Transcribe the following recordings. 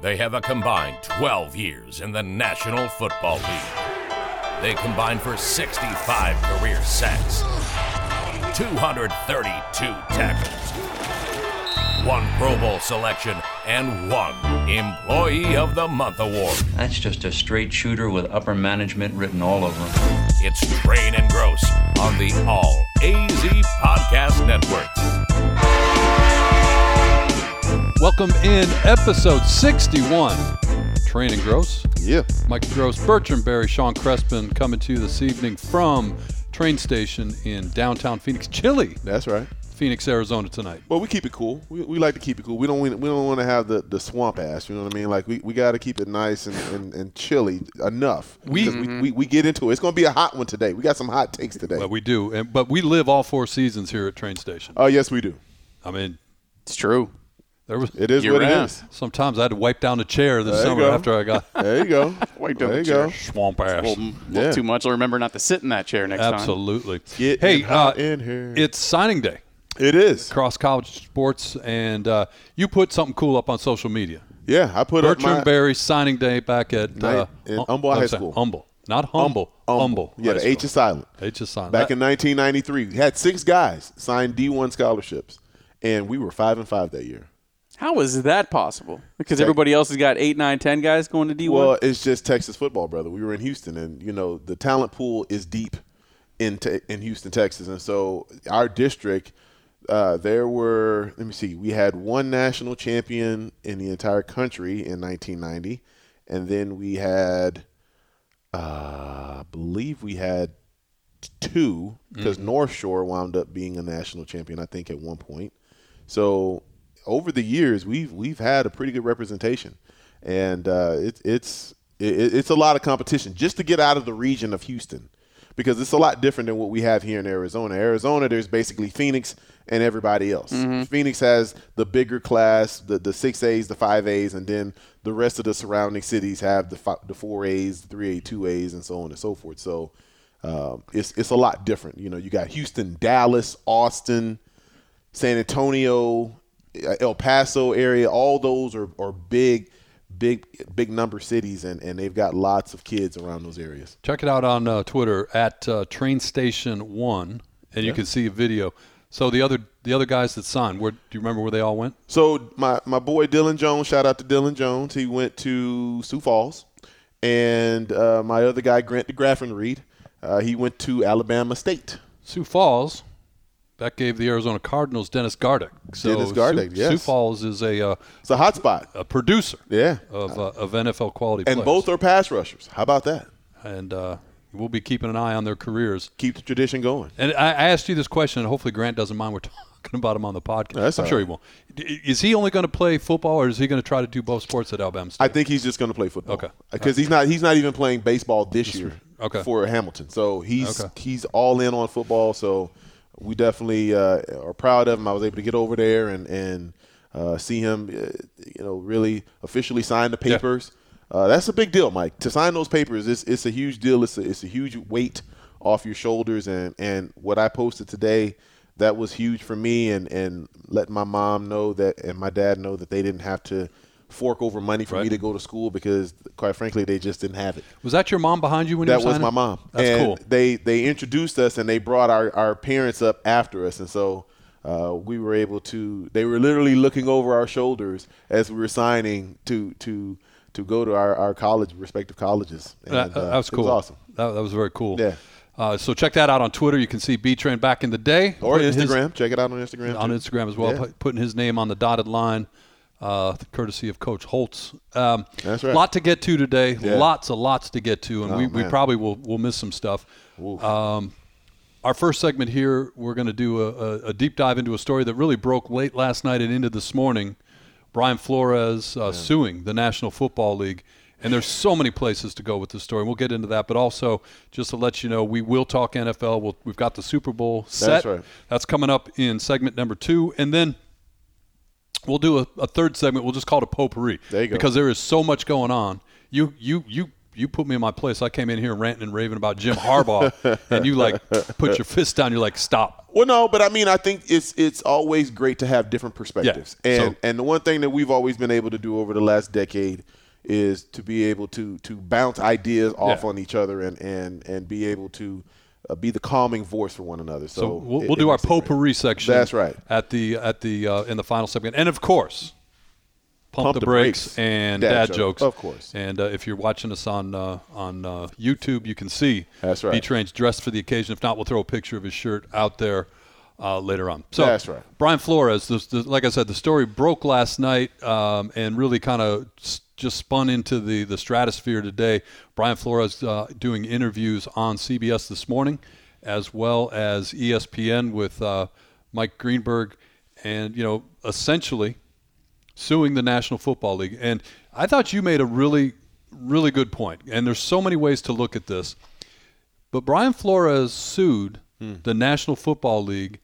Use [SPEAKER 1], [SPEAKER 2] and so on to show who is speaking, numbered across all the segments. [SPEAKER 1] They have a combined 12 years in the National Football League. They combined for 65 career sacks, 232 tackles, one Pro Bowl selection, and one Employee of the Month award.
[SPEAKER 2] That's just a straight shooter with upper management written all over him.
[SPEAKER 1] It's Train and Gross on the All AZ Podcast Network.
[SPEAKER 3] Welcome in episode 61. Train and Gross.
[SPEAKER 4] Yeah.
[SPEAKER 3] Mike Gross, Bertram Barry, Sean Crespin coming to you this evening from train station in downtown Phoenix, chilly
[SPEAKER 4] That's right.
[SPEAKER 3] Phoenix, Arizona tonight.
[SPEAKER 4] Well, we keep it cool. We, we like to keep it cool. We don't wanna- we don't want to have the, the swamp ass. You know what I mean? Like we, we got to keep it nice and, and, and chilly enough.
[SPEAKER 3] We-
[SPEAKER 4] Because we, we we get into it. It's gonna be a hot one today. We got some hot takes today.
[SPEAKER 3] But we do, and, but we live all four seasons here at train station.
[SPEAKER 4] oh yes, we do.
[SPEAKER 3] I mean,
[SPEAKER 5] It's true.
[SPEAKER 3] there was
[SPEAKER 4] It is
[SPEAKER 5] Year
[SPEAKER 4] what it
[SPEAKER 5] round.
[SPEAKER 4] is.
[SPEAKER 3] sometimes I had to wipe down a chair this
[SPEAKER 4] There you
[SPEAKER 3] summer
[SPEAKER 4] go.
[SPEAKER 3] after I got
[SPEAKER 4] There you go.
[SPEAKER 5] Wiped down
[SPEAKER 4] there you
[SPEAKER 5] the chair.
[SPEAKER 4] go.
[SPEAKER 3] swamp ass.
[SPEAKER 5] Well, m-
[SPEAKER 4] Yeah.
[SPEAKER 5] well, too much. I'll remember not to sit in that chair next time.
[SPEAKER 3] Absolutely.
[SPEAKER 4] getting
[SPEAKER 3] Hey, uh,
[SPEAKER 4] hot in here.
[SPEAKER 3] it's signing day
[SPEAKER 4] It is.
[SPEAKER 3] across college sports, and uh, you put something cool up on social media.
[SPEAKER 4] Yeah, I put up
[SPEAKER 3] Bertram
[SPEAKER 4] my
[SPEAKER 3] Barry signing day back at
[SPEAKER 4] Night
[SPEAKER 3] uh,
[SPEAKER 4] in
[SPEAKER 3] Hum-
[SPEAKER 4] Humble
[SPEAKER 3] I'm
[SPEAKER 4] High
[SPEAKER 3] sorry,
[SPEAKER 4] School.
[SPEAKER 3] Humble, not humble. humble.
[SPEAKER 4] Yeah,
[SPEAKER 3] High
[SPEAKER 4] the H
[SPEAKER 3] School.
[SPEAKER 4] is silent.
[SPEAKER 3] H is silent.
[SPEAKER 4] Back
[SPEAKER 3] That-
[SPEAKER 4] in 1993, we had six guys sign D1 scholarships, and we were five and five that year.
[SPEAKER 5] How is that possible? Because everybody else has got eight, nine, ten guys going to D1.
[SPEAKER 4] Well, it's just Texas football, brother. We were in Houston, and you know the talent pool is deep in te- in Houston, Texas, and so our district. Uh, there were let me see we had one national champion in the entire country in 1990 and then we had uh, i believe we had two because north shore wound up being a national champion i think at one point so over the years, we've we've had a pretty good representation, and uh, it, it's it, it's a lot of competition just to get out of the region of Houston, because it's a lot different than what we have here in Arizona. Arizona, there's basically Phoenix and everybody else. Phoenix has the bigger class, the the six A's, the five A's, and then the rest of the surrounding cities have the fi- the four A's, the three A, two A's, and so on and so forth. So. Um, it's it's a lot different, you know. You got Houston, Dallas, Austin, San Antonio, uh, El Paso area, all those are, are big, big, big number cities, and, and they've got lots of kids around those areas.
[SPEAKER 3] Check it out on uh, Twitter at uh, Train Station One, and you can see a video. So the other the other guys that signed, where do you remember where they all went?
[SPEAKER 4] So my, my boy Dylan Jones, shout out to Dylan Jones. He went to Sioux Falls, and uh, my other guy Grant DeGraffin Reed, uh, he went to Alabama State.
[SPEAKER 3] Sioux Falls. That gave the Arizona Cardinals Dennis Gardick. So
[SPEAKER 4] Dennis Gardeck,
[SPEAKER 3] Sioux,
[SPEAKER 4] yes.
[SPEAKER 3] Sioux Falls is a uh,
[SPEAKER 4] It's a hot spot.
[SPEAKER 3] a producer
[SPEAKER 4] Yeah,
[SPEAKER 3] of uh, of NFL quality
[SPEAKER 4] and
[SPEAKER 3] players.
[SPEAKER 4] both are pass rushers. How about that?
[SPEAKER 3] and uh, we'll be keeping an eye on their careers.
[SPEAKER 4] Keep the tradition going.
[SPEAKER 3] And I I asked you this question, and hopefully Grant doesn't mind. We're talking about him on the podcast.
[SPEAKER 4] that's
[SPEAKER 3] I'm
[SPEAKER 4] all
[SPEAKER 3] sure he
[SPEAKER 4] right.
[SPEAKER 3] won't. D- Is he only going to play football, or is he going to try to do both sports at Alabama State?
[SPEAKER 4] I think he's just going to play football.
[SPEAKER 3] Okay.
[SPEAKER 4] Because he's not he's not even playing baseball this year.
[SPEAKER 3] Okay.
[SPEAKER 4] For Hamilton, so he's
[SPEAKER 3] Okay.
[SPEAKER 4] he's all in on football. So we definitely uh, are proud of him. I was able to get over there and and uh, see him, uh, you know, really officially sign the papers. Uh, that's a big deal, Mike. To sign those papers, it's it's a huge deal. It's a, it's a huge weight off your shoulders. And and what I posted today. That was huge for me, and, and letting my mom know that and my dad know that they didn't have to fork over money for me
[SPEAKER 3] Right.
[SPEAKER 4] to go to school because, quite frankly, they just didn't have it.
[SPEAKER 3] was that your mom behind you when you
[SPEAKER 4] That
[SPEAKER 3] were
[SPEAKER 4] was
[SPEAKER 3] signing?
[SPEAKER 4] my mom.
[SPEAKER 3] That's
[SPEAKER 4] and
[SPEAKER 3] cool.
[SPEAKER 4] They they introduced us and they brought our, our parents up after us, and so uh, we were able to. They were literally looking over our shoulders as we were signing to to to go to our, our college respective colleges. And,
[SPEAKER 3] That,
[SPEAKER 4] uh,
[SPEAKER 3] that was cool.
[SPEAKER 4] It was awesome.
[SPEAKER 3] That, that was very cool.
[SPEAKER 4] Yeah.
[SPEAKER 3] Uh, so check that out on Twitter. You can see B Train back in the day
[SPEAKER 4] Or
[SPEAKER 3] Putting his-
[SPEAKER 4] Instagram. Check it out on Instagram.
[SPEAKER 3] on
[SPEAKER 4] too.
[SPEAKER 3] Instagram as well,
[SPEAKER 4] Yeah.
[SPEAKER 3] pu- putting his name on the dotted line, uh, courtesy of Coach Holtz. Um,
[SPEAKER 4] That's right.
[SPEAKER 3] Lot to get to today.
[SPEAKER 4] Yeah. Oh,
[SPEAKER 3] Lots and lots to get to, and we, we
[SPEAKER 4] man.
[SPEAKER 3] probably will will miss some stuff. Um, our first segment here, we're going to do a, a, a deep dive into a story that really broke late last night and into this morning. Brian Flores uh, suing the National Football League. And there's so many places to go with this story. We'll get into that. But also, just to let you know, we will talk NFL. We'll, we've got the Super Bowl set.
[SPEAKER 4] That's right.
[SPEAKER 3] That's coming up in segment number two. And then we'll do a, a third segment. We'll just call it a potpourri.
[SPEAKER 4] There you go.
[SPEAKER 3] Because there is so much going on. You you you you put me in my place. I came in here ranting and raving about Jim Harbaugh, and you like put your fist down. You're like, stop.
[SPEAKER 4] Well, no, but I mean, I think it's it's always great to have different perspectives,
[SPEAKER 3] Yeah,
[SPEAKER 4] and
[SPEAKER 3] so-
[SPEAKER 4] and the one thing that we've always been able to do over the last decade is to be able to to bounce ideas off
[SPEAKER 3] Yeah.
[SPEAKER 4] on each other and and and be able to uh, be the calming voice for one another. So,
[SPEAKER 3] So we'll,
[SPEAKER 4] it-
[SPEAKER 3] we'll
[SPEAKER 4] it
[SPEAKER 3] do our
[SPEAKER 4] makes it great.
[SPEAKER 3] potpourri section.
[SPEAKER 4] That's right.
[SPEAKER 3] At the at the uh, in the final segment, and of course, pump, the, brakes, and dad, jokes.
[SPEAKER 4] of course.
[SPEAKER 3] And uh, if you're watching us on uh, on uh, YouTube, you can see
[SPEAKER 4] That's right.
[SPEAKER 3] B Train's dressed for the occasion. If not, we'll throw a picture of his shirt out there uh, later on. So
[SPEAKER 4] That's right.
[SPEAKER 3] Brian Flores, this, this, like I said, the story broke last night um, and really kind of s- just spun into the, the stratosphere today. Brian Flores uh, doing interviews on CBS this morning, as well as E ESPN with uh, Mike Greenberg, and you know essentially suing the National Football League. And I thought you made a really, really good point. And there's so many ways to look at this. But Brian Flores sued
[SPEAKER 4] Hmm.
[SPEAKER 3] the National Football League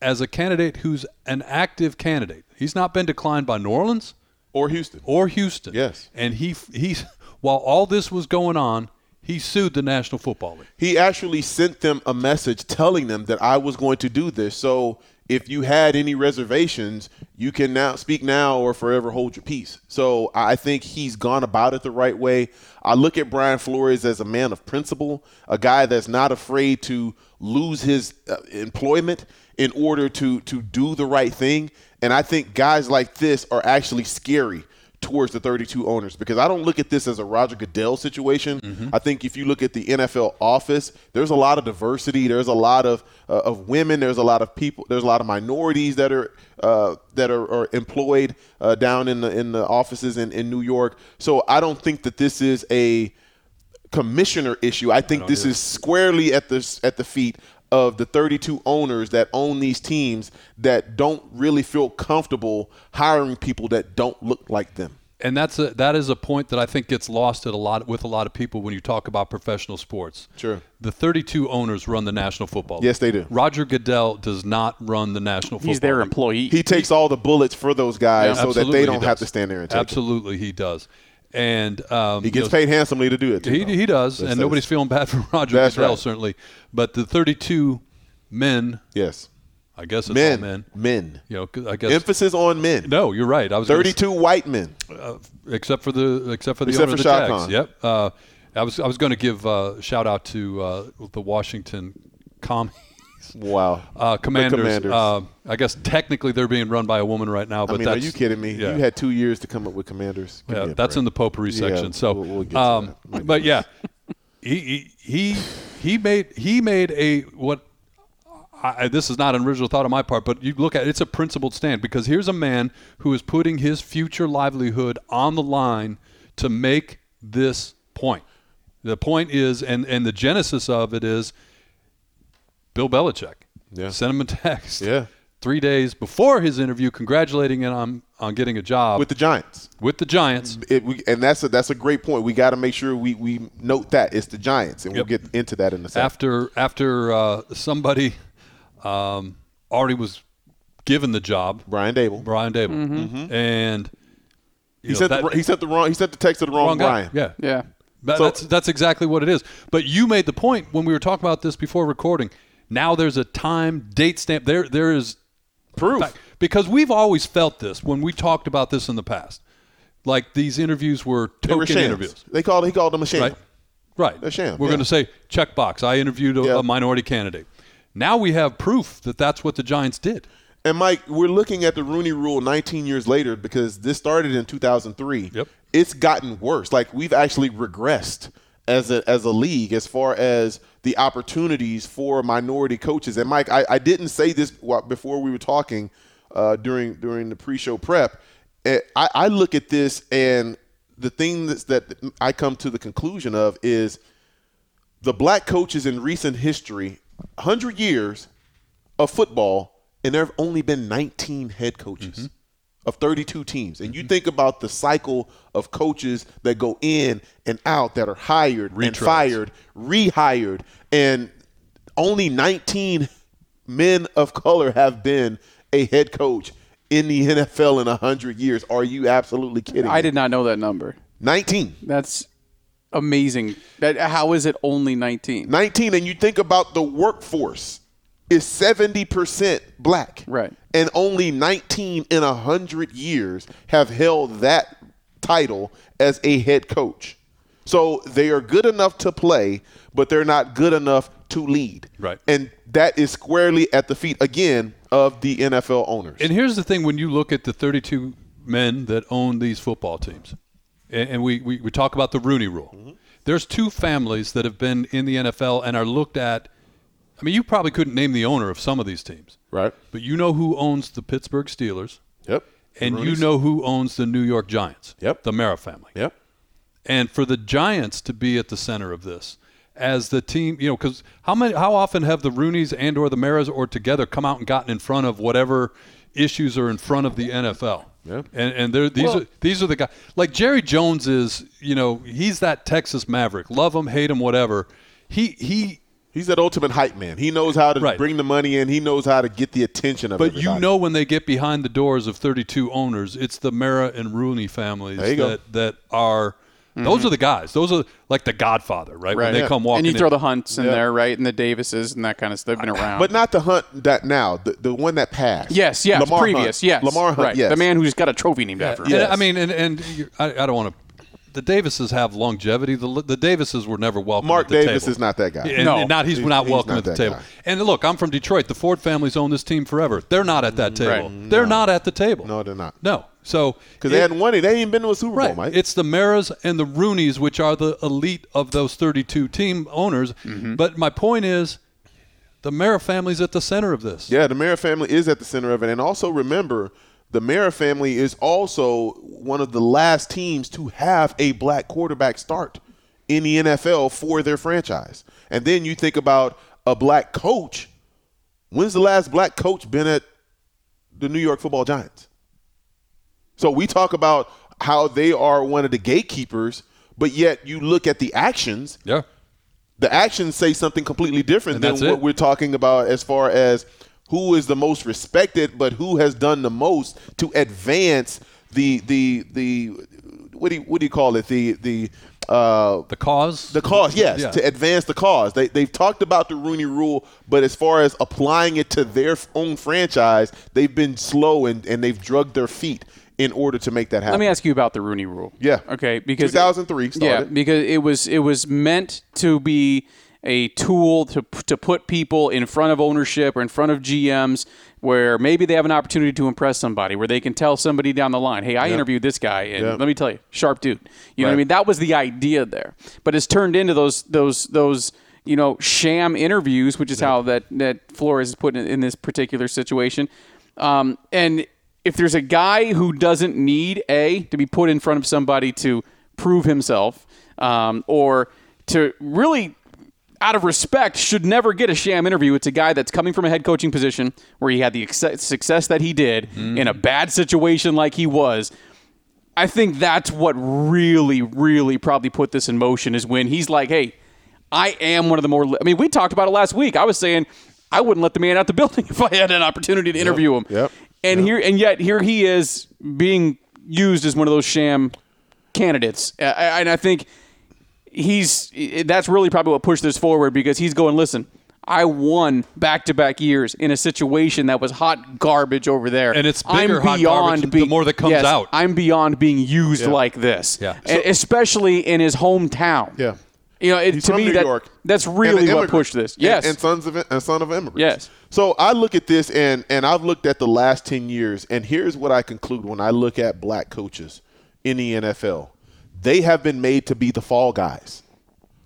[SPEAKER 3] as a candidate who's an active candidate. He's not been declined by New Orleans
[SPEAKER 4] or Houston.
[SPEAKER 3] or Houston.
[SPEAKER 4] Yes.
[SPEAKER 3] And he he while all this was going on, he sued the National Football League.
[SPEAKER 4] He actually sent them a message telling them that I was going to do this. So if you had any reservations, you can now speak now or forever hold your peace. So I think he's gone about it the right way. I look at Brian Flores as a man of principle, a guy that's not afraid to lose his uh, employment in order to to do the right thing. And I think guys like this are actually scary towards the 32 owners because I don't look at this as a Roger Goodell situation. I think if you look at the NFL office, there's a lot of diversity. There's a lot of uh, of women. There's a lot of people. There's a lot of minorities that are uh, that are, are employed uh, down in the in the offices in, in New York. So I don't think that this is a commissioner issue. I
[SPEAKER 3] Oh,
[SPEAKER 4] think this is squarely at the at the feet of the 32 owners that own these teams that don't really feel comfortable hiring people that don't look like them.
[SPEAKER 3] and that's a that is a point that I think gets lost at a lot with a lot of people when you talk about professional sports.
[SPEAKER 4] Sure.
[SPEAKER 3] The 32 owners run the National Football League.
[SPEAKER 4] Yes, they do.
[SPEAKER 3] Roger Goodell does not run the National Football.
[SPEAKER 5] He's their
[SPEAKER 3] League.
[SPEAKER 5] employee.
[SPEAKER 4] He takes all the bullets for those guys so that
[SPEAKER 3] Absolutely
[SPEAKER 4] they
[SPEAKER 3] he
[SPEAKER 4] don't have
[SPEAKER 3] does.
[SPEAKER 4] to stand there and take it.
[SPEAKER 3] Absolutely, he does. And um,
[SPEAKER 4] He gets
[SPEAKER 3] you know,
[SPEAKER 4] paid handsomely to do it. too,
[SPEAKER 3] He,
[SPEAKER 4] though.
[SPEAKER 3] he does,
[SPEAKER 4] Let's
[SPEAKER 3] and
[SPEAKER 4] say
[SPEAKER 3] nobody's
[SPEAKER 4] this.
[SPEAKER 3] feeling bad for Roger
[SPEAKER 4] That's
[SPEAKER 3] Goodell
[SPEAKER 4] right.
[SPEAKER 3] certainly. But the 32 men,
[SPEAKER 4] Yes.
[SPEAKER 3] I guess it's
[SPEAKER 4] Men.
[SPEAKER 3] all men.
[SPEAKER 4] Men.
[SPEAKER 3] You know, 'cause I guess
[SPEAKER 4] Emphasis on men.
[SPEAKER 3] no, you're right. I was gonna uh,
[SPEAKER 4] 32 white men.
[SPEAKER 3] except for the except for the
[SPEAKER 4] Except
[SPEAKER 3] owner of
[SPEAKER 4] for
[SPEAKER 3] the
[SPEAKER 4] Shaq
[SPEAKER 3] Jags.
[SPEAKER 4] Khan.
[SPEAKER 3] Yep. Uh, I was I was going to give uh, shout out to uh, the Washington Commies.
[SPEAKER 4] Wow.
[SPEAKER 3] Uh, commanders.
[SPEAKER 4] Commanders.
[SPEAKER 3] Uh, I guess technically they're being run by a woman right now, but
[SPEAKER 4] I mean, are
[SPEAKER 3] that's,
[SPEAKER 4] you kidding me?
[SPEAKER 3] Yeah.
[SPEAKER 4] You had two years to come up with commanders. Give
[SPEAKER 3] Yeah,
[SPEAKER 4] me a
[SPEAKER 3] that's
[SPEAKER 4] break.
[SPEAKER 3] in the potpourri section. so,
[SPEAKER 4] we'll- we'll get to
[SPEAKER 3] um,
[SPEAKER 4] that. My
[SPEAKER 3] but yeah, he, he he he made he made a what. I, I- this is not an original thought on my part, but you look at it, it's a principled stand because here's a man who is putting his future livelihood on the line to make this point. The point is, and and the genesis of it is, Bill Belichick
[SPEAKER 4] Yeah.
[SPEAKER 3] sent him a text.
[SPEAKER 4] Yeah.
[SPEAKER 3] Three days before his interview, congratulating him on, on getting a job
[SPEAKER 4] with the Giants.
[SPEAKER 3] with the Giants.
[SPEAKER 4] it, we, and that's a, that's a great point. We got to make sure we, we note that it's the Giants, and we'll
[SPEAKER 3] Yep.
[SPEAKER 4] get into that in a second.
[SPEAKER 3] after after uh, somebody um, already was given the job,
[SPEAKER 4] Brian Dable,
[SPEAKER 3] Brian Dable, and you
[SPEAKER 4] Mm-hmm. he
[SPEAKER 3] know,
[SPEAKER 4] sent
[SPEAKER 3] that-
[SPEAKER 4] the, he sent the wrong he sent the text to the wrong,
[SPEAKER 3] wrong guy.
[SPEAKER 4] Brian.
[SPEAKER 3] Yeah,
[SPEAKER 5] yeah.
[SPEAKER 3] That-
[SPEAKER 4] So-
[SPEAKER 3] that's that's exactly what it is. But you made the point when we were talking about this before recording. Now there's a time date stamp. There there is
[SPEAKER 4] Proof.
[SPEAKER 3] fact- because we've always felt this when we talked about this in the past. Like these interviews were
[SPEAKER 4] They were
[SPEAKER 3] token
[SPEAKER 4] shams.
[SPEAKER 3] interviews.
[SPEAKER 4] They called he called them a sham.
[SPEAKER 3] right? Right.
[SPEAKER 4] A sham,
[SPEAKER 3] We're
[SPEAKER 4] yeah.
[SPEAKER 3] going to say checkbox. I interviewed a,
[SPEAKER 4] Yeah.
[SPEAKER 3] a minority candidate. Now we have proof that that's what the Giants did.
[SPEAKER 4] And Mike, we're looking at the Rooney Rule 19 years later because this started in 2003.
[SPEAKER 3] Yep.
[SPEAKER 4] It's gotten worse. Like we've actually regressed as a as a league as far as the opportunities for minority coaches. And Mike, I, I didn't say this wa- before we were talking uh, during during the pre-show prep. Eh, I, I look at this and the thing that's, that I come to the conclusion of is the black coaches in recent history, 100 years of football, and there have only been 19 head coaches of 32 teams. And you think about the cycle of coaches that go in and out that are hired and
[SPEAKER 3] Retries.
[SPEAKER 4] fired, rehired, and only 19 men of color have been a head coach in the NFL in 100 years. Are you absolutely kidding?
[SPEAKER 5] I
[SPEAKER 4] me?
[SPEAKER 5] did not know that number.
[SPEAKER 4] 19.
[SPEAKER 5] That's amazing. That, how is it only 19?
[SPEAKER 4] 19 and you think about the workforce is 70% black
[SPEAKER 5] Right.
[SPEAKER 4] and only 19 in 100 years have held that title as a head coach so they are good enough to play but they're not good enough to lead
[SPEAKER 3] Right.
[SPEAKER 4] and that is squarely at the feet again of the nfl owners
[SPEAKER 3] And here's the thing: when you look at the 32 men that own these football teams, and, and we, we we talk about the Rooney Rule,
[SPEAKER 4] Mm-hmm.
[SPEAKER 3] there's two families that have been in the NFL and are looked at. I mean, you probably couldn't name the owner of some of these teams,
[SPEAKER 4] right
[SPEAKER 3] but you know who owns the Pittsburgh Steelers,
[SPEAKER 4] yep
[SPEAKER 3] and you know who owns the New York Giants.
[SPEAKER 4] Yep.
[SPEAKER 3] the Mara family.
[SPEAKER 4] yep
[SPEAKER 3] and for the Giants to be at the center of this as the team, you know, because how many, how often have the Rooneys and or the Maras or together come out and gotten in front of whatever issues are in front of the NFL?
[SPEAKER 4] Yeah.
[SPEAKER 3] and and they're, these are these are the guys like Jerry Jones is, you know, he's that Texas Maverick. Love him, hate him, whatever. He he.
[SPEAKER 4] He's that ultimate hype man. He knows how to
[SPEAKER 3] Right.
[SPEAKER 4] bring the money in. He knows how to get the attention of
[SPEAKER 3] But you
[SPEAKER 4] everybody.
[SPEAKER 3] know when they get behind the doors of 32 owners, it's the Mara and Rooney families
[SPEAKER 4] There you
[SPEAKER 3] that
[SPEAKER 4] go.
[SPEAKER 3] that are. Those are the guys. Those are like the Godfather, right? When
[SPEAKER 4] Right.
[SPEAKER 3] they
[SPEAKER 4] Yeah.
[SPEAKER 3] come walking,
[SPEAKER 5] Mm-hmm. And you
[SPEAKER 3] in.
[SPEAKER 5] throw the Hunts in
[SPEAKER 4] Yeah.
[SPEAKER 5] there, right? And the Davises and that kind of stuff. They've been around.
[SPEAKER 4] But not the hunt that now, the, the one that passed.
[SPEAKER 5] yes, yes,
[SPEAKER 4] Lamar
[SPEAKER 5] previous,
[SPEAKER 4] Hunt.
[SPEAKER 5] yes.
[SPEAKER 4] Lamar Hunt,
[SPEAKER 5] right.
[SPEAKER 4] yes.
[SPEAKER 5] The man who's got a trophy named after him.
[SPEAKER 3] Yeah,
[SPEAKER 4] Yes.
[SPEAKER 3] I mean, and and you- I, I don't want to. The Davises have longevity. The the Davises were never welcome.
[SPEAKER 4] Mark
[SPEAKER 3] at the
[SPEAKER 4] Davis
[SPEAKER 3] table.
[SPEAKER 4] is not that guy.
[SPEAKER 3] And,
[SPEAKER 5] No.
[SPEAKER 3] and not he's,
[SPEAKER 4] He's-
[SPEAKER 3] not
[SPEAKER 4] he's
[SPEAKER 3] welcome
[SPEAKER 4] not
[SPEAKER 3] at the
[SPEAKER 4] that
[SPEAKER 3] table.
[SPEAKER 4] guy.
[SPEAKER 3] And look, I'm from Detroit. The Ford family's owned this team forever. They're not at that table.
[SPEAKER 5] Right.
[SPEAKER 3] They're not at the table.
[SPEAKER 4] Mm, No, they're not.
[SPEAKER 3] No. So
[SPEAKER 4] Because they
[SPEAKER 3] it-
[SPEAKER 4] hadn't won it. They ain't even been to a Super Bowl,
[SPEAKER 3] right.
[SPEAKER 4] Mike.
[SPEAKER 3] It's the Maras and the Roonies, which are the elite of those 32 team owners.
[SPEAKER 4] Mm-hmm.
[SPEAKER 3] But my point is, the Mara family's at the center of this.
[SPEAKER 4] yeah, the Mara family is at the center of it. And also remember, the Mara family is also one of the last teams to have a black quarterback start in the NFL for their franchise. And then you think about a black coach. When's the last black coach been at the New York Football Giants? So we talk about how they are one of the gatekeepers, but yet you look at the actions
[SPEAKER 3] Yeah.
[SPEAKER 4] the actions say something completely different
[SPEAKER 3] And
[SPEAKER 4] than
[SPEAKER 3] that's
[SPEAKER 4] what
[SPEAKER 3] it.
[SPEAKER 4] we're talking about as far as who is the most respected, but who has done the most to advance the the the what do you, what do you call it the the uh,
[SPEAKER 3] The cause.
[SPEAKER 4] the cause, yes,
[SPEAKER 3] Yeah.
[SPEAKER 4] to advance the cause. They, they've talked about the Rooney Rule, but as far as applying it to their f- own franchise, they've been slow and, and they've drugged their feet in order to make that happen.
[SPEAKER 5] Let me ask you about the Rooney Rule.
[SPEAKER 4] Yeah.
[SPEAKER 5] Okay. Because
[SPEAKER 4] 2003
[SPEAKER 5] Yeah,
[SPEAKER 4] started.
[SPEAKER 5] because it was it was meant to be a tool to to put people in front of ownership or in front of GMs where maybe they have an opportunity to impress somebody, where they can tell somebody down the line, "Hey, I interviewed this guy, and
[SPEAKER 4] Yeah.
[SPEAKER 5] let me tell you, sharp dude." You know what I
[SPEAKER 4] Right.
[SPEAKER 5] mean? That was the idea there, but it's turned into those those those. You know, sham interviews, which is how that that Flores is put in, in this particular situation. Um, and if there's a guy who doesn't need a to be put in front of somebody to prove himself, um, or to really out of respect should never get a sham interview. It's a guy that's coming from a head coaching position where he had the exce- success that he did
[SPEAKER 4] Hmm.
[SPEAKER 5] in a bad situation like he was. I think that's what really, really probably put this in motion is when he's like, hey, I am one of the more. I mean, we talked about it last week. I was saying I wouldn't let the man out the building if I had an opportunity to interview him.
[SPEAKER 4] yep,
[SPEAKER 5] And here, and yet here he is being used as one of those sham candidates. Uh, and I think he's that's really probably what pushed this forward because he's going listen i won back-to-back years in a situation that was hot garbage over there
[SPEAKER 3] And it's
[SPEAKER 5] I'm
[SPEAKER 3] bigger hot garbage the
[SPEAKER 5] being-
[SPEAKER 3] more that comes
[SPEAKER 5] yes,
[SPEAKER 3] out.
[SPEAKER 5] i'm beyond being used like this
[SPEAKER 3] Yeah.
[SPEAKER 5] E- especially in his hometown
[SPEAKER 4] Yeah.
[SPEAKER 5] you know it,
[SPEAKER 4] He's
[SPEAKER 5] to
[SPEAKER 4] from
[SPEAKER 5] me
[SPEAKER 4] New
[SPEAKER 5] that,
[SPEAKER 4] York.
[SPEAKER 5] that's
[SPEAKER 4] And
[SPEAKER 5] really
[SPEAKER 4] an
[SPEAKER 5] what
[SPEAKER 4] immigrant.
[SPEAKER 5] pushed this
[SPEAKER 4] And-
[SPEAKER 5] yes
[SPEAKER 4] and, sons of and son of immigrants.
[SPEAKER 5] Yes.
[SPEAKER 4] So I look at this and and I've looked at the last ten years, and here's what I conclude when I look at black coaches in the NFL: they have been made to be the fall guys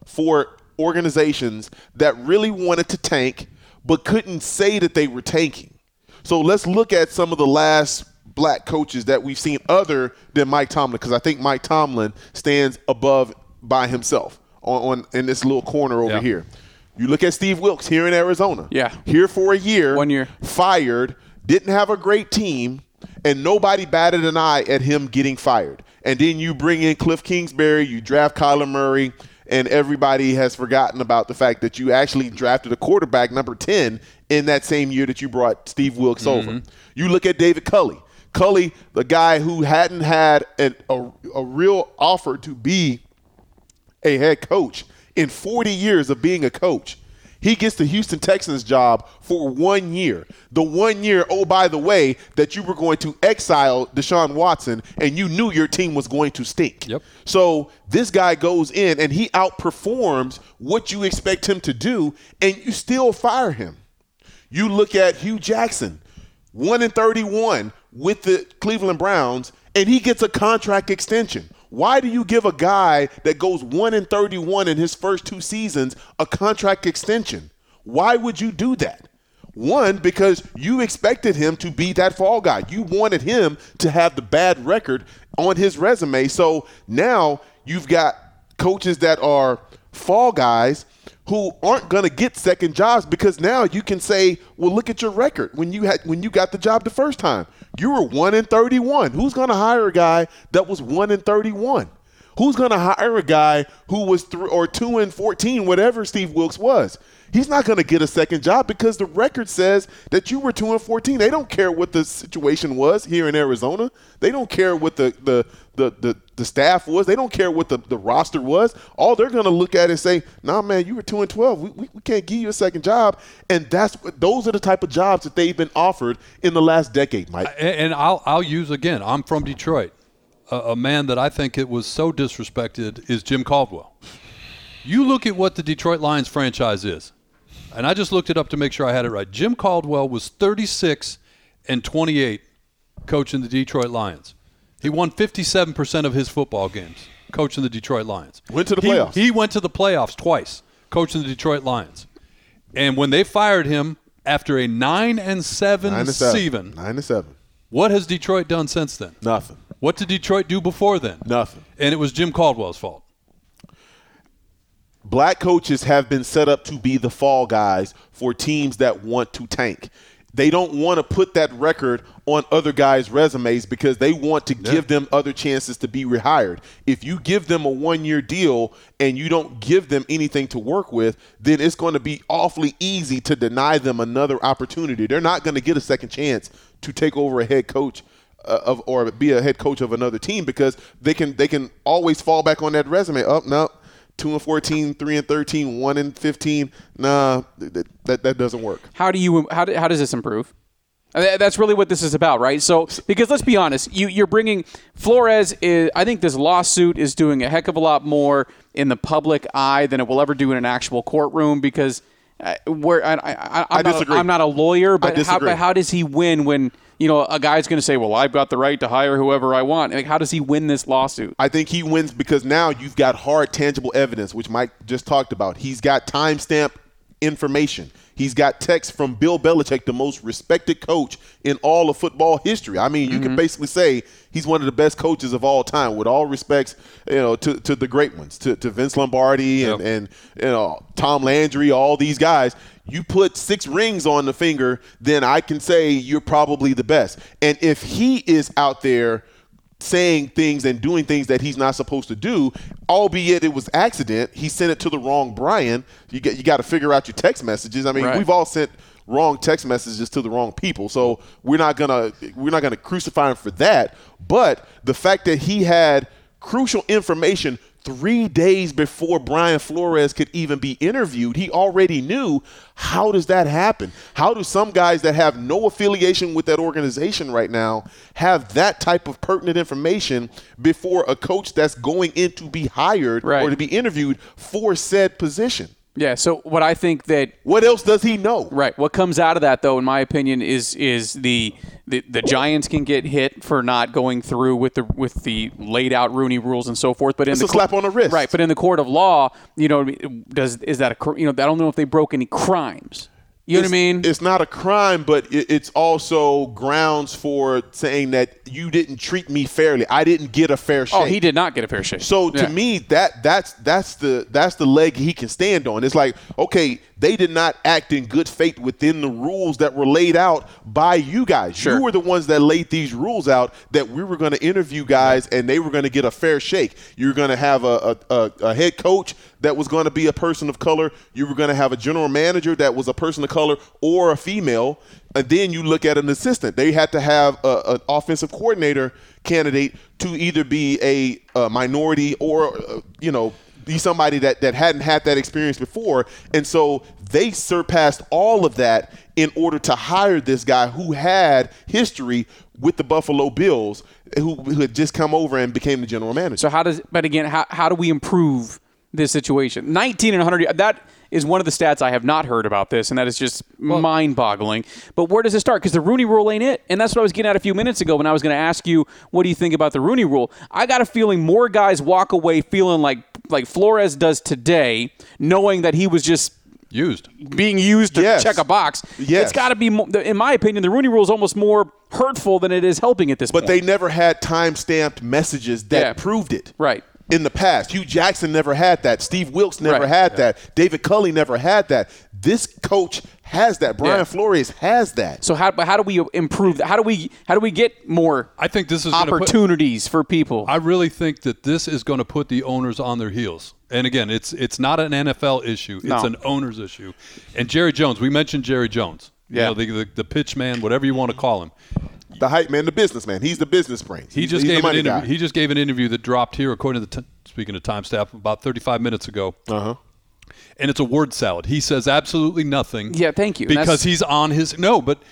[SPEAKER 4] for organizations that really wanted to tank but couldn't say that they were tanking. So let's look at some of the last black coaches that we've seen other than Mike Tomlin, because I think Mike Tomlin stands above by himself on, on in this little corner over
[SPEAKER 3] Yeah.
[SPEAKER 4] here. You look at Steve Wilkes here in Arizona.
[SPEAKER 5] Yeah.
[SPEAKER 4] Here for a year.
[SPEAKER 5] One year.
[SPEAKER 4] Fired. Didn't have a great team. And nobody batted an eye at him getting fired. And then you bring in Cliff Kingsbury, you draft Kyler Murray, and everybody has forgotten about the fact that you actually drafted a quarterback, number 10, in that same year that you brought Steve Wilkes
[SPEAKER 5] Mm-hmm.
[SPEAKER 4] over. You look at David Culley. Culley, the guy who hadn't had an, a, a real offer to be a head coach in 40 years of being a coach. He gets the Houston Texans job for one year. The one year, oh, by the way, that you were going to exile Deshaun Watson and you knew your team was going to stink.
[SPEAKER 3] Yep.
[SPEAKER 4] So this guy goes in and he outperforms what you expect him to do, and you still fire him. You look at Hugh Jackson, one in thirty-one with the Cleveland Browns, and he gets a contract extension. Why do you give a guy that goes one in thirty-one in his first two seasons a contract extension? Why would you do that? One, because you expected him to be that fall guy. You wanted him to have the bad record on his resume. So now you've got coaches that are fall guys who aren't going to get second jobs because now you can say, "Well, look at your record when you had when you got the job the first time. You were 1 in 31. Who's going to hire a guy that was 1 in 31?" Who's going to hire a guy who was three or two and 14, whatever Steve Wilkes was? He's not going to get a second job because the record says that you were two and 14. They don't care what the situation was here in Arizona. They don't care what the, the, the, the, the staff was. They don't care what the, the roster was. All they're going to look at is say, nah, man, you were two and 12. We, we, we can't give you a second job. And that's what, those are the type of jobs that they've been offered in the last decade, Mike.
[SPEAKER 3] A- and, I'll, I'll use again. I'm from Detroit. A, a man that I think it was so disrespected is Jim Caldwell. You look at what the Detroit Lions franchise is, and I just looked it up to make sure I had it right. Jim Caldwell was 36 and 28 coaching the Detroit Lions. He won 57% of his football games coaching the Detroit Lions.
[SPEAKER 4] Went to the
[SPEAKER 3] He-
[SPEAKER 4] playoffs.
[SPEAKER 3] He, went to the playoffs twice coaching the Detroit Lions. And when they fired him after a 9 and 7
[SPEAKER 4] Nine to
[SPEAKER 3] season,
[SPEAKER 4] seven. Nine to seven.
[SPEAKER 3] what has Detroit done since then?
[SPEAKER 4] Nothing.
[SPEAKER 3] What did Detroit do before then?
[SPEAKER 4] Nothing.
[SPEAKER 3] And it was Jim Caldwell's fault.
[SPEAKER 4] black coaches have been set up to be the fall guys for teams that want to tank. They don't want to put that record on other guys' resumes because they want to give them other chances to be rehired. If you give them a one year deal and you don't give them anything to work with, then it's going to be awfully easy to deny them another opportunity. They're not going to get a second chance to take over a head coach uh, of or be a head coach of another team because they can they can always fall back on that resume. Oh no, two and 14, 3 and 13, 1 and 15. Nah, th- th- that that doesn't work.
[SPEAKER 5] how do you how, do, how does this improve Uh, tha- that's really what this is about right so because let's be honest you you're bringing flores is i think this lawsuit is doing a heck of a lot more in the public eye than it will ever do in an actual courtroom because uh, where I, I, I, I'm, not
[SPEAKER 4] disagree.
[SPEAKER 5] a, I'm not a lawyer, but how,
[SPEAKER 4] disagree.
[SPEAKER 5] but how does he win when you know a guy's going to say, "Well, I've got the right to hire whoever I want"? Like, how does he win this lawsuit?
[SPEAKER 4] I think he wins because now you've got hard, tangible evidence, which Mike just talked about. He's got timestamp information. He's got text from Bill Belichick, the most respected coach in all of football history. I mean, you can basically say he's one of the best coaches of all time, with all respects, you know, to, to the great ones, to, to Vince Lombardi and, and you know Tom Landry, all these guys. You put six rings on the finger, then I can say you're probably the best. And if he is out there saying things and doing things that he's not supposed to do, albeit it was accident. He sent it to the wrong Brian. You got you got to figure out your text messages. I mean,
[SPEAKER 5] Right.
[SPEAKER 4] we've all sent wrong text messages to the wrong people. So we're not gonna we're not gonna crucify him for that. But the fact that he had crucial information three days before Brian Flores could even be interviewed, he already knew how does that happen? How do some guys that have no affiliation with that organization right now have that type of pertinent information before a coach that's going in to be hired
[SPEAKER 5] Right.
[SPEAKER 4] or to be interviewed for said position?
[SPEAKER 5] Yeah. So what I think that
[SPEAKER 4] What else does he know?
[SPEAKER 5] Right. What comes out of that, though, in my opinion, is is the the, the Giants can get hit for not going through with the with the laid out Rooney rules and so forth. But in
[SPEAKER 4] It's
[SPEAKER 5] the
[SPEAKER 4] a slap on the wrist.
[SPEAKER 5] right? But in the court of law, you know, does is that a cr- you know? I don't know if they broke any crimes. You know what I
[SPEAKER 4] It's-
[SPEAKER 5] mean?
[SPEAKER 4] It's not a crime, but it, it's also grounds for saying that you didn't treat me fairly. I didn't get a fair shake.
[SPEAKER 5] oh, he did not get a fair shake.
[SPEAKER 4] So
[SPEAKER 5] Yeah.
[SPEAKER 4] to me, that that's that's the that's the leg he can stand on. It's like, okay, they did not act in good faith within the rules that were laid out by you guys.
[SPEAKER 5] Sure.
[SPEAKER 4] You were the ones that laid these rules out that we were going to interview guys and they were going to get a fair shake. You're going to have a, a, a, a head coach that was going to be a person of color. You were going to have a general manager that was a person of color or a female. And then you look at an assistant. They had to have a, an offensive coordinator candidate to either be a, uh minority or uh, you know be somebody that, that hadn't had that experience before. And so they surpassed all of that in order to hire this guy who had history with the Buffalo Bills, who, who had just come over and became the general manager.
[SPEAKER 5] So how does? But again, how, how do we improve this situation? Nineteen and hundred. That is one of the stats I have not heard about this, and that is just mind-boggling. But where does it start? Because the Rooney Rule ain't it, and that's what I was getting at a few minutes ago when I was going to ask you, what do you think about the Rooney Rule? I got a feeling more guys walk away feeling like like Flores does today, knowing that he was just
[SPEAKER 3] used.
[SPEAKER 5] being used to
[SPEAKER 4] Yes.
[SPEAKER 5] check a box.
[SPEAKER 4] Yes.
[SPEAKER 5] It's got to be, mo- in my opinion, the Rooney Rule is almost more hurtful than it is helping at this
[SPEAKER 4] but
[SPEAKER 5] point.
[SPEAKER 4] they never had time stamped messages that
[SPEAKER 5] Yeah.
[SPEAKER 4] proved it.
[SPEAKER 5] Right.
[SPEAKER 4] In the past, Hugh Jackson never had that. Steve Wilkes never
[SPEAKER 5] Right.
[SPEAKER 4] had that. David Culley never had that. This coach has that. Brian
[SPEAKER 5] Yeah.
[SPEAKER 4] Flores has that.
[SPEAKER 5] So how, but how do we improve? That? How do we how do we get more
[SPEAKER 3] I think this is gonna put-
[SPEAKER 5] opportunities for people?
[SPEAKER 3] I really think that this is going to put the owners on their heels. And again, it's it's not an NFL issue; it's
[SPEAKER 5] No.
[SPEAKER 3] an owners issue. And Jerry Jones, we mentioned Jerry Jones. You
[SPEAKER 5] Yeah.
[SPEAKER 3] know, the, the the pitch man, whatever you want to call him.
[SPEAKER 4] The hype man, the businessman. He's the business brain.
[SPEAKER 3] He
[SPEAKER 4] He's-
[SPEAKER 3] just
[SPEAKER 4] he's the
[SPEAKER 3] gave an
[SPEAKER 4] money
[SPEAKER 3] interview.
[SPEAKER 4] guy.
[SPEAKER 3] He just gave an interview that dropped here, according to the t- speaking of time staff, about 35 minutes ago. Uh
[SPEAKER 4] Uh-huh.
[SPEAKER 3] huh. And it's a word salad. He says absolutely nothing.
[SPEAKER 5] Yeah, thank you. And
[SPEAKER 3] Because
[SPEAKER 5] that's-
[SPEAKER 3] he's on his no, but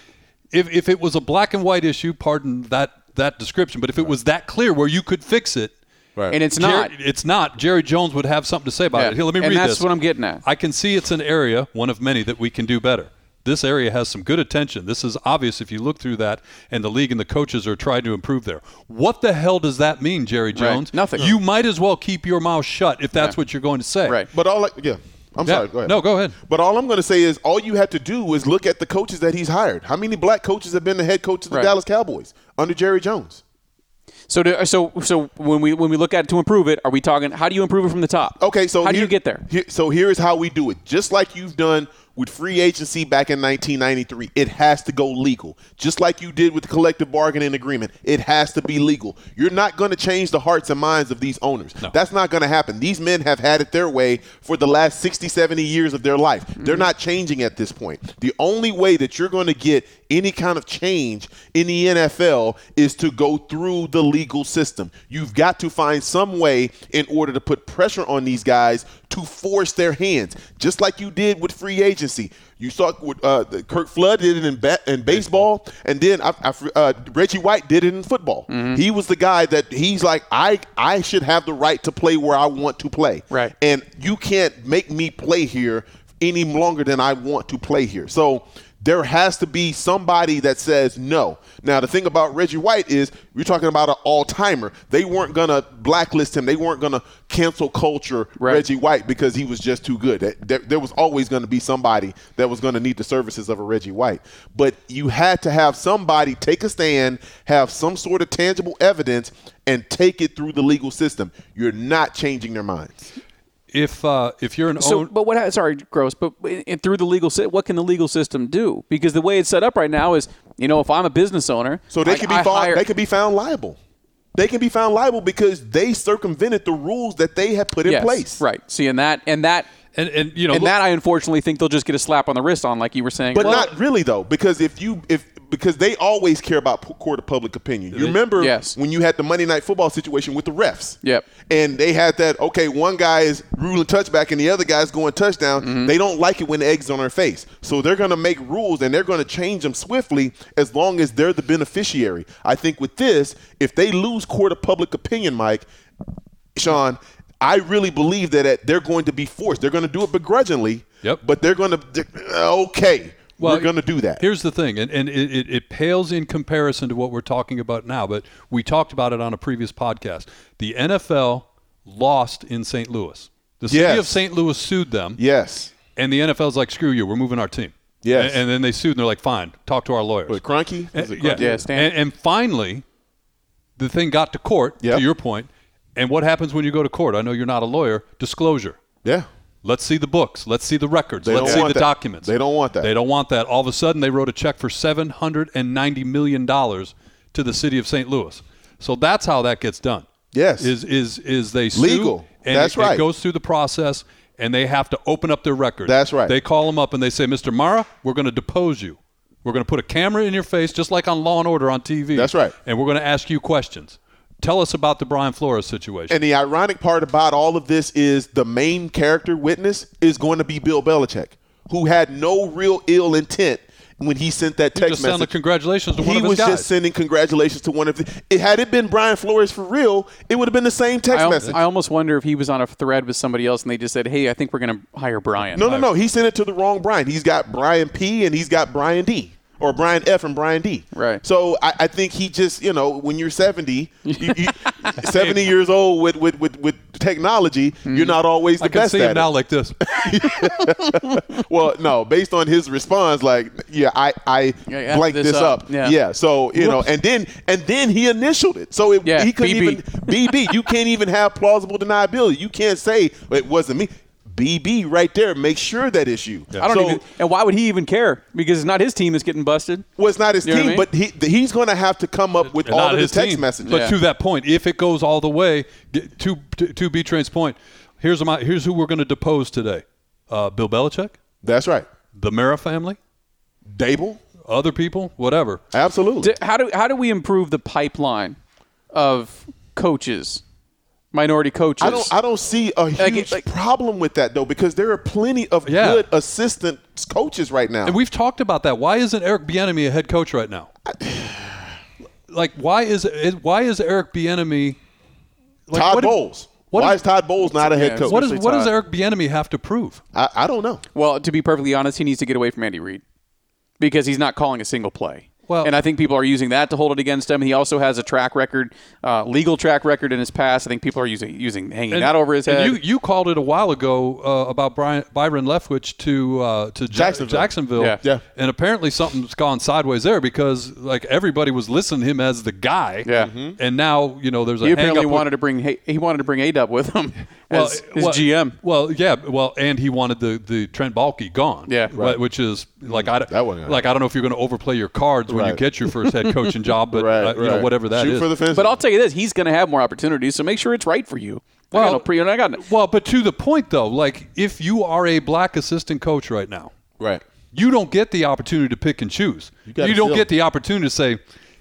[SPEAKER 3] if if it was a black and white issue, pardon that that description, but if it was that clear where you could fix it,
[SPEAKER 5] and it's not.
[SPEAKER 3] Jerry, it's not. Jerry Jones would have something to say about
[SPEAKER 5] Yeah.
[SPEAKER 3] it. Here, let me
[SPEAKER 5] And
[SPEAKER 3] read
[SPEAKER 5] that's
[SPEAKER 3] this.
[SPEAKER 5] what I'm getting at.
[SPEAKER 3] I can see it's an area, one of many, that we can do better. This area has some good attention. This is obvious if you look through that, and the league and the coaches are trying to improve there. What the hell does that mean, Jerry Jones?
[SPEAKER 5] Nothing.
[SPEAKER 3] You might as well keep your mouth shut if that's
[SPEAKER 5] Yeah.
[SPEAKER 3] what you're going to say.
[SPEAKER 5] Right.
[SPEAKER 4] But all, I, yeah. I'm
[SPEAKER 3] Yeah.
[SPEAKER 4] sorry. Go ahead.
[SPEAKER 3] No, go ahead.
[SPEAKER 4] But all I'm going to say is, all you have to do is look at the coaches that he's hired. How many black coaches have been the head coach of the
[SPEAKER 5] Right.
[SPEAKER 4] Dallas Cowboys under Jerry Jones?
[SPEAKER 5] So do, so so when we when we look at it to improve it, are we talking? How do you improve it from the top?
[SPEAKER 4] Okay, so
[SPEAKER 5] how do
[SPEAKER 4] here-
[SPEAKER 5] you get there?
[SPEAKER 4] here- so here is how we do it. Just like you've done with free agency back in 1993, it has to go legal. Just like you did with the collective bargaining agreement, it has to be legal. You're not going to change the hearts and minds of these owners. That's not going to happen. These men have had it their way for the last 60, 70 years of their life.
[SPEAKER 5] Mm-hmm.
[SPEAKER 4] They're not changing at this point. The only way that you're going to get any kind of change in the NFL is to go through the legal system. You've got to find some way in order to put pressure on these guys to force their hands, just like you did with free agency. You saw with, uh, the- Kirk Flood did it in, ba- in baseball, and then I, I, uh, Reggie White did it in football. He was the guy that he's like, I I should have the right to play where I want to play,
[SPEAKER 5] Right.
[SPEAKER 4] And you can't make me play here any longer than I want to play here. So there has to be somebody that says no. Now the thing about Reggie White is we're talking about an all-timer. They weren't gonna blacklist him. They weren't gonna cancel culture
[SPEAKER 5] Right.
[SPEAKER 4] Reggie White because he was just too good. That- There, there was always going to be somebody that was going to need the services of a Reggie White. But you had to have somebody take a stand, have some sort of tangible evidence, and take it through the legal system. You're not changing their minds.
[SPEAKER 3] If uh, if you're an
[SPEAKER 5] So,
[SPEAKER 3] owner,
[SPEAKER 5] but what? ha- Sorry, gross. But i- i- through the legal, sy- what can the legal system do? Because the way it's set up right now is, you know, if I'm a business owner,
[SPEAKER 4] So they
[SPEAKER 5] I-
[SPEAKER 4] can be
[SPEAKER 5] I
[SPEAKER 4] found,
[SPEAKER 5] hire-
[SPEAKER 4] they can be found liable. They can be found liable because they circumvented the rules that they had put in
[SPEAKER 5] Yes,
[SPEAKER 4] place.
[SPEAKER 5] right? See, and that and that
[SPEAKER 3] and, and you know,
[SPEAKER 5] and
[SPEAKER 3] look-
[SPEAKER 5] that I unfortunately think they'll just get a slap on the wrist on, like you were saying.
[SPEAKER 4] But
[SPEAKER 5] Well,
[SPEAKER 4] not really though, because if you if because they always care about p- court of public opinion. You remember
[SPEAKER 5] Yes.
[SPEAKER 4] when you had the Monday Night Football situation with the refs.
[SPEAKER 5] Yep.
[SPEAKER 4] And they had that okay, one guy is ruling touchback and the other guy's going touchdown.
[SPEAKER 5] Mm-hmm.
[SPEAKER 4] They don't like it when the eggs on their face, so they're going to make rules and they're going to change them swiftly as long as they're the beneficiary. I think with this, if they lose court of public opinion, Mike, Sean. I really believe that that they're going to be forced. They're going to do it begrudgingly,
[SPEAKER 3] Yep.
[SPEAKER 4] but they're going to okay. we're going to do that.
[SPEAKER 3] Here's the thing, and, and it, it, it pales in comparison to what we're talking about now, but we talked about it on a previous podcast. The NFL lost in St. Louis. The city
[SPEAKER 4] Yes.
[SPEAKER 3] of St. Louis sued them,
[SPEAKER 4] yes,
[SPEAKER 3] and the NFL's like, screw you, we're moving our team.
[SPEAKER 4] Yes.
[SPEAKER 3] And, and then they sued, and they're like, fine, talk to our lawyers.
[SPEAKER 4] Was it Kroenke?
[SPEAKER 3] And-
[SPEAKER 4] Was it
[SPEAKER 3] Eh, yeah.
[SPEAKER 4] Kroenke?
[SPEAKER 5] Yeah, Stan.
[SPEAKER 3] and, and finally, the thing got to court,
[SPEAKER 4] Yep.
[SPEAKER 3] to your point, and what happens when you go to court? I know you're not a lawyer. Disclosure.
[SPEAKER 4] yeah.
[SPEAKER 3] Let's see the books. Let's see the records.
[SPEAKER 4] They
[SPEAKER 3] Let's
[SPEAKER 4] don't
[SPEAKER 3] see the
[SPEAKER 4] want that.
[SPEAKER 3] documents.
[SPEAKER 4] They don't want that.
[SPEAKER 3] They don't want that. All of a sudden, they wrote a check for seven hundred and ninety million dollars to the city of St. Louis. So that's how that gets done.
[SPEAKER 4] Yes.
[SPEAKER 3] is is is they sue,
[SPEAKER 4] Legal.
[SPEAKER 3] And
[SPEAKER 4] That's
[SPEAKER 3] it, It
[SPEAKER 4] right.
[SPEAKER 3] goes through the process, and they have to open up their records.
[SPEAKER 4] That's right.
[SPEAKER 3] They call them up and they say, "Mr. Mara, we're going to depose you. We're going to put a camera in your face, just like on Law and Order on TV.
[SPEAKER 4] That's right.
[SPEAKER 3] And we're going to ask you questions." Tell us about the Brian Flores situation.
[SPEAKER 4] And the ironic part about all of this is the main character witness is going to be Bill Belichick, who had no real ill intent when he sent that text
[SPEAKER 3] just
[SPEAKER 4] message.
[SPEAKER 3] sounded congratulations to one
[SPEAKER 4] he
[SPEAKER 3] of his
[SPEAKER 4] was
[SPEAKER 3] guys.
[SPEAKER 4] just sending congratulations to one of the. It, had it been Brian Flores for real, it would have been the same
[SPEAKER 5] I,
[SPEAKER 4] text
[SPEAKER 5] al-
[SPEAKER 4] message.
[SPEAKER 5] I almost wonder if he was on a thread with somebody else and they just said, "Hey, I think we're going to hire Brian."
[SPEAKER 4] no, no, no. He sent it to the wrong Brian. He's got Brian P and he's got Brian D. Or Brian F and Brian D.
[SPEAKER 5] Right.
[SPEAKER 4] So I, I think he just, you know, when you're 70, you, you, 70 years old with, with, with, with technology,
[SPEAKER 5] Hmm.
[SPEAKER 4] you're not always the
[SPEAKER 3] I can
[SPEAKER 4] best
[SPEAKER 3] see
[SPEAKER 4] at
[SPEAKER 3] him
[SPEAKER 4] it.
[SPEAKER 3] now like this.
[SPEAKER 4] Well, no, based on his response, like, yeah, I, I
[SPEAKER 5] Yeah, yeah,
[SPEAKER 4] blanked
[SPEAKER 5] this
[SPEAKER 4] this,
[SPEAKER 5] up.
[SPEAKER 4] up.
[SPEAKER 5] Yeah.
[SPEAKER 4] so you know, and then and then he initialed it, so it,
[SPEAKER 5] Yeah,
[SPEAKER 4] he couldn't
[SPEAKER 5] BB.
[SPEAKER 4] even BB. You can't even have plausible deniability. You can't say it wasn't me. BB right there makes sure that it's you.
[SPEAKER 5] I don't
[SPEAKER 4] So-
[SPEAKER 5] even. And why would he even care? Because it's not his team that's getting busted.
[SPEAKER 4] well, it's not his
[SPEAKER 5] You know
[SPEAKER 4] team,
[SPEAKER 5] what
[SPEAKER 4] but he, th- he's going to have to come up with
[SPEAKER 3] And
[SPEAKER 4] all
[SPEAKER 3] not
[SPEAKER 4] of
[SPEAKER 3] his
[SPEAKER 4] his text
[SPEAKER 3] team.
[SPEAKER 4] messages.
[SPEAKER 3] But
[SPEAKER 5] Yeah.
[SPEAKER 3] to that point, if it goes all the way get- to to, to B Train's point, here's my here's who we're going to depose today: uh, Bill Belichick,
[SPEAKER 4] That's right,
[SPEAKER 3] the Mara family,
[SPEAKER 4] Dable.
[SPEAKER 3] other people, whatever.
[SPEAKER 4] Absolutely.
[SPEAKER 5] D- how do how do we improve the pipeline of coaches, minority coaches?
[SPEAKER 4] I don't. I don't see a huge
[SPEAKER 5] Like it- like-
[SPEAKER 4] problem with that though, because there are plenty of
[SPEAKER 3] Yeah.
[SPEAKER 4] good assistant coaches right now.
[SPEAKER 3] And we've talked about that. Why isn't Eric Bieniemy a head coach right now? Like, why is is- why is Eric Bieniemy? Like,
[SPEAKER 4] Todd
[SPEAKER 3] what did-
[SPEAKER 4] Bowles.
[SPEAKER 3] what
[SPEAKER 4] Why
[SPEAKER 3] did-
[SPEAKER 4] is Todd Bowles not a
[SPEAKER 5] yeah,
[SPEAKER 4] head coach?
[SPEAKER 3] What, is, what does
[SPEAKER 5] Todd.
[SPEAKER 3] Eric Bieniemy have to prove?
[SPEAKER 4] I, I don't know.
[SPEAKER 5] well, to be perfectly honest, he needs to get away from Andy Reid because he's not calling a single play.
[SPEAKER 3] Well-
[SPEAKER 5] and I think people are using that to hold it against him. He also has a track record, uh, legal track record in his past. I think people are using using hanging that over his
[SPEAKER 3] and
[SPEAKER 5] head.
[SPEAKER 3] You you called it a while ago uh, about Brian, Byron Leftwich to uh, to Ja-
[SPEAKER 4] Jacksonville.
[SPEAKER 3] Jacksonville.
[SPEAKER 5] Yeah.
[SPEAKER 4] Yeah.
[SPEAKER 3] And apparently something's gone sideways there because like everybody was listing him as the guy.
[SPEAKER 5] Yeah.
[SPEAKER 4] Mm-hmm.
[SPEAKER 5] Mhm.
[SPEAKER 3] And now you know there's a
[SPEAKER 5] he
[SPEAKER 3] hang
[SPEAKER 5] apparently
[SPEAKER 3] up
[SPEAKER 5] wanted to bring he he wanted to bring A Dub with him as
[SPEAKER 3] uh,
[SPEAKER 5] his GM.
[SPEAKER 3] Well, yeah. Well, and he wanted the the Trent Baalke gone.
[SPEAKER 5] Yeah.
[SPEAKER 3] wh- Which is like I
[SPEAKER 4] that wasn't gonna
[SPEAKER 3] like I don't know if you're going to overplay your cards when you
[SPEAKER 4] Right.
[SPEAKER 3] get your first head coaching job, but
[SPEAKER 4] Right,
[SPEAKER 3] uh, you know
[SPEAKER 4] right.
[SPEAKER 3] whatever that is.
[SPEAKER 4] Shoot for the fence.
[SPEAKER 5] But I'll tell you this: he's going to have more opportunities, so make sure it's right for you. I got
[SPEAKER 3] Well-
[SPEAKER 5] no pre- I got
[SPEAKER 3] well, but to the point though, like if you are a black assistant coach right now,
[SPEAKER 4] right.
[SPEAKER 3] you don't get the opportunity to pick and choose. You,
[SPEAKER 4] gotta
[SPEAKER 3] don't
[SPEAKER 4] feel.
[SPEAKER 3] get the opportunity to say,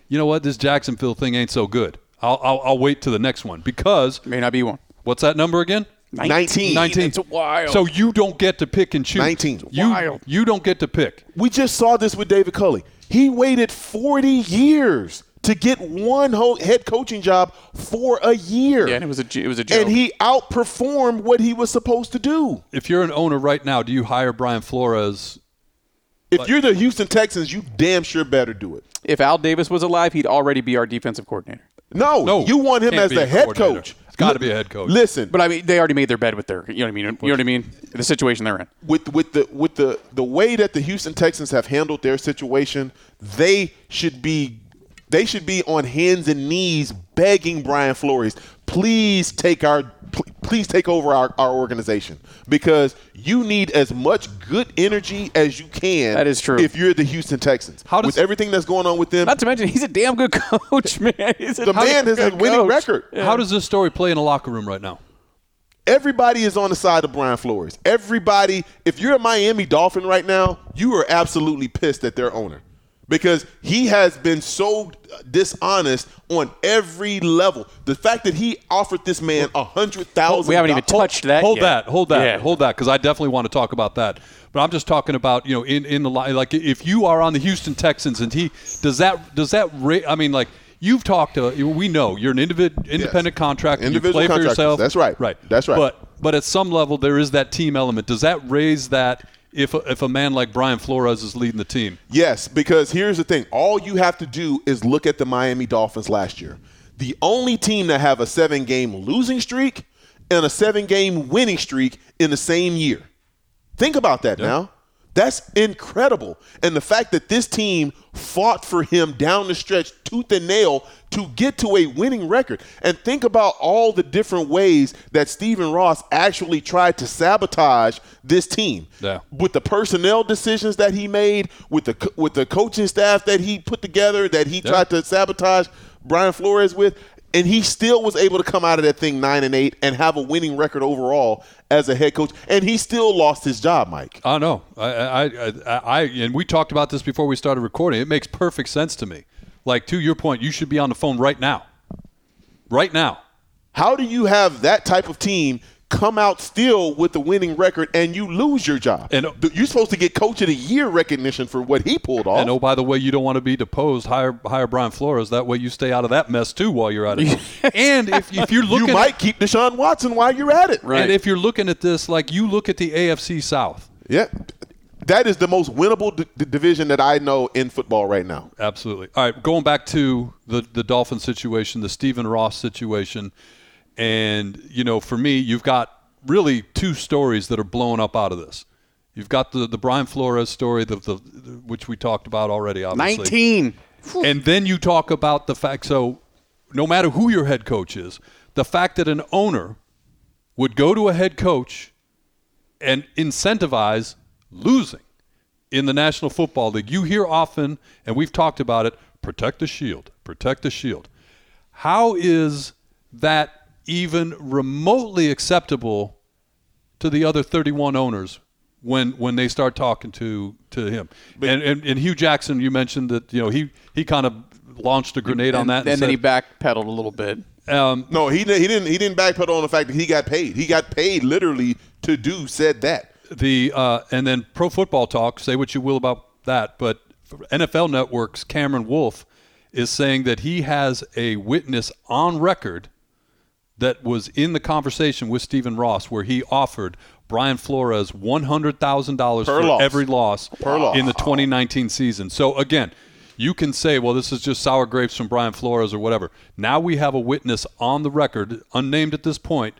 [SPEAKER 3] you know what, this Jacksonville thing ain't so good. I'll, I'll, I'll wait to the next one because
[SPEAKER 5] may not be one.
[SPEAKER 3] what's that number again?
[SPEAKER 4] 19.
[SPEAKER 5] It's wild.
[SPEAKER 3] So you don't get to pick and choose.
[SPEAKER 4] 19.
[SPEAKER 3] You,
[SPEAKER 5] Wild.
[SPEAKER 3] you don't get to pick.
[SPEAKER 4] We just saw this with David Culley. He waited 40 years to get one ho- head coaching job for a year.
[SPEAKER 5] Yeah, and it was a j- it was a joke.
[SPEAKER 4] And he outperformed what he was supposed to do.
[SPEAKER 3] If you're an owner right now, do you hire Brian Flores?
[SPEAKER 4] If you're the Houston Texans, you damn sure better do it.
[SPEAKER 5] if Al Davis was alive, he'd already be our defensive coordinator.
[SPEAKER 4] No,
[SPEAKER 3] No,
[SPEAKER 4] you want him
[SPEAKER 3] can't
[SPEAKER 4] as
[SPEAKER 3] be
[SPEAKER 4] the
[SPEAKER 3] a
[SPEAKER 4] head
[SPEAKER 3] coordinator.
[SPEAKER 4] coach.
[SPEAKER 3] It's gotta
[SPEAKER 4] Li-
[SPEAKER 3] be a head coach.
[SPEAKER 4] Listen,
[SPEAKER 5] But I mean, they already made their bed with their. You know what I mean? You know what I mean? The situation they're in.
[SPEAKER 4] with with the with the the way that the Houston Texans have handled their situation, they should be they should be on hands and knees begging Brian Flores, please take our pl- please take over our, our organization because you need as much good energy as you can.
[SPEAKER 5] That is true.
[SPEAKER 4] If you're the Houston Texans,
[SPEAKER 3] How does-
[SPEAKER 4] with everything that's going on with them,
[SPEAKER 5] Not to mention, he's a damn good coach, man. He's a
[SPEAKER 4] the man
[SPEAKER 5] damn
[SPEAKER 4] has a
[SPEAKER 5] good
[SPEAKER 4] winning
[SPEAKER 5] coach.
[SPEAKER 4] record.
[SPEAKER 3] How does this story play in a locker room right now?
[SPEAKER 4] Everybody is on the side of Brian Flores. Everybody, if you're a Miami Dolphin right now, you are absolutely pissed at their owner because he has been so dishonest on every level. The fact that he offered this man a hundred thousand.
[SPEAKER 5] We haven't even touched that.
[SPEAKER 3] Hold
[SPEAKER 5] yet.
[SPEAKER 3] that, hold that,
[SPEAKER 5] Yeah.
[SPEAKER 3] hold that, because I definitely want to talk about that. But I'm just talking about you know in in the li- like if you are on the Houston Texans and he does that does that ra- I mean like you've talked to we know you're an individ, independent contractor
[SPEAKER 4] Individual
[SPEAKER 3] you play for
[SPEAKER 4] contractors,
[SPEAKER 3] yourself
[SPEAKER 4] that's right.
[SPEAKER 3] right
[SPEAKER 4] That's right.
[SPEAKER 3] but but at some level there is that team element does that raise that if a, if a man like Brian Flores is leading the team
[SPEAKER 4] Yes, because here's the thing. All you have to do is look at the Miami Dolphins last year. The only team that have a seven game losing streak and a seven game winning streak in the same year. Think about that now. That's incredible. And the fact that this team fought for him down the stretch, tooth and nail, to get to a winning record. And think about all the different ways that Stephen Ross actually tried to sabotage this team
[SPEAKER 3] Yeah.
[SPEAKER 4] with the personnel decisions that he made, with the co- with the coaching staff that he put together, that he tried to sabotage Brian Flores with, and he still was able to come out of that thing nine and eight and have a winning record overall as a head coach, and he still lost his job, Mike.
[SPEAKER 3] I know. I, I, I, I, and we talked about this before we started recording. It makes perfect sense to me. Like to your point, you should be on the phone right now, right now.
[SPEAKER 4] How do you have that type of team come out still with a winning record and you lose your job?
[SPEAKER 3] And-
[SPEAKER 4] you're supposed to get coach of the year recognition for what he pulled off.
[SPEAKER 3] And oh, by the way, you don't want to be deposed. Hire hire Brian Flores. That way, you stay out of that mess too while you're at it. and if, if you're
[SPEAKER 4] you
[SPEAKER 3] looking,
[SPEAKER 4] might
[SPEAKER 3] at,
[SPEAKER 4] keep Deshaun Watson while you're at it.
[SPEAKER 3] and if you're looking at this, like you look at the AFC South.
[SPEAKER 4] Yeah. That is the most winnable d- d- division that I know in football right now.
[SPEAKER 3] Absolutely. All right, going back to the the Dolphin situation, the Stephen Ross situation, and you know, for me, you've got really two stories that are blowing up out of this. You've got the the Brian Flores story, the, the, the which we talked about already, obviously.
[SPEAKER 5] 19.
[SPEAKER 3] And then you talk about the fact so no matter who your head coach is, the fact that an owner would go to a head coach and incentivize losing in the National Football League. You hear often, and we've talked about it, protect the shield, protect the shield. How is that even remotely acceptable to the other 31 owners when when they start talking to to him? and, and and Hugh Jackson, you mentioned that you know he he kind of launched a grenade on
[SPEAKER 5] And,
[SPEAKER 3] that,
[SPEAKER 5] and then he backpedaled a little bit.
[SPEAKER 3] he um,
[SPEAKER 4] No, he, di- he didn't. He didn't backpedal on the fact that he got paid. He got paid literally to do said that.
[SPEAKER 3] the uh, and then pro football talk say what you will about that but nfl networks cameron wolf is saying that he has a witness on record that was in the conversation with stephen ross where he offered brian flores $100000
[SPEAKER 4] Per
[SPEAKER 3] for
[SPEAKER 4] loss.
[SPEAKER 3] every loss
[SPEAKER 4] Per loss.
[SPEAKER 3] in the 2019 season so again you can say well this is just sour grapes from brian flores or whatever now we have a witness on the record unnamed at this point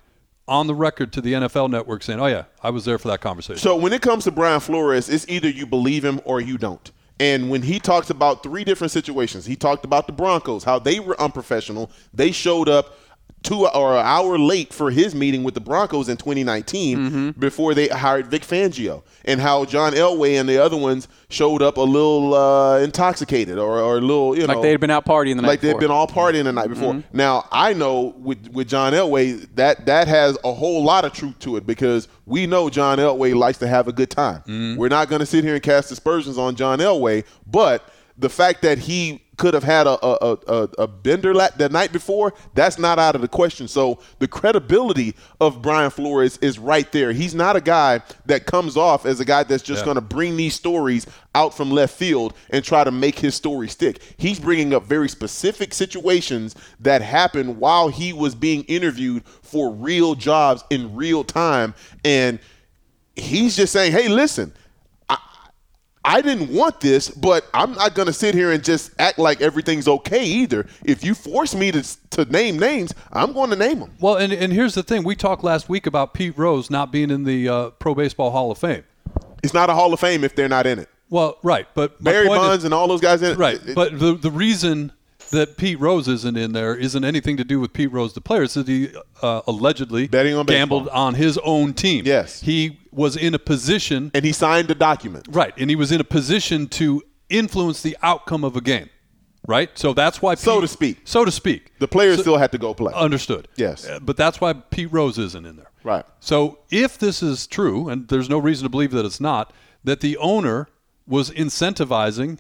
[SPEAKER 3] on the record to the nfl network saying oh yeah i was there for that conversation
[SPEAKER 4] So when it comes to Brian Flores, it's either you believe him or you don't. And when he talks about three different situations, he talked about the Broncos, how they were unprofessional. They showed up two or an hour late for his meeting with the Broncos in 2019 before they hired Vic Fangio, and how John Elway and the other ones showed up a little uh, intoxicated or, or a little, you know,
[SPEAKER 5] Like they had been out partying the night
[SPEAKER 4] like they've
[SPEAKER 5] before. Mm-hmm.
[SPEAKER 4] been all partying the night before. Now I know with with John Elway that that has a whole lot of truth to it because we know John Elway likes to have a good time.
[SPEAKER 5] Mm-hmm.
[SPEAKER 4] We're not going to sit here and cast aspersions on John Elway, but the fact that he could have had a a, a, a, a bender la- the night before that's not out of the question. So the credibility of Brian Flores is right there. He's not a guy that comes off as a guy that's just
[SPEAKER 3] Yeah.
[SPEAKER 4] going to bring these stories out from left field and try to make his story stick. He's bringing up very specific situations that happened while he was being interviewed for real jobs in real time. And he's just saying, hey, listen, I didn't want this, but I'm not going to sit here and just act like everything's okay either. If you force me to, to name names, I'm going to name them.
[SPEAKER 3] Well, and, and here's the thing. We talked last week about Pete Rose not being in the uh, Pro Baseball Hall of Fame.
[SPEAKER 4] It's not a Hall of Fame if they're not in it.
[SPEAKER 3] Well, right, but my
[SPEAKER 4] Barry
[SPEAKER 3] point is-
[SPEAKER 4] Bonds and all those guys in it.
[SPEAKER 3] right,
[SPEAKER 4] it- it-
[SPEAKER 3] but the the reason that Pete Rose isn't in there isn't anything to do with Pete Rose, the player. It's that he uh, allegedly
[SPEAKER 4] Betting on
[SPEAKER 3] gambled
[SPEAKER 4] baseball.
[SPEAKER 3] on his own team.
[SPEAKER 4] Yes.
[SPEAKER 3] he was in a position
[SPEAKER 4] and he signed the document.
[SPEAKER 3] right, and he was in a position to influence the outcome of a game. Right, so that's why
[SPEAKER 4] So
[SPEAKER 3] Pete-
[SPEAKER 4] to speak.
[SPEAKER 3] so to speak,
[SPEAKER 4] The players
[SPEAKER 3] So-
[SPEAKER 4] still had to go play.
[SPEAKER 3] Understood.
[SPEAKER 4] Yes.
[SPEAKER 3] Uh, But that's why Pete Rose isn't in there.
[SPEAKER 4] Right.
[SPEAKER 3] So if this is true, and there's no reason to believe that it's not, that the owner was incentivizing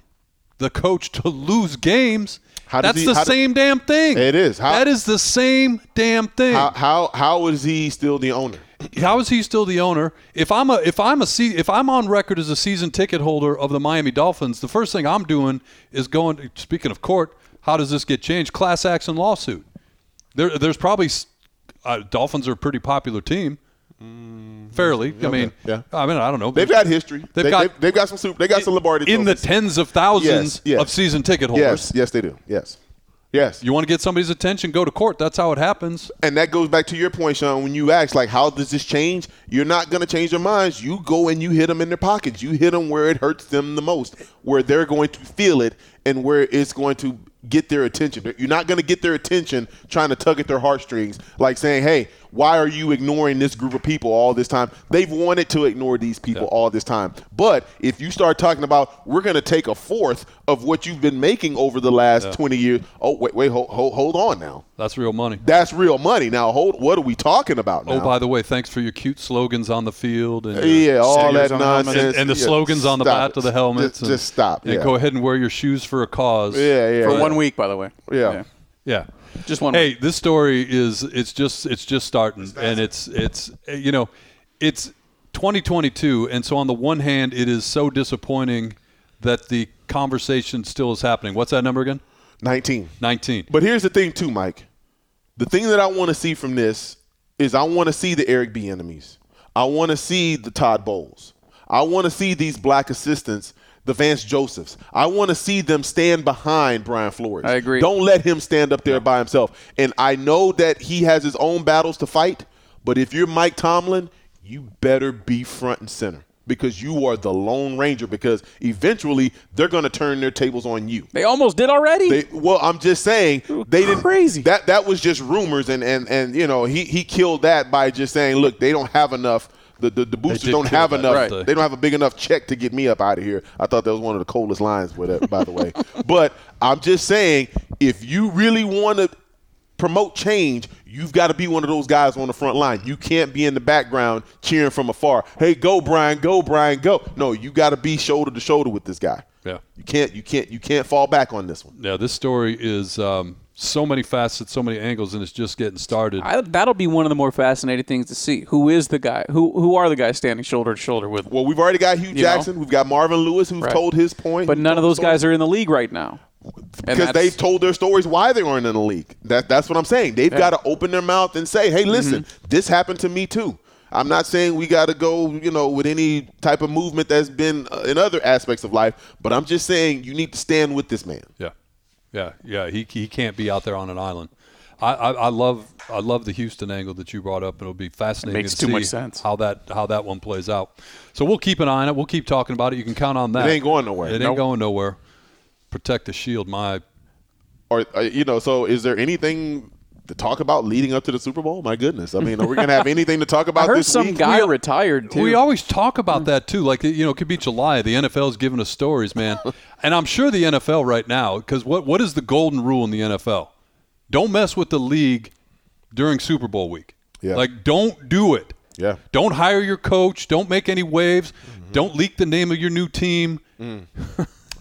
[SPEAKER 3] the coach to lose games,
[SPEAKER 4] How does
[SPEAKER 3] that's
[SPEAKER 4] he-
[SPEAKER 3] the
[SPEAKER 4] how do-
[SPEAKER 3] same damn thing.
[SPEAKER 4] It is. How-
[SPEAKER 3] that is the same damn thing.
[SPEAKER 4] how, how how is he still the owner?
[SPEAKER 3] How is he still the owner? If I'm a if I'm a se- if I'm on record as a season ticket holder of the Miami Dolphins, the first thing I'm doing is going. Speaking of court, how does this get changed? Class action lawsuit. There, there's probably s- uh, Dolphins are a pretty popular team. Fairly, I mean,
[SPEAKER 4] Mm-hmm. yeah.
[SPEAKER 3] I mean, I don't know.
[SPEAKER 4] They've got history.
[SPEAKER 3] They've
[SPEAKER 4] they,
[SPEAKER 3] got-
[SPEAKER 4] they've, they've got some soup. They got some Lombardi
[SPEAKER 3] in the
[SPEAKER 4] trophies.
[SPEAKER 3] tens of thousands
[SPEAKER 4] Yes, yes.
[SPEAKER 3] of season ticket holders.
[SPEAKER 4] Yes, yes, they do. Yes, yes.
[SPEAKER 3] You want to get somebody's attention, go to court. That's how it happens.
[SPEAKER 4] and that goes back to your point, Sean. When you ask, like, how does this change? You're not going to change their minds. You go and you hit them in their pockets. You hit them where it hurts them the most, where they're going to feel it, and where it's going to get their attention. You're not going to get their attention trying to tug at their heartstrings, like saying, "Hey, why are you ignoring this group of people all this time?" They've wanted to ignore these people all this time, but if you start talking about, "We're going to take a fourth of what you've been making over the last 20 years," oh wait, wait, hold, hold, hold on now.
[SPEAKER 3] That's real money.
[SPEAKER 4] That's real money. Now, hold. What are we talking about now?
[SPEAKER 3] Oh, by the way, thanks for your cute slogans on the field. And your-
[SPEAKER 4] yeah, all
[SPEAKER 6] Stickers
[SPEAKER 4] that
[SPEAKER 6] on the helmets.
[SPEAKER 4] nonsense.
[SPEAKER 3] and, and the
[SPEAKER 4] Yeah,
[SPEAKER 3] slogans on the
[SPEAKER 4] stop
[SPEAKER 3] back
[SPEAKER 4] it.
[SPEAKER 3] of the helmets.
[SPEAKER 4] Just,
[SPEAKER 3] and,
[SPEAKER 4] just stop.
[SPEAKER 3] And
[SPEAKER 4] yeah.
[SPEAKER 3] go ahead and wear your shoes for a cause.
[SPEAKER 4] Yeah, yeah.
[SPEAKER 5] For
[SPEAKER 4] yeah.
[SPEAKER 5] one week, by the way.
[SPEAKER 4] Yeah.
[SPEAKER 3] Yeah.
[SPEAKER 5] Just one.
[SPEAKER 3] Hey, this story is it's just it's just starting, and it's it's uh, you know, it's 2022, and so on the one hand, it is so disappointing that the conversation still is happening. What's that number again?
[SPEAKER 4] 19.
[SPEAKER 3] 19.
[SPEAKER 4] But here's the thing, too, Mike. The thing that I want to see from this is I want to see the Eric B. enemies. I want to see the Todd Bowles. I want to see these black assistants, the Vance Josephs. I want to see them stand behind Brian Flores.
[SPEAKER 5] I agree.
[SPEAKER 4] Don't let him stand up there by himself. And I know that he has his own battles to fight, but if you're Mike Tomlin, you better be front and center because you are the Lone Ranger because eventually they're going to turn their tables on you.
[SPEAKER 5] they almost did already.
[SPEAKER 4] They, well, I'm just saying they didn't
[SPEAKER 5] Crazy.
[SPEAKER 4] That that was just rumors, and and and you know he he killed that by just saying, look, they don't have enough. The the, the boosters
[SPEAKER 3] did
[SPEAKER 4] don't
[SPEAKER 3] kill
[SPEAKER 4] have
[SPEAKER 3] that,
[SPEAKER 4] enough.
[SPEAKER 3] right.
[SPEAKER 4] They don't have a big enough check to get me up out of here. I thought that was one of the coldest lines with it, by the way. But I'm just saying, if you really want to promote change. You've got to be one of those guys on the front line. You can't be in the background cheering from afar. Hey, go Brian, go Brian, go. No, you got to be shoulder to shoulder with this guy.
[SPEAKER 3] Yeah.
[SPEAKER 4] You can't you can't you can't fall back on this one.
[SPEAKER 3] Yeah, this story is um, so many facets, so many angles, and it's just getting started.
[SPEAKER 5] I, that'll be one of the more fascinating things to see. Who is the guy? Who who are the guys standing shoulder to shoulder with?
[SPEAKER 4] Well, we've already got Hugh
[SPEAKER 5] know?
[SPEAKER 4] Jackson. We've got Marvin Lewis, who's
[SPEAKER 5] Right.
[SPEAKER 4] told his point.
[SPEAKER 5] But none of those guys are in the league right now. And
[SPEAKER 4] because
[SPEAKER 5] that's-
[SPEAKER 4] they've told their stories why they aren't in the league. That, that's what I'm saying. They've got to open their mouth and say, "Hey, listen,
[SPEAKER 5] Mm-hmm.
[SPEAKER 4] this happened to me too." I'm not saying we got to go, you know, with any type of movement that's been uh, in other aspects of life. But I'm just saying you need to stand with this man.
[SPEAKER 3] Yeah, yeah, yeah. He he can't be out there on an island. I, I, I love I love the Houston angle that you brought up, and it'll be fascinating
[SPEAKER 5] makes
[SPEAKER 3] to
[SPEAKER 5] too
[SPEAKER 3] see
[SPEAKER 5] much sense.
[SPEAKER 3] how that how that one plays out. So we'll keep an eye on it. We'll keep talking about it. You can count on that.
[SPEAKER 4] ain't going nowhere.
[SPEAKER 3] It ain't
[SPEAKER 4] Nope.
[SPEAKER 3] going nowhere. Protect the shield, my.
[SPEAKER 4] Or uh, you know, so is there anything to talk about leading up to the Super Bowl? My goodness, I mean, are we gonna have anything to talk about
[SPEAKER 5] I heard
[SPEAKER 4] this
[SPEAKER 5] some
[SPEAKER 4] week?
[SPEAKER 5] guy
[SPEAKER 3] We-
[SPEAKER 5] retired too.
[SPEAKER 3] We always talk
[SPEAKER 4] Hmm.
[SPEAKER 3] about that too. Like you know, it could be July. The NFL's giving us stories, man. and I'm sure the NFL right now, because what what is the golden rule in the NFL? Don't mess with the league during Super Bowl week.
[SPEAKER 4] Yeah.
[SPEAKER 3] Like don't do it.
[SPEAKER 4] Yeah. Mm-hmm.
[SPEAKER 3] Don't hire your coach. Don't make any waves. Don't leak the name of your new team.
[SPEAKER 5] Uh,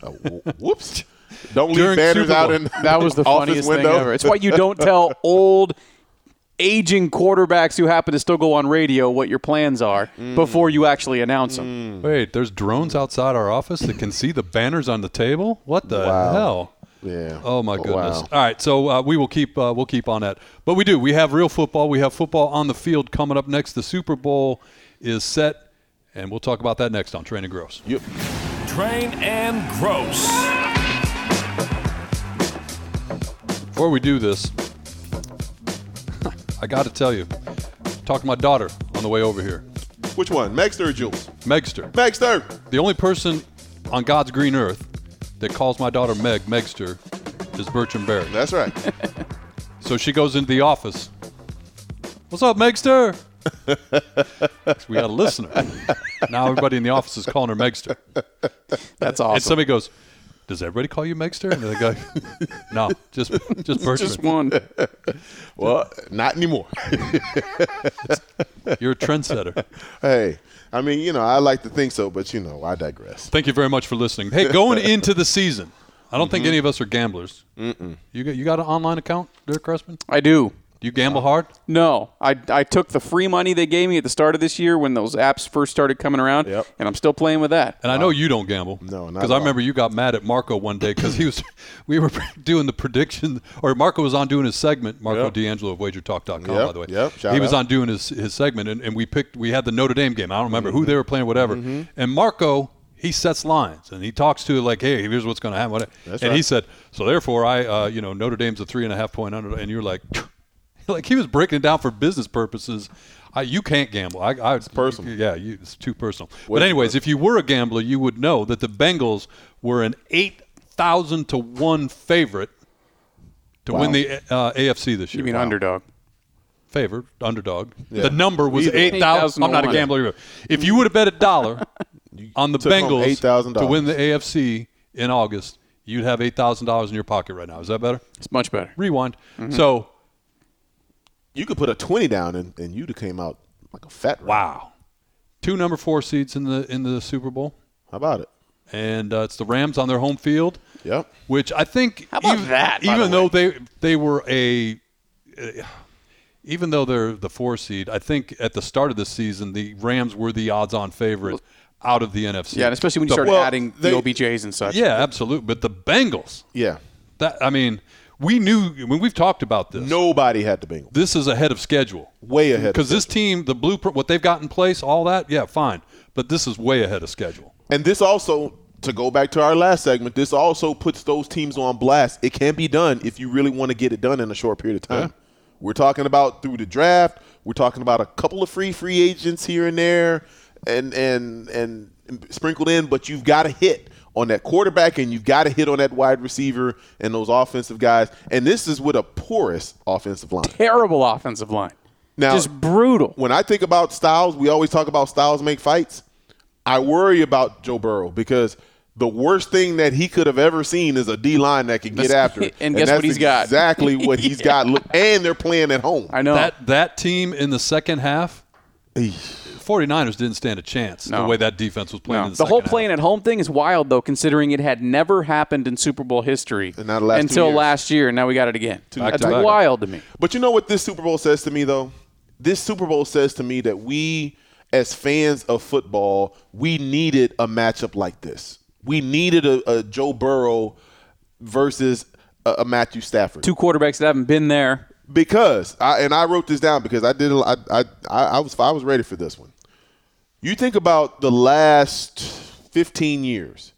[SPEAKER 4] Oh, w- whoops! Don't leave
[SPEAKER 3] During
[SPEAKER 4] banners
[SPEAKER 3] Super
[SPEAKER 4] out
[SPEAKER 3] Bowl.
[SPEAKER 4] in
[SPEAKER 5] that was the
[SPEAKER 4] office
[SPEAKER 5] funniest
[SPEAKER 4] window.
[SPEAKER 5] thing ever. It's why you don't tell old aging quarterbacks who happen to still go on radio what your plans are
[SPEAKER 4] Mm.
[SPEAKER 5] before you actually announce them.
[SPEAKER 3] Wait, there's drones outside our office that can see the banners on the table. What the
[SPEAKER 4] Wow.
[SPEAKER 3] hell?
[SPEAKER 4] Yeah.
[SPEAKER 3] Oh my
[SPEAKER 4] Wow.
[SPEAKER 3] goodness. All right, so uh, we will keep uh, we'll keep on that. But we do. We have real football. We have football on the field coming up next. The Super Bowl is set, and we'll talk about that next on Training Gross.
[SPEAKER 4] You-
[SPEAKER 1] Train and Gross.
[SPEAKER 3] Before we do this, I got to tell you, talked to my daughter on the way over here,
[SPEAKER 4] which one, Megster or Jules?
[SPEAKER 3] Megster.
[SPEAKER 4] Megster.
[SPEAKER 3] The only person on God's green earth that calls my daughter Meg Megster is Bertram Barry.
[SPEAKER 4] That's right.
[SPEAKER 3] So she goes into the office. What's up, Megster? we got a listener. Now everybody in the office is calling her Megster.
[SPEAKER 5] That's
[SPEAKER 3] And
[SPEAKER 5] awesome.
[SPEAKER 3] somebody goes, Does everybody call you Megster? And they go, No, just just
[SPEAKER 5] Just
[SPEAKER 3] Bertram.
[SPEAKER 5] one.
[SPEAKER 4] Well, not anymore.
[SPEAKER 3] You're a trendsetter.
[SPEAKER 4] hey, I mean, you know, I like to think so, but you know, I digress.
[SPEAKER 3] Thank you very much for listening. Hey, going into the season, I don't
[SPEAKER 5] Mm-hmm.
[SPEAKER 3] think any of us are gamblers. Mm-mm. You got you got an online account, Derek Cressman?
[SPEAKER 5] I do.
[SPEAKER 3] Do you
[SPEAKER 5] Uh,
[SPEAKER 3] gamble hard?
[SPEAKER 5] No, I, I took the free money they gave me at the start of this year when those apps first started coming around,
[SPEAKER 4] Yep.
[SPEAKER 5] and I'm still playing with that.
[SPEAKER 3] And I know you don't gamble.
[SPEAKER 4] No, not
[SPEAKER 3] because I
[SPEAKER 4] at all.
[SPEAKER 3] remember you got mad at Marco one day because he was, we were doing the prediction, or Marco was on doing his segment. Marco
[SPEAKER 4] Yep.
[SPEAKER 3] D'Angelo of WagerTalk.com, by
[SPEAKER 4] Yep,
[SPEAKER 3] the way.
[SPEAKER 4] yep, shout
[SPEAKER 3] he was
[SPEAKER 4] out.
[SPEAKER 3] on doing his, his segment, and, and we picked. We had the Notre Dame game. I don't remember who they were playing, whatever. And Marco, he sets lines and he talks to like, hey, here's what's going to happen. whatever.
[SPEAKER 4] That's
[SPEAKER 3] and he
[SPEAKER 4] right.
[SPEAKER 3] said, so therefore, I, uh, you know, Notre Dame's a three and a half point under, and you're like, like he was breaking it down for business purposes. I, you can't gamble. I, I, it's
[SPEAKER 4] personal.
[SPEAKER 3] Yeah, you, it's too personal.
[SPEAKER 4] Way
[SPEAKER 3] but
[SPEAKER 4] too
[SPEAKER 3] anyways, if you were a gambler, you would know that the Bengals were an eight thousand to one favorite to win the uh, AFC this year.
[SPEAKER 5] You mean underdog?
[SPEAKER 3] favored underdog?
[SPEAKER 4] Yeah.
[SPEAKER 3] The number was
[SPEAKER 4] Either way.
[SPEAKER 3] eight thousand. I'm not a
[SPEAKER 5] 8,001.
[SPEAKER 3] gambler. either. If you would have bet a dollar on the
[SPEAKER 4] took home
[SPEAKER 3] Bengals to
[SPEAKER 4] $8,000.
[SPEAKER 3] win the AFC in August, you'd have eight thousand dollars in your pocket right now. Is that better?
[SPEAKER 4] Mm-hmm.
[SPEAKER 5] It's much better.
[SPEAKER 3] Rewind. So
[SPEAKER 4] You could put a 20 down and, and you'd have came out like a fat rat.
[SPEAKER 3] wow, two number four seeds in the in the Super Bowl.
[SPEAKER 4] How about it?
[SPEAKER 3] and uh, it's the Rams on their home field.
[SPEAKER 4] Yep.
[SPEAKER 3] Which I think
[SPEAKER 5] How about
[SPEAKER 3] even,
[SPEAKER 5] that, by the
[SPEAKER 3] even though
[SPEAKER 5] way?
[SPEAKER 3] they they were a even though they're the four seed, I think at the start of the season the Rams were the odds-on favorite out of the NFC.
[SPEAKER 5] Yeah, and especially when you
[SPEAKER 3] The-
[SPEAKER 5] start
[SPEAKER 4] Well,
[SPEAKER 5] adding
[SPEAKER 4] they-
[SPEAKER 5] the OBJs and such.
[SPEAKER 3] yeah, absolutely. But the Bengals,
[SPEAKER 4] Yeah.
[SPEAKER 3] that I mean, we knew when we've talked about this.
[SPEAKER 4] Nobody had the Bengals.
[SPEAKER 3] this is ahead of schedule.
[SPEAKER 4] Way ahead of
[SPEAKER 3] Because this team, the blueprint, what they've got in place, all that, yeah, fine. But this is way ahead of schedule.
[SPEAKER 4] And this also, to go back to our last segment, this also puts those teams on blast. It can be done if you really want to get it done in a short period of time. We're talking about through the draft. We're talking about a couple of free free agents here and there, and and and sprinkled in. But you've got to hit on that quarterback, and you've got to hit on that wide receiver and those offensive guys. And this is with a porous offensive line.
[SPEAKER 5] Terrible offensive line.
[SPEAKER 4] Now-
[SPEAKER 5] Just brutal.
[SPEAKER 4] when I think about styles, we always talk about styles make fights. I worry about Joe Burrow because the worst thing that he could have ever seen is a D line that can get after. it.
[SPEAKER 5] And guess what he's got.
[SPEAKER 4] Exactly what he's got. Look, and they're playing at home.
[SPEAKER 5] I know.
[SPEAKER 3] That that team in the second half, 49ers didn't stand a chance the
[SPEAKER 5] No.
[SPEAKER 3] way that defense was playing
[SPEAKER 5] No.
[SPEAKER 3] in the,
[SPEAKER 5] The whole
[SPEAKER 3] second
[SPEAKER 5] playing
[SPEAKER 3] half.
[SPEAKER 5] at home thing is wild, though, considering it had never happened in Super Bowl history
[SPEAKER 4] And now the last two
[SPEAKER 5] until
[SPEAKER 4] years.
[SPEAKER 5] last year, and now we got it again.
[SPEAKER 3] back
[SPEAKER 5] That's
[SPEAKER 3] to back.
[SPEAKER 5] wild to me.
[SPEAKER 4] But you know what this Super Bowl says to me though? This Super Bowl says to me that we as fans of football, we needed a matchup like this. We needed a, a Joe Burrow versus a, a Matthew Stafford.
[SPEAKER 5] Two quarterbacks that haven't been there.
[SPEAKER 4] because I and I wrote this down because I did a- I I I I was I was ready for this one. You think about the last 15 years.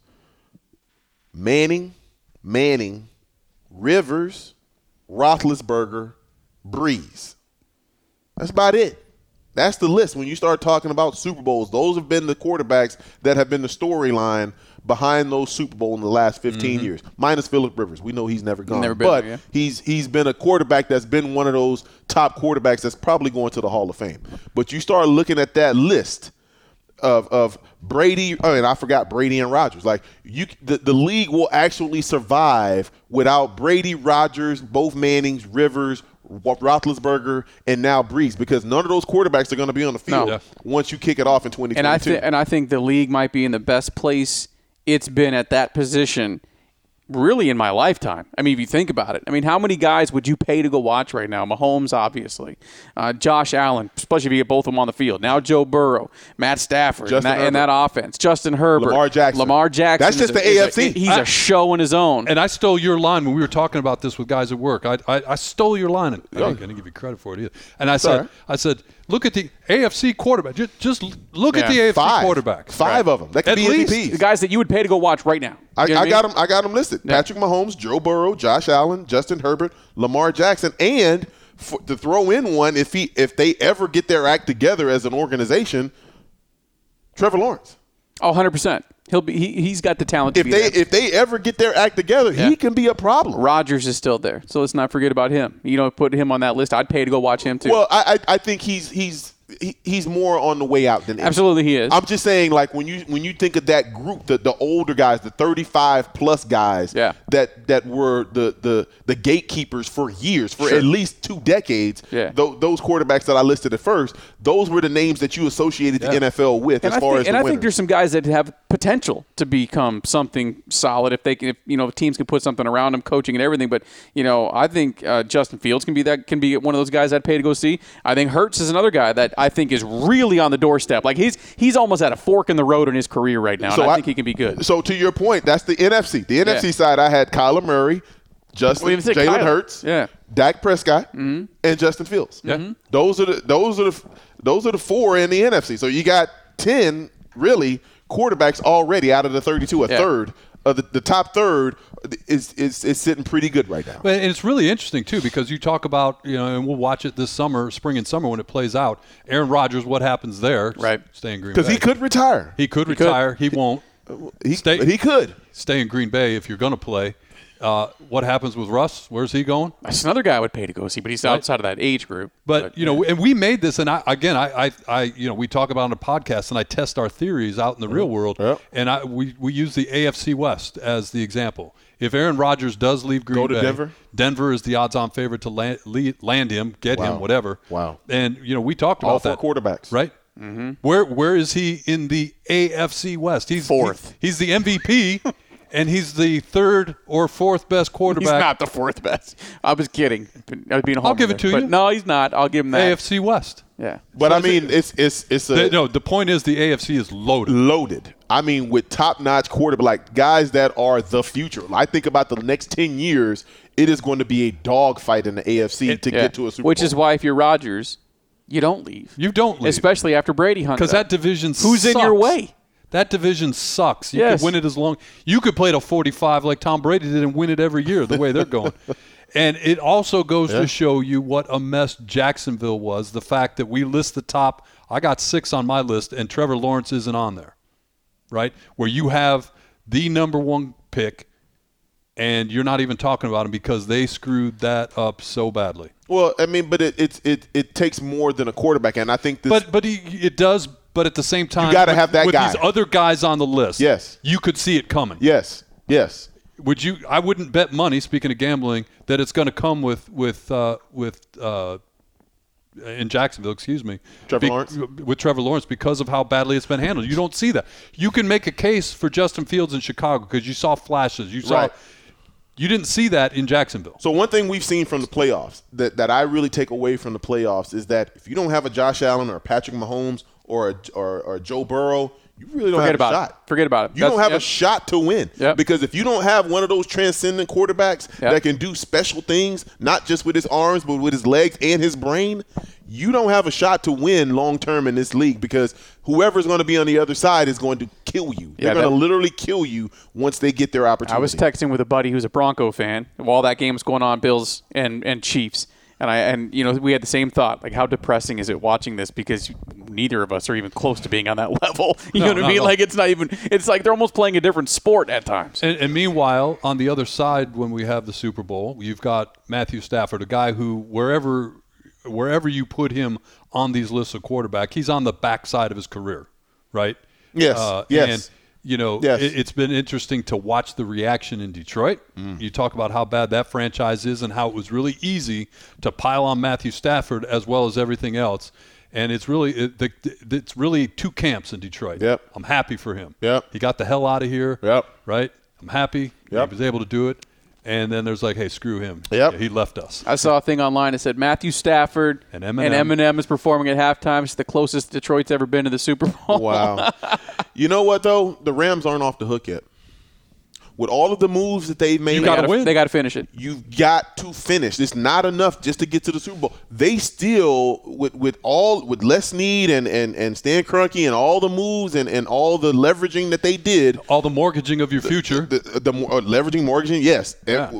[SPEAKER 4] Manning, Manning, Rivers, Roethlisberger, Breeze. That's about it. That's the list. When you start talking about Super Bowls, those have been the quarterbacks that have been the storyline behind those Super Bowl in the last 15 years. Minus Philip Rivers, we know he's never gone,
[SPEAKER 5] Mm-hmm. Never been
[SPEAKER 4] but
[SPEAKER 5] there, yeah.
[SPEAKER 4] he's he's been a quarterback that's been one of those top quarterbacks that's probably going to the Hall of Fame. But you start looking at that list of of Brady. I mean, I forgot Brady and Rogers. Like you, the, the league will actually survive without Brady, Rogers, both Manning's, Rivers, Wa- Roethlisberger, and now Breeze, because none of those quarterbacks are going to be on the field
[SPEAKER 5] No. Yeah.
[SPEAKER 4] once you kick it off in 2022.
[SPEAKER 5] And I, th- and I think the league might be in the best place it's been at that position really in my lifetime. I mean, if you think about it, I mean, how many guys would you pay to go watch right now? Mahomes, obviously. Uh, Josh Allen, especially if you get both of them on the field. Now Joe Burrow, Matt Stafford, and
[SPEAKER 4] Justin
[SPEAKER 5] that, and
[SPEAKER 4] Herbert.
[SPEAKER 5] that offense. Justin Herbert.
[SPEAKER 4] Lamar Jackson.
[SPEAKER 5] Lamar Jackson.
[SPEAKER 4] That's
[SPEAKER 5] is
[SPEAKER 4] just
[SPEAKER 5] a-
[SPEAKER 4] the
[SPEAKER 5] is a-
[SPEAKER 4] AFC.
[SPEAKER 5] he's a show on his own.
[SPEAKER 3] And I stole your line when we were talking about this with guys at work. I I, I stole your line. I ain't going to give you credit for it either. And I said
[SPEAKER 4] all right.
[SPEAKER 3] I said look at the AFC quarterback. Just, just look at the
[SPEAKER 5] Yeah,
[SPEAKER 3] AFC
[SPEAKER 4] five
[SPEAKER 3] quarterback.
[SPEAKER 4] five of them that could
[SPEAKER 3] At
[SPEAKER 4] be
[SPEAKER 3] least.
[SPEAKER 5] the
[SPEAKER 4] MVPs.
[SPEAKER 5] guys that you would pay to go watch right now.
[SPEAKER 4] I,
[SPEAKER 5] You know what
[SPEAKER 4] I
[SPEAKER 5] mean?
[SPEAKER 4] got them. I got them listed: Patrick Mahomes, Joe Burrow, Josh Allen, Justin Herbert, Lamar Jackson, and for, to throw in one, if he if they ever get their act together as an organization, Trevor Lawrence.
[SPEAKER 5] Oh, 100%. He'll be, he, he's got the talent to
[SPEAKER 4] If
[SPEAKER 5] be
[SPEAKER 4] they
[SPEAKER 5] there.
[SPEAKER 4] if they ever get their act together, he can be a problem.
[SPEAKER 5] Rodgers is still there, so let's not forget about him. You know, put him on that list. I'd pay to go watch him too.
[SPEAKER 4] Well, I I, I think he's he's he, he's more on the way out than in.
[SPEAKER 5] Absolutely, he is.
[SPEAKER 4] I'm just saying, like when you when you think of that group, the, the older guys, the 35 plus guys,
[SPEAKER 5] Yeah.
[SPEAKER 4] that that were the the the gatekeepers for years, for at least two decades.
[SPEAKER 5] Yeah.
[SPEAKER 4] tho- those quarterbacks that I listed at first, those were the names that you associated the NFL with
[SPEAKER 5] and
[SPEAKER 4] as
[SPEAKER 5] I,
[SPEAKER 4] far
[SPEAKER 5] think,
[SPEAKER 4] as the
[SPEAKER 5] and I think
[SPEAKER 4] winners.
[SPEAKER 5] there's some guys that have potential to become something solid if they can, if you know, teams can put something around them, coaching and everything. But you know, I think uh, Justin Fields can be that can be one of those guys I'd pay to go see. I think Hertz is another guy that I think is really on the doorstep. Like he's he's almost at a fork in the road in his career right now. and I, think he can be good.
[SPEAKER 4] So to your point, that's the NFC. The NFC side, I had Kyler Murray, Justin,
[SPEAKER 5] We even said
[SPEAKER 4] Jalen
[SPEAKER 5] Kyler.
[SPEAKER 4] Hurts,
[SPEAKER 5] Yeah. Mm-hmm.
[SPEAKER 4] Dak Prescott, and Justin Fields. Yeah.
[SPEAKER 3] Mm-hmm.
[SPEAKER 4] Those are the those are the those are the four in the NFC. So you got ten really quarterbacks already out of the thirty-two. A
[SPEAKER 5] Yeah.
[SPEAKER 4] third of the, the top third is, is is sitting pretty good right now.
[SPEAKER 3] Well, And it's really interesting too because you talk about you know, and we'll watch it this summer, spring and summer when it plays out. Aaron Rodgers, what happens there?
[SPEAKER 5] Right.
[SPEAKER 3] Stay in Green Bay
[SPEAKER 4] Because he could Uh, retire.
[SPEAKER 3] He could retire. He won't.
[SPEAKER 4] He,
[SPEAKER 3] Stay-
[SPEAKER 4] he could.
[SPEAKER 3] Stay in Green Bay if you're going to play. Uh, what happens with Russ? Where's he going?
[SPEAKER 5] That's another guy I would pay to go see, but he's outside of that age group.
[SPEAKER 3] But you know, and we made this, and I again, I, I, I you know, we talk about it on the podcast, and I test our theories out in the real world,
[SPEAKER 4] Yep.
[SPEAKER 3] and I we, we use the AFC West as the example. If Aaron Rodgers does leave Green
[SPEAKER 4] to
[SPEAKER 3] Bay,
[SPEAKER 4] Denver?
[SPEAKER 3] Denver is the odds-on favorite to land, lead, land him, get
[SPEAKER 4] Wow.
[SPEAKER 3] him, whatever.
[SPEAKER 4] Wow.
[SPEAKER 3] And you know, we talked
[SPEAKER 4] All
[SPEAKER 3] about
[SPEAKER 4] four
[SPEAKER 3] that
[SPEAKER 4] quarterbacks.
[SPEAKER 3] right?
[SPEAKER 5] Mm-hmm.
[SPEAKER 3] Where where is he in the AFC West? He's
[SPEAKER 5] Fourth.
[SPEAKER 3] he- he's the MVP, and he's the third or fourth best
[SPEAKER 5] He's
[SPEAKER 3] quarterback.
[SPEAKER 5] not the fourth best. I was kidding. I was being. a homer
[SPEAKER 3] give it to
[SPEAKER 5] there. But
[SPEAKER 3] you.
[SPEAKER 5] No, he's not. I'll give him that.
[SPEAKER 3] AFC West.
[SPEAKER 5] Yeah.
[SPEAKER 4] But I mean, it's it's it's a
[SPEAKER 3] The- no, the point is the AFC is loaded.
[SPEAKER 4] loaded. I mean, with top notch quarterback, like guys that are the future. I think about the next 10 years, it is going to be a dogfight in the AFC to
[SPEAKER 5] Yeah.
[SPEAKER 4] get to a Super
[SPEAKER 5] Which
[SPEAKER 4] Bowl.
[SPEAKER 5] is why if you're Rodgers, you don't leave.
[SPEAKER 3] You don't leave.
[SPEAKER 5] especially after Brady hunts.
[SPEAKER 3] because that division
[SPEAKER 5] Who's in your
[SPEAKER 3] sucks.
[SPEAKER 5] way?
[SPEAKER 3] That division sucks. You
[SPEAKER 5] Yes.
[SPEAKER 3] could win it as long. You could play to 45 like Tom Brady did and win it every year the way they're going. And it also goes to show you what a mess Jacksonville was. The fact that we list the top, I got six on my list, and Trevor Lawrence isn't on there, right? Where you have the number one pick, and you're not even talking about him because they screwed that up so badly.
[SPEAKER 4] well, I mean, but it, it it it takes more than a quarterback, and I think this.
[SPEAKER 3] But but he, it does. But at the same time,
[SPEAKER 4] gotta
[SPEAKER 3] with-
[SPEAKER 4] have that
[SPEAKER 3] with
[SPEAKER 4] guy.
[SPEAKER 3] these other guys on the list.
[SPEAKER 4] Yes.
[SPEAKER 3] you could see it coming.
[SPEAKER 4] yes, yes.
[SPEAKER 3] would you i wouldn't bet money speaking of gambling that it's going to come with with uh with uh in Jacksonville, excuse me,
[SPEAKER 4] Trevor Lawrence?
[SPEAKER 3] with Trevor Lawrence because of how badly it's been handled. You don't see that. You can make a case for Justin Fields in Chicago because you saw flashes. You saw,
[SPEAKER 4] Right.
[SPEAKER 3] you didn't see that in Jacksonville.
[SPEAKER 4] So one thing we've seen from the playoffs that, that I really take away from the playoffs is that if you don't have a Josh Allen or a Patrick Mahomes or a, or, or a Joe Burrow, you really don't
[SPEAKER 5] Forget
[SPEAKER 4] have
[SPEAKER 5] about
[SPEAKER 4] a
[SPEAKER 5] it.
[SPEAKER 4] shot.
[SPEAKER 5] Forget about it.
[SPEAKER 4] You
[SPEAKER 5] That's-
[SPEAKER 4] don't have
[SPEAKER 5] yep.
[SPEAKER 4] a shot to win
[SPEAKER 5] Yep.
[SPEAKER 4] because if you don't have one of those transcendent quarterbacks
[SPEAKER 5] Yep.
[SPEAKER 4] that can do special things, not just with his arms but with his legs and his brain, you don't have a shot to win long term in this league because whoever's going to be on the other side is going to kill you.
[SPEAKER 5] Yeah,
[SPEAKER 4] They're going
[SPEAKER 5] that-
[SPEAKER 4] to literally kill you once they get their opportunity.
[SPEAKER 5] I was texting with a buddy who's a Bronco fan while that game was going on, Bills and, and Chiefs. And I and you know we had the same thought like how depressing is it watching this because neither of us are even close to being on that level you
[SPEAKER 3] No,
[SPEAKER 5] know what I
[SPEAKER 3] not at
[SPEAKER 5] mean
[SPEAKER 3] all.
[SPEAKER 5] like it's not even it's like they're almost playing a different sport at times
[SPEAKER 3] And, and meanwhile, on the other side, when we have the Super Bowl, you've got Matthew Stafford, a guy who wherever wherever you put him on these lists of quarterback, he's on the backside of his career, right? Uh,
[SPEAKER 4] Yes, yes.
[SPEAKER 3] And, you know,
[SPEAKER 4] Yes.
[SPEAKER 3] it, it's been interesting to watch the reaction in Detroit.
[SPEAKER 4] Mm.
[SPEAKER 3] You talk about how bad that franchise is and how it was really easy to pile on Matthew Stafford as well as everything else. And it's really it, the, it's really two camps in Detroit.
[SPEAKER 4] Yep.
[SPEAKER 3] I'm happy for him.
[SPEAKER 4] Yep.
[SPEAKER 3] He got the hell out of here
[SPEAKER 4] Yep.
[SPEAKER 3] right? I'm happy.
[SPEAKER 4] Yep.
[SPEAKER 3] He was able to do it. And then there's like, hey, screw him.
[SPEAKER 4] Yep.
[SPEAKER 3] Yeah, he left us.
[SPEAKER 5] I saw a thing online that said Matthew Stafford
[SPEAKER 3] And Eminem.
[SPEAKER 5] Eminem is performing at halftime it's the closest Detroit's ever been to the Super Bowl
[SPEAKER 4] Wow. you know what though? The Rams aren't off the hook yet. With all of the moves that they've made,
[SPEAKER 3] You
[SPEAKER 5] they
[SPEAKER 3] gotta
[SPEAKER 5] gotta-
[SPEAKER 3] win.
[SPEAKER 5] they got to finish it
[SPEAKER 4] You've got to finish. It's not enough just to get to the Super Bowl. They still with with all with Les Need and and and Stan Kroenke and all the moves and and all the leveraging that they did.
[SPEAKER 3] All the mortgaging of your future.
[SPEAKER 4] The, the, mo- uh, leveraging, mortgaging, yes, uh,
[SPEAKER 3] Yeah.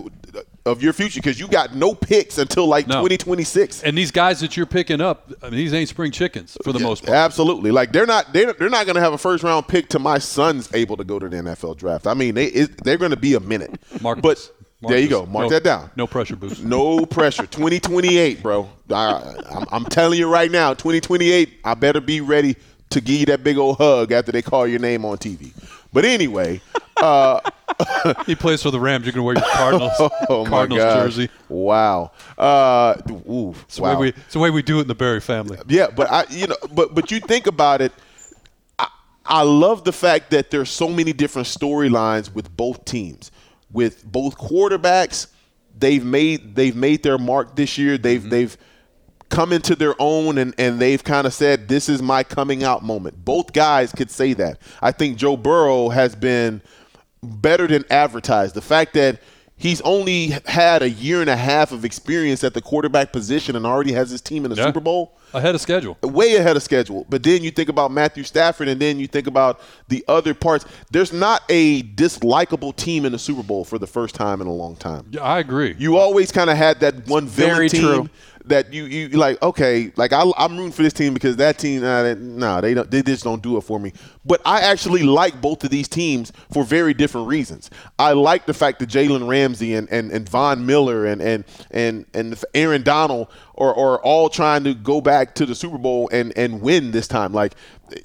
[SPEAKER 4] of your future because you got no picks until like
[SPEAKER 3] No.
[SPEAKER 4] 2026.
[SPEAKER 3] and these guys that you're picking up, I mean, these ain't spring chickens for the most part.
[SPEAKER 4] Absolutely. Like they're not they're, they're not going to have a first round pick to my son's able to go to the NFL draft. I mean, they it, they're going to be a minute.
[SPEAKER 3] Mark
[SPEAKER 4] but
[SPEAKER 3] this.
[SPEAKER 4] there you
[SPEAKER 3] this.
[SPEAKER 4] go. Mark
[SPEAKER 3] No-
[SPEAKER 4] that down.
[SPEAKER 3] No pressure boost.
[SPEAKER 4] No pressure. 2028, bro. I, I'm, I'm telling you right now, 2028, I better be ready to give you that big old hug after they call your name on TV. But anyway,
[SPEAKER 3] He plays for the Rams. You're going to wear your Cardinals,
[SPEAKER 4] oh my
[SPEAKER 3] Cardinals
[SPEAKER 4] gosh.
[SPEAKER 3] jersey.
[SPEAKER 4] Wow. Uh, ooh,
[SPEAKER 3] It's,
[SPEAKER 4] wow.
[SPEAKER 3] the way we, it's the way we do it in the Barry family.
[SPEAKER 4] Yeah, but I, you know, but but you think about it. I, I love the fact that there's so many different storylines with both teams, with both quarterbacks. They've made they've made their mark this year. They've they've come into their own and, and they've kind of said this is my coming out moment. Both guys could say that. I think Joe Burrow has been better than advertised. The fact that he's only had a year and a half of experience at the quarterback position and already has his team in the
[SPEAKER 3] Yeah.
[SPEAKER 4] Super Bowl
[SPEAKER 3] Ahead of schedule.
[SPEAKER 4] way ahead of schedule. But then you think about Matthew Stafford, and then you think about the other parts. There's not a dislikable team in the Super Bowl for the first time in a long time.
[SPEAKER 3] Yeah, I agree.
[SPEAKER 4] You always kind of had that one villain
[SPEAKER 5] very
[SPEAKER 4] team
[SPEAKER 5] true.
[SPEAKER 4] that you you like. Okay, like I, I'm rooting for this team because that team, nah, they, nah, they don't, they just don't do it for me. But I actually like both of these teams for very different reasons. I like the fact that Jalen Ramsey and, and, and Von Miller and and and and Aaron Donald are, are all trying to go back to the Super Bowl and and win this time. Like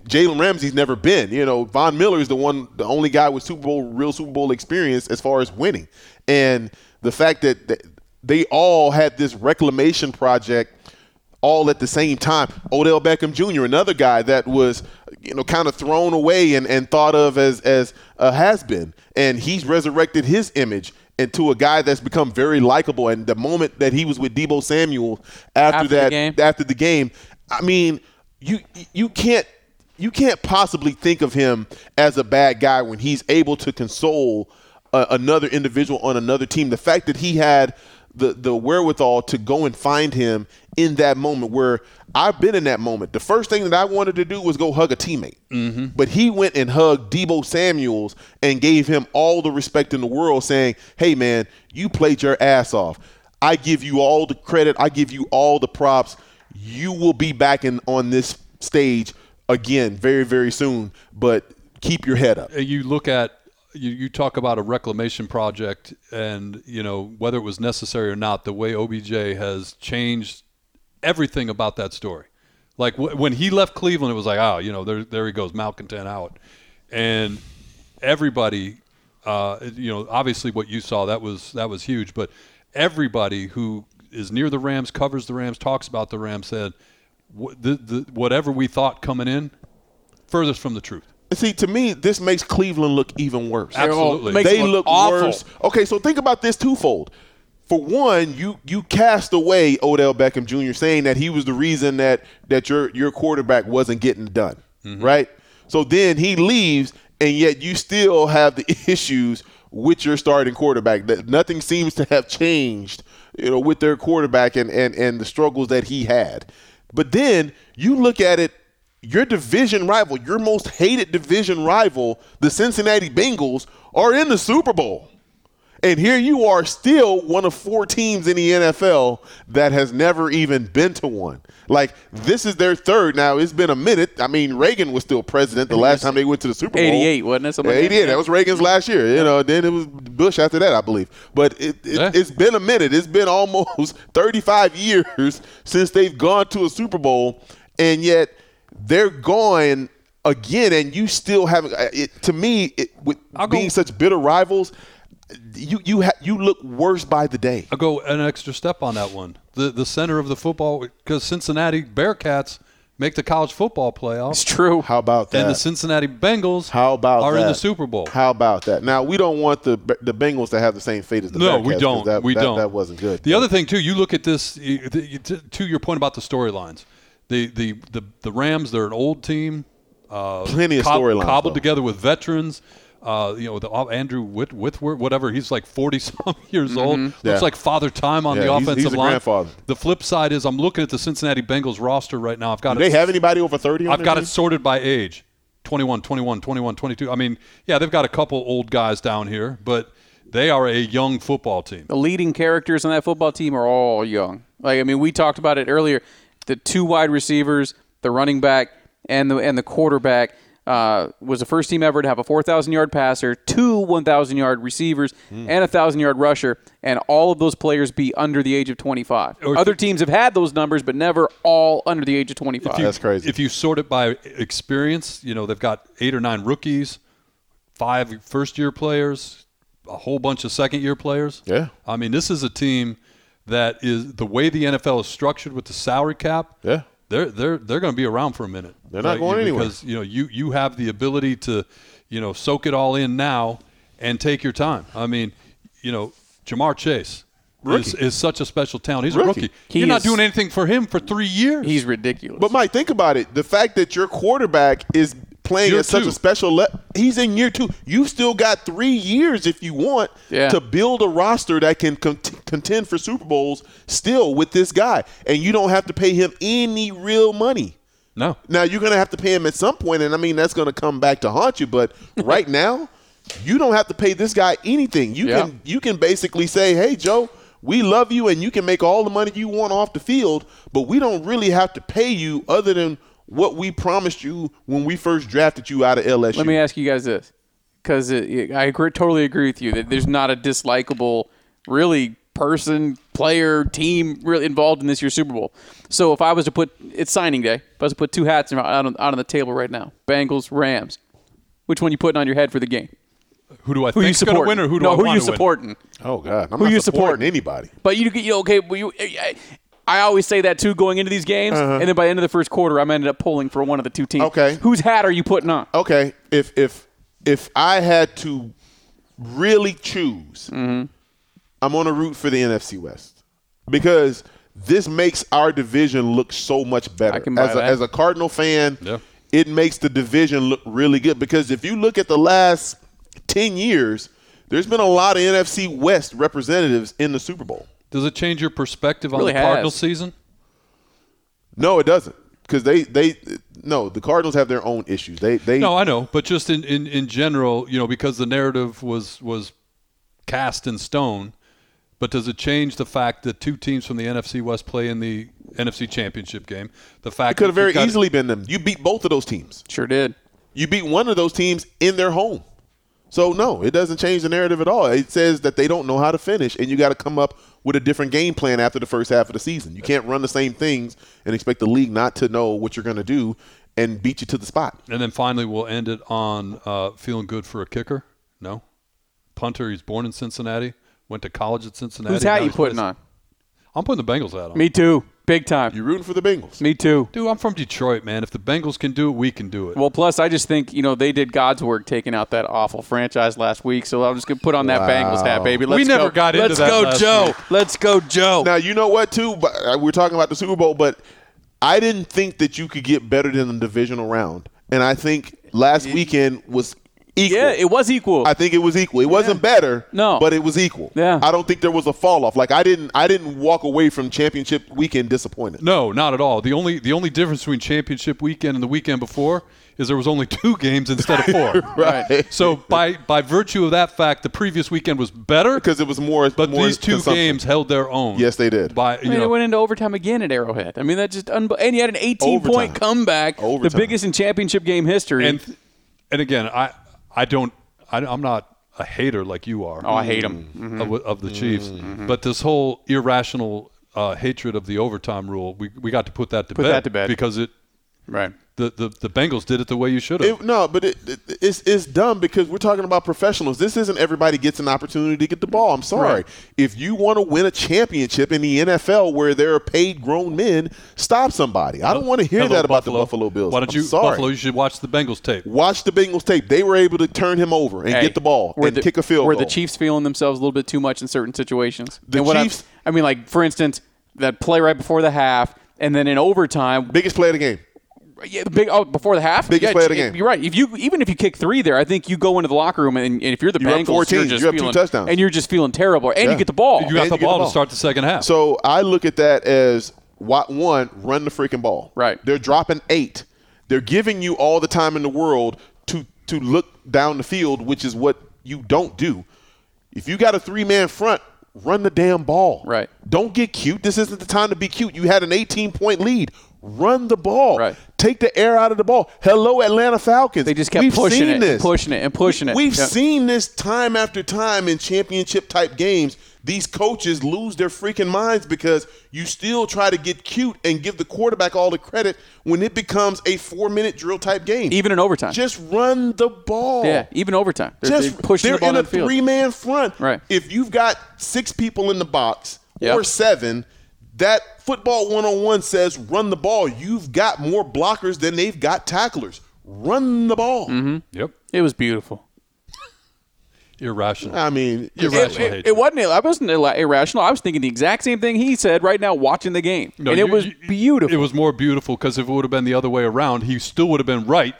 [SPEAKER 4] Jalen Ramsey's never been. You know, Von Miller is the one, the only guy with Super Bowl real Super Bowl experience as far as winning and the fact that th- they all had this reclamation project all at the same time. Odell Beckham Jr., another guy that was you know, kind of thrown away and, and thought of as as a has been, and he's resurrected his image into a guy that's become very likable. And the moment that he was with Debo Samuel after,
[SPEAKER 5] After the
[SPEAKER 4] that,
[SPEAKER 5] game.
[SPEAKER 4] after the game, I mean, you you can't you can't possibly think of him as a bad guy when he's able to console uh, another individual on another team. The fact that he had the the wherewithal to go and find him in that moment where I've been in that moment. The first thing that I wanted to do was go hug a teammate. Mm-hmm. But he went and hugged Debo Samuels and gave him all the respect in the world saying, "Hey man, you played your ass off. I give you all the credit. I give you all the props. You will be back in on this stage again very very soon, but keep your head up."
[SPEAKER 3] And uh, you look at you, you talk about a reclamation project and you know whether it was necessary or not the way obj has changed everything about that story like w- when he left cleveland it was like oh you know there, there he goes malcontent out and everybody uh, you know obviously what you saw that was that was huge but everybody who is near the rams covers the rams talks about the rams said "Wh- the, the, whatever we thought coming in furthest from the truth
[SPEAKER 4] See, to me, this makes Cleveland look even worse.
[SPEAKER 3] Absolutely.
[SPEAKER 5] Makes
[SPEAKER 4] they
[SPEAKER 5] it look
[SPEAKER 4] look,
[SPEAKER 5] awful.
[SPEAKER 4] worse. Okay, so think about this twofold. For one, you you cast away Odell Beckham Jr. saying that he was the reason that that your your quarterback wasn't getting it done,
[SPEAKER 5] Mm-hmm.
[SPEAKER 4] right? So then he leaves, and yet you still have the issues with your starting quarterback. That nothing seems to have changed, you know, with their quarterback and and and the struggles that he had. But then you look at it your division rival, your most hated division rival, the Cincinnati Bengals, are in the Super Bowl. And here you are, still one of four teams in the NFL that has never even been to one. Like, this is their third. Now, it's been a minute. I mean, Reagan was still president the last time they went to the Super Bowl.
[SPEAKER 5] 88, wasn't it? Something like that.
[SPEAKER 4] 88. That was Reagan's last year. You know, then it was Bush after that, I believe. But it, it,
[SPEAKER 3] Yeah.
[SPEAKER 4] it's been a minute. It's been almost 35 years since they've gone to a Super Bowl, and yet they're going again, and you still haven't. I- It, to me, it, with
[SPEAKER 3] I'll go-
[SPEAKER 4] being such bitter rivals, you you ha- you look worse by the day.
[SPEAKER 3] I'll go an extra step on that one. The the center of the football because Cincinnati Bearcats make the college football
[SPEAKER 5] It's
[SPEAKER 3] playoff,
[SPEAKER 5] true.
[SPEAKER 4] How about that?
[SPEAKER 3] and the Cincinnati Bengals
[SPEAKER 4] How about
[SPEAKER 3] are in the
[SPEAKER 4] that?
[SPEAKER 3] Super Bowl.
[SPEAKER 4] How about that? Now we don't want the the Bengals to have the same fate as the
[SPEAKER 3] no,
[SPEAKER 4] Bearcats,
[SPEAKER 3] we
[SPEAKER 4] 'cause
[SPEAKER 3] don't.
[SPEAKER 4] That,
[SPEAKER 3] we
[SPEAKER 4] that-
[SPEAKER 3] don't.
[SPEAKER 4] That wasn't good.
[SPEAKER 3] The other thing too, you look at this you- you- to to your point about the storylines. The, the the the Rams, they're an old team. Uh,
[SPEAKER 4] Plenty of
[SPEAKER 3] cob-
[SPEAKER 4] storylines,
[SPEAKER 3] cobbled
[SPEAKER 4] though.
[SPEAKER 3] together with veterans. Uh, you know, the, Andrew Whit, Whitworth, whatever. He's like forty some years old. Looks
[SPEAKER 4] Mm-hmm. Yeah.
[SPEAKER 3] like father time on
[SPEAKER 4] Yeah,
[SPEAKER 3] the
[SPEAKER 4] he's- he's
[SPEAKER 3] offensive
[SPEAKER 4] a
[SPEAKER 3] line.
[SPEAKER 4] grandfather.
[SPEAKER 3] The flip side is I'm looking at the Cincinnati Bengals roster right now. I've got
[SPEAKER 4] Do they
[SPEAKER 3] it,
[SPEAKER 4] have anybody over 30? on
[SPEAKER 3] I've
[SPEAKER 4] their
[SPEAKER 3] got
[SPEAKER 4] team?
[SPEAKER 3] it sorted by age 21, 21, 21, 22. I mean, yeah, they've got a couple old guys down here, but they are a young football team.
[SPEAKER 5] the leading characters on that football team are all young. Like I mean, we talked about it earlier. The two wide receivers, the running back, and the and the quarterback uh, was the first team ever to have a 4,000 yard passer, two 1,000 yard receivers,
[SPEAKER 3] Hmm.
[SPEAKER 5] and a thousand yard rusher, and all of those players be under the age of 25.
[SPEAKER 3] Or if
[SPEAKER 5] Other
[SPEAKER 3] you-
[SPEAKER 5] teams have had those numbers, but never all under the age of 25.
[SPEAKER 4] That's crazy.
[SPEAKER 3] If you sort it by experience, you know, they've got eight or nine rookies, five first year players, a whole bunch of second year players.
[SPEAKER 4] Yeah.
[SPEAKER 3] I mean, this is a team that is the way the NFL is structured with the salary cap.
[SPEAKER 4] Yeah.
[SPEAKER 3] They're they're they're going to be around for a minute.
[SPEAKER 4] They're not going anywhere.
[SPEAKER 3] because you know you you have the ability to, you know, soak it all in now and take your time. I mean, you know, Jamar Chase is, is such a special talent. He's
[SPEAKER 4] Rookie.
[SPEAKER 3] a rookie.
[SPEAKER 5] He
[SPEAKER 3] You're not
[SPEAKER 5] is-
[SPEAKER 3] doing anything for him for three years.
[SPEAKER 5] He's ridiculous.
[SPEAKER 4] But Mike, think about it. The fact that your quarterback is playing
[SPEAKER 3] Year
[SPEAKER 4] at such
[SPEAKER 3] two.
[SPEAKER 4] a special le- he's in year 2. You've still got 3 years if you want
[SPEAKER 5] Yeah.
[SPEAKER 4] to build a roster that can cont- contend for Super Bowls still with this guy and you don't have to pay him any real money.
[SPEAKER 3] no.
[SPEAKER 4] Now you're going to have to pay him at some point and I mean that's going to come back to haunt you, but right now you don't have to pay this guy anything. You
[SPEAKER 5] Yeah.
[SPEAKER 4] can you can basically say, "Hey Joe, we love you and you can make all the money you want off the field, but we don't really have to pay you other than what we promised you when we first drafted you out of LSU."
[SPEAKER 5] Let me ask you guys this, because I agree, totally agree with you that there's not a dislikable, really person, player, team really involved in this year's Super Bowl. So if I was to put it's signing day, if I was to put two hats in- out on, out on the table right now, Bengals, Rams, which one you putting on your head for the game?
[SPEAKER 3] Who do I
[SPEAKER 5] Who
[SPEAKER 3] think
[SPEAKER 5] you
[SPEAKER 3] is going to
[SPEAKER 5] supporting?
[SPEAKER 3] win, or who do
[SPEAKER 5] no,
[SPEAKER 3] I
[SPEAKER 5] who
[SPEAKER 3] want
[SPEAKER 5] you
[SPEAKER 3] to win?
[SPEAKER 5] supporting?
[SPEAKER 4] oh god, I'm
[SPEAKER 5] Who
[SPEAKER 4] not
[SPEAKER 5] you
[SPEAKER 4] supporting
[SPEAKER 5] supporting?
[SPEAKER 4] anybody.
[SPEAKER 5] But you, you okay? Well, you, I- I always say that too going into these games, and then by the end of the first quarter, I'm ended up pulling for one of the two teams.
[SPEAKER 4] Okay.
[SPEAKER 5] whose hat are you putting on?
[SPEAKER 4] okay, if if if I had to really choose, I'm on a route for the NFC West because this makes our division look so much better.
[SPEAKER 5] I can buy
[SPEAKER 4] as, a,
[SPEAKER 5] that.
[SPEAKER 4] as a Cardinal fan,
[SPEAKER 3] Yeah.
[SPEAKER 4] it makes the division look really good because if you look at the last ten years, there's been a lot of NFC West representatives in the Super Bowl.
[SPEAKER 3] Does it change your perspective on
[SPEAKER 5] Really
[SPEAKER 3] the
[SPEAKER 5] has.
[SPEAKER 3] Cardinal season?
[SPEAKER 4] No, it doesn't because they they no the Cardinals have their own issues. They they
[SPEAKER 3] No, I know, but just in, in, in general, you know, because the narrative was was cast in stone. But does it change the fact that two teams from the NFC West play in the NFC Championship game? The fact
[SPEAKER 4] could
[SPEAKER 3] that
[SPEAKER 4] have very
[SPEAKER 3] you've got-
[SPEAKER 4] easily been them. You beat both of those teams.
[SPEAKER 5] Sure did.
[SPEAKER 4] You beat one of those teams in their home. So no, it doesn't change the narrative at all. It says that they don't know how to finish, and you got to come up with a different game plan after the first half of the season. You can't run the same things and expect the league not to know what you're going to do and beat you to the spot.
[SPEAKER 3] And then finally, we'll end it on uh, feeling good for a kicker. No, punter. He's born in Cincinnati. Went to college at Cincinnati.
[SPEAKER 5] Whose
[SPEAKER 3] now
[SPEAKER 5] hat you
[SPEAKER 3] he's
[SPEAKER 5] putting
[SPEAKER 3] plays-
[SPEAKER 5] on?
[SPEAKER 3] I'm putting the Bengals hat on.
[SPEAKER 5] Me too. Big time.
[SPEAKER 4] You're rooting for the Bengals.
[SPEAKER 5] Me too.
[SPEAKER 3] Dude, I'm from Detroit, man. If the Bengals can do it, we can do it.
[SPEAKER 5] Well, plus I just think you know they did God's work taking out that awful franchise last week, so I'm just gonna put on that Bengals hat, baby. Let's
[SPEAKER 3] We never
[SPEAKER 5] go.
[SPEAKER 3] got into
[SPEAKER 5] Let's
[SPEAKER 3] that
[SPEAKER 5] go,
[SPEAKER 3] last
[SPEAKER 5] Joe.
[SPEAKER 3] week.
[SPEAKER 5] Let's go, Joe.
[SPEAKER 4] Now you know what too. But uh, we're talking about the Super Bowl, but I didn't think that you could get better than the divisional round, and I think last weekend was equal.
[SPEAKER 5] yeah, it was equal.
[SPEAKER 4] I think it was equal. It wasn't better,
[SPEAKER 5] No.
[SPEAKER 4] but it was equal.
[SPEAKER 5] Yeah.
[SPEAKER 4] I don't think there was a fall off. Like I didn't, I didn't walk away from championship weekend disappointed.
[SPEAKER 3] no, not at all. The only the only difference between championship weekend and the weekend before is there was only two games instead of four.
[SPEAKER 4] Right.
[SPEAKER 3] So by by virtue of that fact, the previous weekend was better
[SPEAKER 4] Because it was more,
[SPEAKER 3] But
[SPEAKER 4] more
[SPEAKER 3] these two
[SPEAKER 4] consumption.
[SPEAKER 3] games held their own.
[SPEAKER 4] Yes, they did.
[SPEAKER 3] By you
[SPEAKER 5] I mean,
[SPEAKER 3] know,
[SPEAKER 5] it went into overtime again at Arrowhead. I mean, that just unbe- and he had an 18
[SPEAKER 4] Overtime.
[SPEAKER 5] point comeback, the
[SPEAKER 4] Overtime.
[SPEAKER 5] biggest in championship game history.
[SPEAKER 3] and and again, I I don't I, I'm not a hater like you are.
[SPEAKER 5] oh, I hate him.
[SPEAKER 4] Mm-hmm.
[SPEAKER 3] of, of the Chiefs, Mm-hmm. but this whole irrational uh, hatred of the overtime rule, we, we got to put that to
[SPEAKER 5] Put
[SPEAKER 3] bed.
[SPEAKER 5] that to bed.
[SPEAKER 3] because it
[SPEAKER 5] Right.
[SPEAKER 3] the, the, the Bengals did it the way you should have.
[SPEAKER 4] It- no, but it, it, it's it's dumb because we're talking about professionals. This isn't everybody gets an opportunity to get the ball. I'm sorry. If you want to win a championship in the NFL where there are paid grown men, stop somebody. I don't want to hear
[SPEAKER 3] Hello,
[SPEAKER 4] that about the Buffalo Bills.
[SPEAKER 3] Why don't
[SPEAKER 4] I'm
[SPEAKER 3] you
[SPEAKER 4] sorry.
[SPEAKER 3] Buffalo? You should watch the Bengals tape.
[SPEAKER 4] Watch the Bengals tape. They were able to turn him over and
[SPEAKER 5] Hey,
[SPEAKER 4] get the ball
[SPEAKER 5] were
[SPEAKER 4] and kick a field
[SPEAKER 5] Were
[SPEAKER 4] goal.
[SPEAKER 5] the Chiefs feeling themselves a little bit too much in certain situations?
[SPEAKER 4] The
[SPEAKER 5] And what I-
[SPEAKER 4] Chiefs-
[SPEAKER 5] I, mean, like for instance, that play right before the half, and then in overtime,
[SPEAKER 4] biggest play of the game.
[SPEAKER 5] yeah, the big oh before the half,
[SPEAKER 4] Biggest
[SPEAKER 5] yeah,
[SPEAKER 4] play of the
[SPEAKER 5] it-
[SPEAKER 4] game.
[SPEAKER 5] You're right. If you even if you kick three there, I think you go into the locker room, and, and if you're the
[SPEAKER 4] You're up
[SPEAKER 5] Bengals,
[SPEAKER 4] 14.
[SPEAKER 5] you're just
[SPEAKER 4] You have two
[SPEAKER 5] feeling
[SPEAKER 4] touchdowns.
[SPEAKER 5] and you're just feeling terrible, and
[SPEAKER 4] Yeah.
[SPEAKER 5] you get the ball.
[SPEAKER 3] You got
[SPEAKER 4] And
[SPEAKER 3] the
[SPEAKER 4] you get
[SPEAKER 3] ball
[SPEAKER 4] the
[SPEAKER 3] to
[SPEAKER 4] ball.
[SPEAKER 3] start the second half.
[SPEAKER 4] So I look at that as what one run the freaking ball.
[SPEAKER 5] Right.
[SPEAKER 4] They're dropping eight. They're giving you all the time in the world to to look down the field, which is what you don't do. If you got a three man front, run the damn ball.
[SPEAKER 5] Right.
[SPEAKER 4] Don't get cute. This isn't the time to be cute. You had an 18 point lead. Run the ball.
[SPEAKER 5] Right.
[SPEAKER 4] Take the air out of the ball. Hello, Atlanta Falcons.
[SPEAKER 5] They just kept
[SPEAKER 4] We've
[SPEAKER 5] pushing
[SPEAKER 4] seen
[SPEAKER 5] it and
[SPEAKER 4] this.
[SPEAKER 5] pushing it and pushing it.
[SPEAKER 4] We've
[SPEAKER 5] Yeah.
[SPEAKER 4] seen this time after time in championship type games. These coaches lose their freaking minds because you still try to get cute and give the quarterback all the credit when it becomes a four minute drill type game.
[SPEAKER 5] even in overtime.
[SPEAKER 4] just run the ball.
[SPEAKER 5] yeah, even overtime. They're,
[SPEAKER 4] Just
[SPEAKER 5] they're pushing
[SPEAKER 4] they're
[SPEAKER 5] the ball
[SPEAKER 4] in
[SPEAKER 5] down
[SPEAKER 4] a
[SPEAKER 5] the field.
[SPEAKER 4] three man front.
[SPEAKER 5] Right.
[SPEAKER 4] If you've got six people in the box
[SPEAKER 5] Yep.
[SPEAKER 4] or seven, that football one on one says run the ball. You've got more blockers than they've got tacklers. Run the ball.
[SPEAKER 5] Mm-hmm.
[SPEAKER 3] yep,
[SPEAKER 5] It was beautiful.
[SPEAKER 3] irrational.
[SPEAKER 4] I mean, you're
[SPEAKER 5] It,
[SPEAKER 3] Irrational
[SPEAKER 5] it-
[SPEAKER 3] hatred.
[SPEAKER 5] it wasn't. I wasn't illa- irrational. I was thinking the exact same thing he said right now, watching the game,
[SPEAKER 3] No,
[SPEAKER 5] and it
[SPEAKER 3] you-
[SPEAKER 5] was
[SPEAKER 3] you-
[SPEAKER 5] beautiful.
[SPEAKER 3] It was more beautiful because if it would have been the other way around, he still would have been right,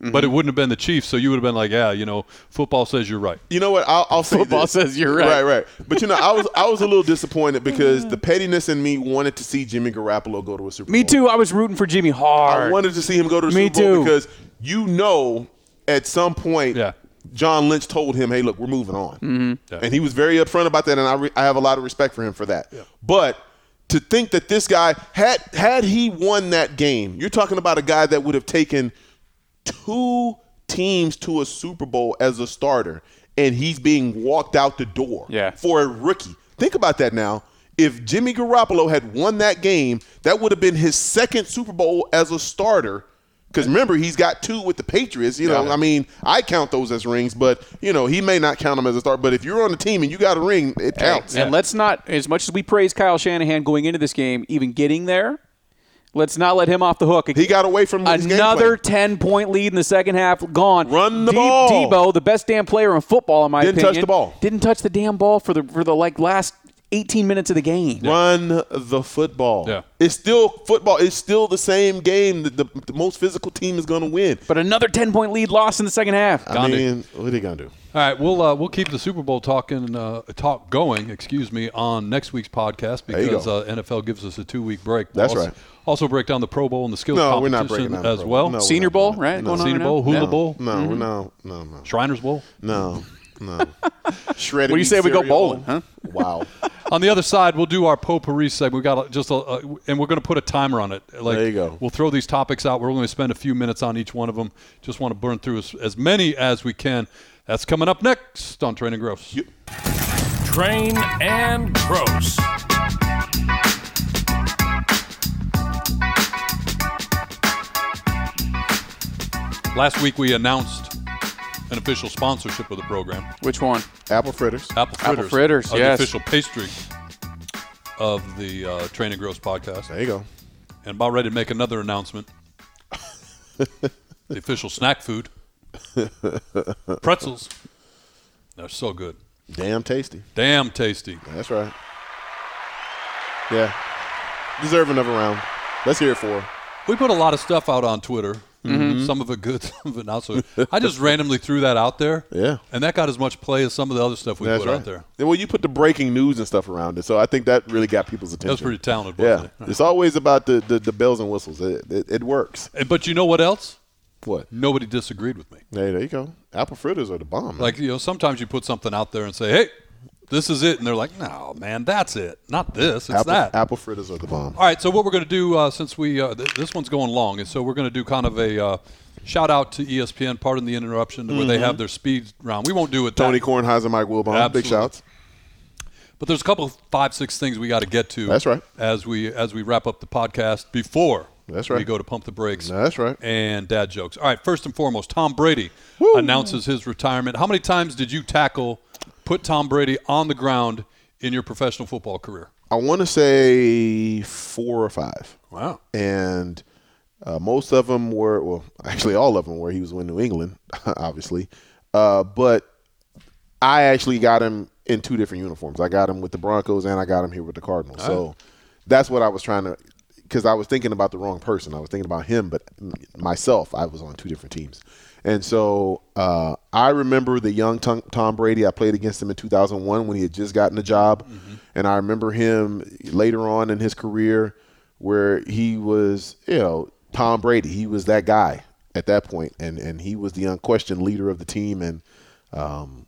[SPEAKER 3] but
[SPEAKER 4] Mm-hmm.
[SPEAKER 3] it wouldn't have been the Chiefs. So you would have been like, yeah, you know, football says you're right.
[SPEAKER 4] You know what? I'll, I'll say
[SPEAKER 5] Football
[SPEAKER 4] this.
[SPEAKER 5] says you're
[SPEAKER 4] Right,
[SPEAKER 5] right.
[SPEAKER 4] right. But you know, I was I was a little disappointed because the pettiness in me wanted to see Jimmy Garoppolo go to a Super
[SPEAKER 5] Me
[SPEAKER 4] Bowl.
[SPEAKER 5] too. I was rooting for Jimmy
[SPEAKER 4] I
[SPEAKER 5] hard.
[SPEAKER 4] wanted to see him go to a
[SPEAKER 5] Me
[SPEAKER 4] Super Bowl
[SPEAKER 5] too.
[SPEAKER 4] because you know, at some point,
[SPEAKER 3] Yeah.
[SPEAKER 4] John Lynch told him, "Hey, look, we're moving on,"
[SPEAKER 5] Mm-hmm.
[SPEAKER 3] Yeah.
[SPEAKER 4] and he was very upfront about that, and I, re- I have a lot of respect for him for that. But to think that this guy had had he won that game, you're talking about a guy that would have taken two teams to a Super Bowl as a starter, and he's being walked out the door
[SPEAKER 5] Yeah.
[SPEAKER 4] for a rookie. Think about that now. If Jimmy Garoppolo had won that game, that would have been his second Super Bowl as a starter Because remember, he's got two with the Patriots. You know, I mean, I count those as rings, but you know, he may not count them as a start. But if you're on the team and you got a ring, it counts.
[SPEAKER 5] And let's not, as much as we praise Kyle Shanahan going into this game, even getting there, let's not let him off the hook.
[SPEAKER 4] He got away from his game
[SPEAKER 5] another
[SPEAKER 4] plan.
[SPEAKER 5] ten point lead in the second half. Gone.
[SPEAKER 4] Run the
[SPEAKER 5] Deep
[SPEAKER 4] ball.
[SPEAKER 5] Debo, the best damn player in football, in my
[SPEAKER 4] Didn't touch
[SPEAKER 5] opinion,
[SPEAKER 4] the ball.
[SPEAKER 5] Didn't touch the damn ball for the for the like last eighteen minutes of the game.
[SPEAKER 4] Run the football.
[SPEAKER 3] Yeah.
[SPEAKER 4] It's still football. It's still the same game that the, the most physical team is going to win.
[SPEAKER 5] But another ten point lead lost in the second half.
[SPEAKER 4] I
[SPEAKER 3] Gandhi.
[SPEAKER 4] mean, what are they going to do?
[SPEAKER 3] All right, we'll uh, we'll keep the Super Bowl talking uh, talk going. Excuse me on next week's podcast
[SPEAKER 4] you
[SPEAKER 3] because
[SPEAKER 4] go.
[SPEAKER 3] uh, NFL gives us a two week break. We'll
[SPEAKER 4] That's
[SPEAKER 3] also,
[SPEAKER 4] right.
[SPEAKER 3] Also break down the Pro Bowl and the skills
[SPEAKER 4] No, we're not
[SPEAKER 3] competition
[SPEAKER 4] breaking down the
[SPEAKER 3] as
[SPEAKER 4] Pro
[SPEAKER 3] well.
[SPEAKER 4] Bowl. No, we're
[SPEAKER 5] Senior
[SPEAKER 4] not
[SPEAKER 5] Bowl,
[SPEAKER 4] doing that. No.
[SPEAKER 5] right? Going on
[SPEAKER 3] Senior
[SPEAKER 5] right now?
[SPEAKER 3] Bowl, Hula
[SPEAKER 5] Yeah.
[SPEAKER 3] Bowl, Mm-hmm.
[SPEAKER 4] No, no, no, no,
[SPEAKER 3] Shriners Bowl.
[SPEAKER 4] no, no. Shredded.
[SPEAKER 5] What do you
[SPEAKER 4] wheat
[SPEAKER 5] say we go
[SPEAKER 4] cereal.
[SPEAKER 5] bowling, huh?
[SPEAKER 4] Wow.
[SPEAKER 3] on the other side, we'll do our potpourri segment. We got a- just a, a and we're going to put a timer on it. Like,
[SPEAKER 4] There you go.
[SPEAKER 3] We'll throw these topics out. We're going to spend a few minutes on each one of them. Just want to burn through as, as many as we can. That's coming up next on Training Gross.
[SPEAKER 1] Train and Gross.
[SPEAKER 3] Last week we announced an official sponsorship of the program.
[SPEAKER 5] Which one?
[SPEAKER 4] Apple fritters.
[SPEAKER 3] Apple fritters.
[SPEAKER 5] fritters,
[SPEAKER 3] are
[SPEAKER 5] yes.
[SPEAKER 3] The official pastry of the uh, Train and Gross podcast.
[SPEAKER 4] There you go.
[SPEAKER 3] And about ready to make another announcement. the official snack food. Pretzels. They're so good.
[SPEAKER 4] Damn tasty.
[SPEAKER 3] Damn tasty.
[SPEAKER 4] That's right. Yeah. Deserving of a round. Let's hear it for. her.
[SPEAKER 3] We put a lot of stuff out on Twitter.
[SPEAKER 4] Mm-hmm.
[SPEAKER 3] Some of it good, some of it not so good. I just randomly threw that out there.
[SPEAKER 4] Yeah.
[SPEAKER 3] And that got as much play as some of the other stuff we
[SPEAKER 4] That's
[SPEAKER 3] put
[SPEAKER 4] right.
[SPEAKER 3] out there.
[SPEAKER 4] Well, you put the breaking news and stuff around it, so I think that really got people's attention.
[SPEAKER 3] That was pretty talented,
[SPEAKER 4] Yeah.
[SPEAKER 3] wasn't
[SPEAKER 4] It's always about the, the, the bells and whistles. It, it, it works.
[SPEAKER 3] it? But you know what else?
[SPEAKER 4] What?
[SPEAKER 3] Nobody disagreed with me.
[SPEAKER 4] Hey, there you go. Apple fritters are the bomb. man.
[SPEAKER 3] Like, you know, sometimes you put something out there and say, hey, this is it. And they're like, no, man, that's it. Not this. It's
[SPEAKER 4] apple,
[SPEAKER 3] that.
[SPEAKER 4] apple fritters are the bomb.
[SPEAKER 3] All right. So, what we're going to do uh, since we, uh, th- this one's going long. And so, we're going to do kind of a uh, shout out to E ESPN, pardon the interruption, where they have their speed round. We won't do it. that-
[SPEAKER 4] Mm-hmm. Tony Kornheiser, Mike Wilbon, big
[SPEAKER 3] Absolutely.
[SPEAKER 4] shouts.
[SPEAKER 3] But there's a couple, of five, six things we got to get to.
[SPEAKER 4] That's right.
[SPEAKER 3] As we as we wrap up the podcast before.
[SPEAKER 4] That's right.
[SPEAKER 3] We go to pump the brakes.
[SPEAKER 4] That's right.
[SPEAKER 3] And dad jokes. All right. First and foremost, Tom Brady announces his retirement. How many times did you tackle, put Tom Brady on the ground in your professional football career?
[SPEAKER 4] I want to say four or five.
[SPEAKER 3] Wow.
[SPEAKER 4] and uh, most of them were well actually all of them were he was in new england obviously uh, but i actually got him in two different uniforms i got him with the broncos and i got him here with the cardinals so that's what i was trying to because i was thinking about the wrong person i was thinking about him but m- myself i was on two different teams and so uh, I remember the young Tom, Tom Brady. I played against him in 2001 when he had just gotten the job, and I remember him later on in his career where he was, you know, Tom Brady. He was that guy at that point, and and he was the unquestioned leader of the team. And um,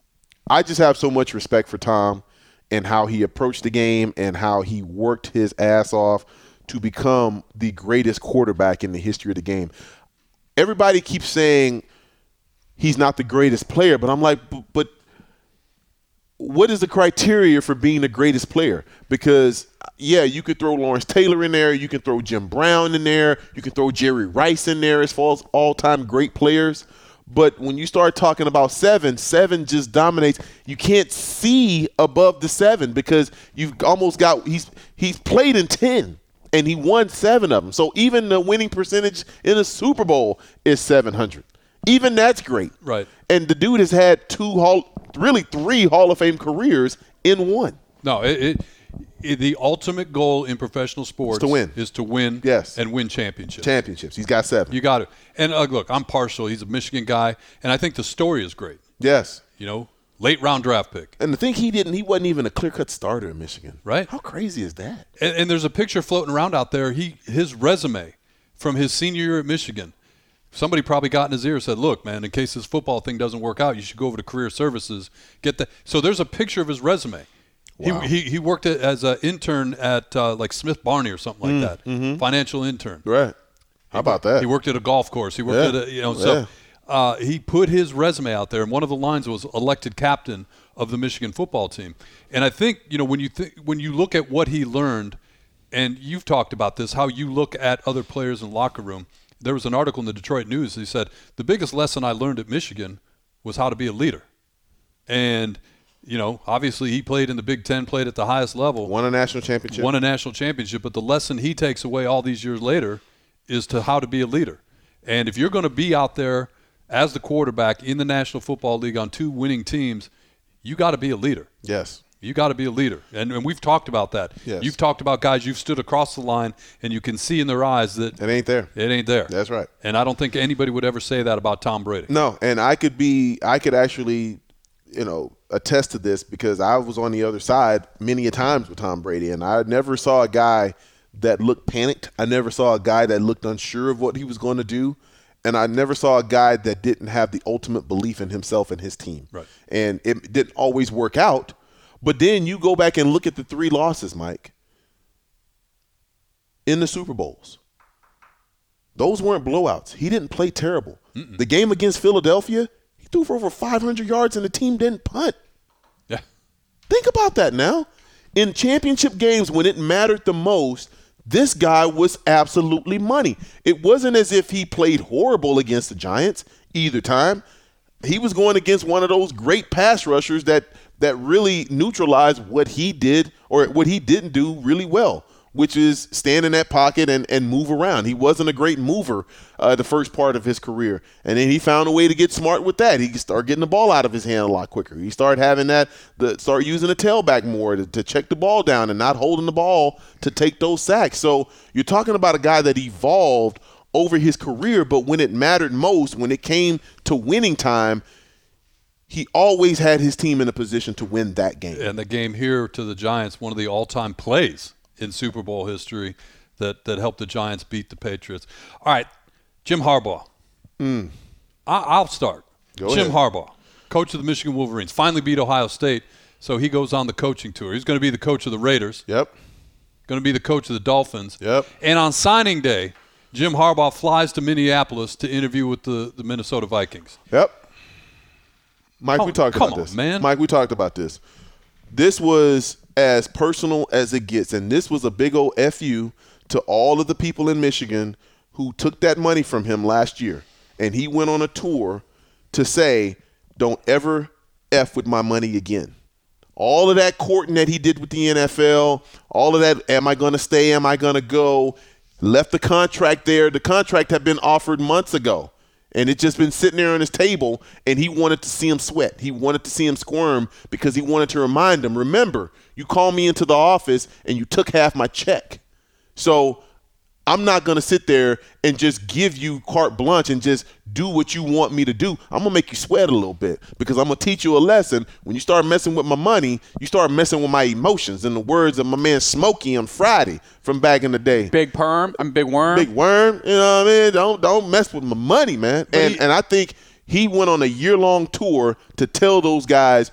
[SPEAKER 4] I just have so much respect for Tom and how he approached the game and how he worked his ass off to become the greatest quarterback in the history of the game. Everybody keeps saying he's not the greatest player, but I'm like, "B- but what is the criteria for being the greatest player? Because yeah, you could throw Lawrence Taylor in there, you can throw Jim Brown in there, you can throw Jerry Rice in there as far as all-time great players. But when you start talking about seven, seven just dominates. You can't see above the seven because you've almost got he's he's played in ten and he won seven of them. So even the winning percentage in a Super Bowl is seven hundred. Even that's great.
[SPEAKER 3] Right.
[SPEAKER 4] And the dude has had two hall, really three Hall of Fame careers in one.
[SPEAKER 3] No, it, it, it the ultimate goal in professional sports
[SPEAKER 4] to win.
[SPEAKER 3] Is to win.
[SPEAKER 4] Yes.
[SPEAKER 3] And win championships.
[SPEAKER 4] Championships. He's got seven.
[SPEAKER 3] you got it. And uh, look, I'm partial. He's a Michigan guy, and I think the story is great.
[SPEAKER 4] yes.
[SPEAKER 3] You know, late round draft pick.
[SPEAKER 4] And to think he didn't, he wasn't even a clear cut starter in Michigan.
[SPEAKER 3] Right.
[SPEAKER 4] How crazy is that?
[SPEAKER 3] And, and there's a picture floating around out there. He his resume from his senior year at Michigan. Somebody probably got in his ear and said, "Look, man, in case this football thing doesn't work out, you should go over to Career Services get the." So there's a picture of his resume.
[SPEAKER 4] Wow.
[SPEAKER 3] He, he he worked a- as an intern at uh, like Smith Barney or something like that, financial intern.
[SPEAKER 4] Right. How about that?
[SPEAKER 3] He worked at a golf course. He worked
[SPEAKER 4] Yeah.
[SPEAKER 3] at a you know so
[SPEAKER 4] Yeah.
[SPEAKER 3] uh, he put his resume out there, and one of the lines was elected captain of the Michigan football team. And I think you know when you think when you look at what he learned, and you've talked about this, how you look at other players in the locker room. there was an article in the Detroit News. He said the biggest lesson I learned at Michigan was how to be a leader, and you know, obviously he played in the Big Ten, played at the highest level,
[SPEAKER 4] Won a national championship.
[SPEAKER 3] won a national championship. But the lesson he takes away all these years later is to how to be a leader. And if you're going to be out there as the quarterback in the National Football League on two winning teams, you got to be a leader.
[SPEAKER 4] yes.
[SPEAKER 3] You got to be a leader. And, and we've talked about that.
[SPEAKER 4] Yes.
[SPEAKER 3] You've talked about guys you've stood across the line and you can see in their eyes that
[SPEAKER 4] It ain't there.
[SPEAKER 3] it ain't there.
[SPEAKER 4] That's right.
[SPEAKER 3] And I don't think anybody would ever say that about Tom Brady.
[SPEAKER 4] No, and I could be, I could actually, you know, attest to this because I was on the other side many a times with Tom Brady, and I never saw a guy that looked panicked. I never saw a guy that looked unsure of what he was going to do, and I never saw a guy that didn't have the ultimate belief in himself and his team.
[SPEAKER 3] Right.
[SPEAKER 4] And it didn't always work out, but then you go back and look at the three losses, Mike, in the Super Bowls. Those weren't blowouts. He didn't play terrible. The game against Philadelphia, he threw for over 500 yards and the team didn't punt.
[SPEAKER 3] Yeah.
[SPEAKER 4] Think about that now. In championship games, when it mattered the most, this guy was absolutely money. It wasn't as if he played horrible against the Giants either time. He was going against one of those great pass rushers that that really neutralized what he did or what he didn't do really well, which is stand in that pocket and, and move around. He wasn't a great mover uh, the first part of his career. And then he found a way to get smart with that. He started getting the ball out of his hand a lot quicker. He started having that, the, start using the tailback more to, to check the ball down and not holding the ball to take those sacks. So you're talking about a guy that evolved over his career, but when it mattered most, when it came to winning time, he always had his team in a position to win that game.
[SPEAKER 3] And the game here to the Giants, one of the all time plays in Super Bowl history that, that helped the Giants beat the Patriots. All right, Jim Harbaugh. I, I'll start.
[SPEAKER 4] Hmm. Go
[SPEAKER 3] Jim
[SPEAKER 4] ahead.
[SPEAKER 3] Harbaugh, coach of the Michigan Wolverines, finally beat Ohio State, so he goes on the coaching tour. He's going to be the coach of the Raiders.
[SPEAKER 4] Yep.
[SPEAKER 3] going to be the coach of the Dolphins.
[SPEAKER 4] Yep.
[SPEAKER 3] And on signing day, Jim Harbaugh flies to Minneapolis to interview with the, the Minnesota Vikings.
[SPEAKER 4] Yep. Mike, we
[SPEAKER 3] Oh,
[SPEAKER 4] talked
[SPEAKER 3] come
[SPEAKER 4] about
[SPEAKER 3] on,
[SPEAKER 4] this.
[SPEAKER 3] man.
[SPEAKER 4] Mike, we talked about this. This was as personal as it gets, and this was a big old fu to all of the people in Michigan who took that money from him last year, and he went on a tour to say, "Don't ever f with my money again." All of that courting that he did with the NFL, all of that, am I going to stay? Am I going to go? Left the contract there. The contract had been offered months ago, and it just been sitting there on his table. And he wanted to see him sweat. He wanted to see him squirm because he wanted to remind him. Remember, you called me into the office and you took half my check. So I'm not going to sit there and just give you carte blanche and just do what you want me to do. I'm going to make you sweat a little bit because I'm going to teach you a lesson. When you start messing with my money, you start messing with my emotions. In the words of my man Smokey on Friday from back in the day.
[SPEAKER 5] Big perm. I'm big worm.
[SPEAKER 4] Big worm, you know what I mean? Don't don't mess with my money, man. And
[SPEAKER 3] he-
[SPEAKER 4] and I think he went on a year long tour to tell those guys,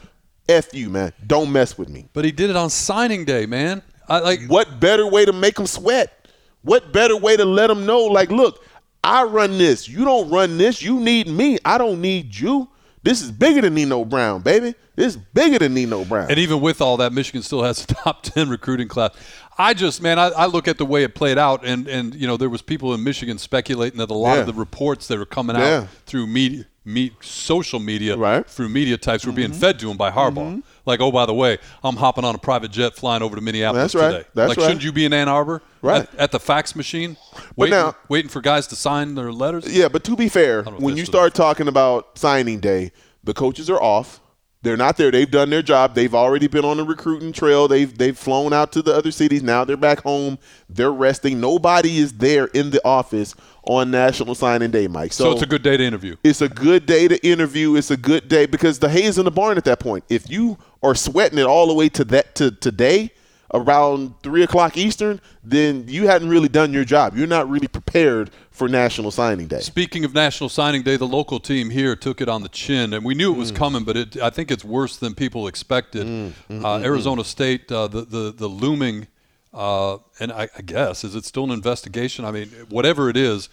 [SPEAKER 4] "F you, man. Don't mess with me."
[SPEAKER 3] But he did it on signing day, man. I like
[SPEAKER 4] What better way to make them sweat? What better way to let them know, like, look, I run this. You don't run this. You need me. I don't need you. This is bigger than Nino Brown, baby. This is bigger than Nino Brown.
[SPEAKER 3] And even with all that, Michigan still has the top ten recruiting class. I just, man, I, I look at the way it played out, and and you know there was people in Michigan speculating that a lot
[SPEAKER 4] Yeah.
[SPEAKER 3] of the reports that were coming
[SPEAKER 4] Yeah.
[SPEAKER 3] out through media, me, social media,
[SPEAKER 4] Right.
[SPEAKER 3] through media types, were being fed to him by Harbaugh. Like, oh, by the way, I'm hopping on a private jet flying over to Minneapolis
[SPEAKER 4] That's right.
[SPEAKER 3] today.
[SPEAKER 4] That's
[SPEAKER 3] like,
[SPEAKER 4] right.
[SPEAKER 3] shouldn't you be in Ann Arbor?
[SPEAKER 4] Right.
[SPEAKER 3] at, at the fax machine, waiting,
[SPEAKER 4] now-
[SPEAKER 3] waiting for guys to sign their letters.
[SPEAKER 4] yeah, but to be fair,
[SPEAKER 3] don't know if
[SPEAKER 4] when
[SPEAKER 3] that's
[SPEAKER 4] you
[SPEAKER 3] the-
[SPEAKER 4] start talking about signing day, the coaches are off. They're not there. They've done their job. They've already been on the recruiting trail. They've they've flown out to the other cities. Now they're back home. They're resting. Nobody is there in the office on National Signing Day, Mike.
[SPEAKER 3] So it's a good day to interview.
[SPEAKER 4] It's a good day to interview. It's a good day because the hay is in the barn at that point. If you are sweating it all the way to that to today around three o'clock Eastern, then you hadn't really done your job. You're not really prepared for National Signing Day.
[SPEAKER 3] Speaking of National Signing Day, the local team here took it on the chin, and we knew it
[SPEAKER 4] Mm.
[SPEAKER 3] was coming, but it, I think it's worse than people expected.
[SPEAKER 4] mm,
[SPEAKER 3] uh, Arizona State, uh, the, the the looming, uh, and I, I guess is it still an investigation? I mean, whatever it is,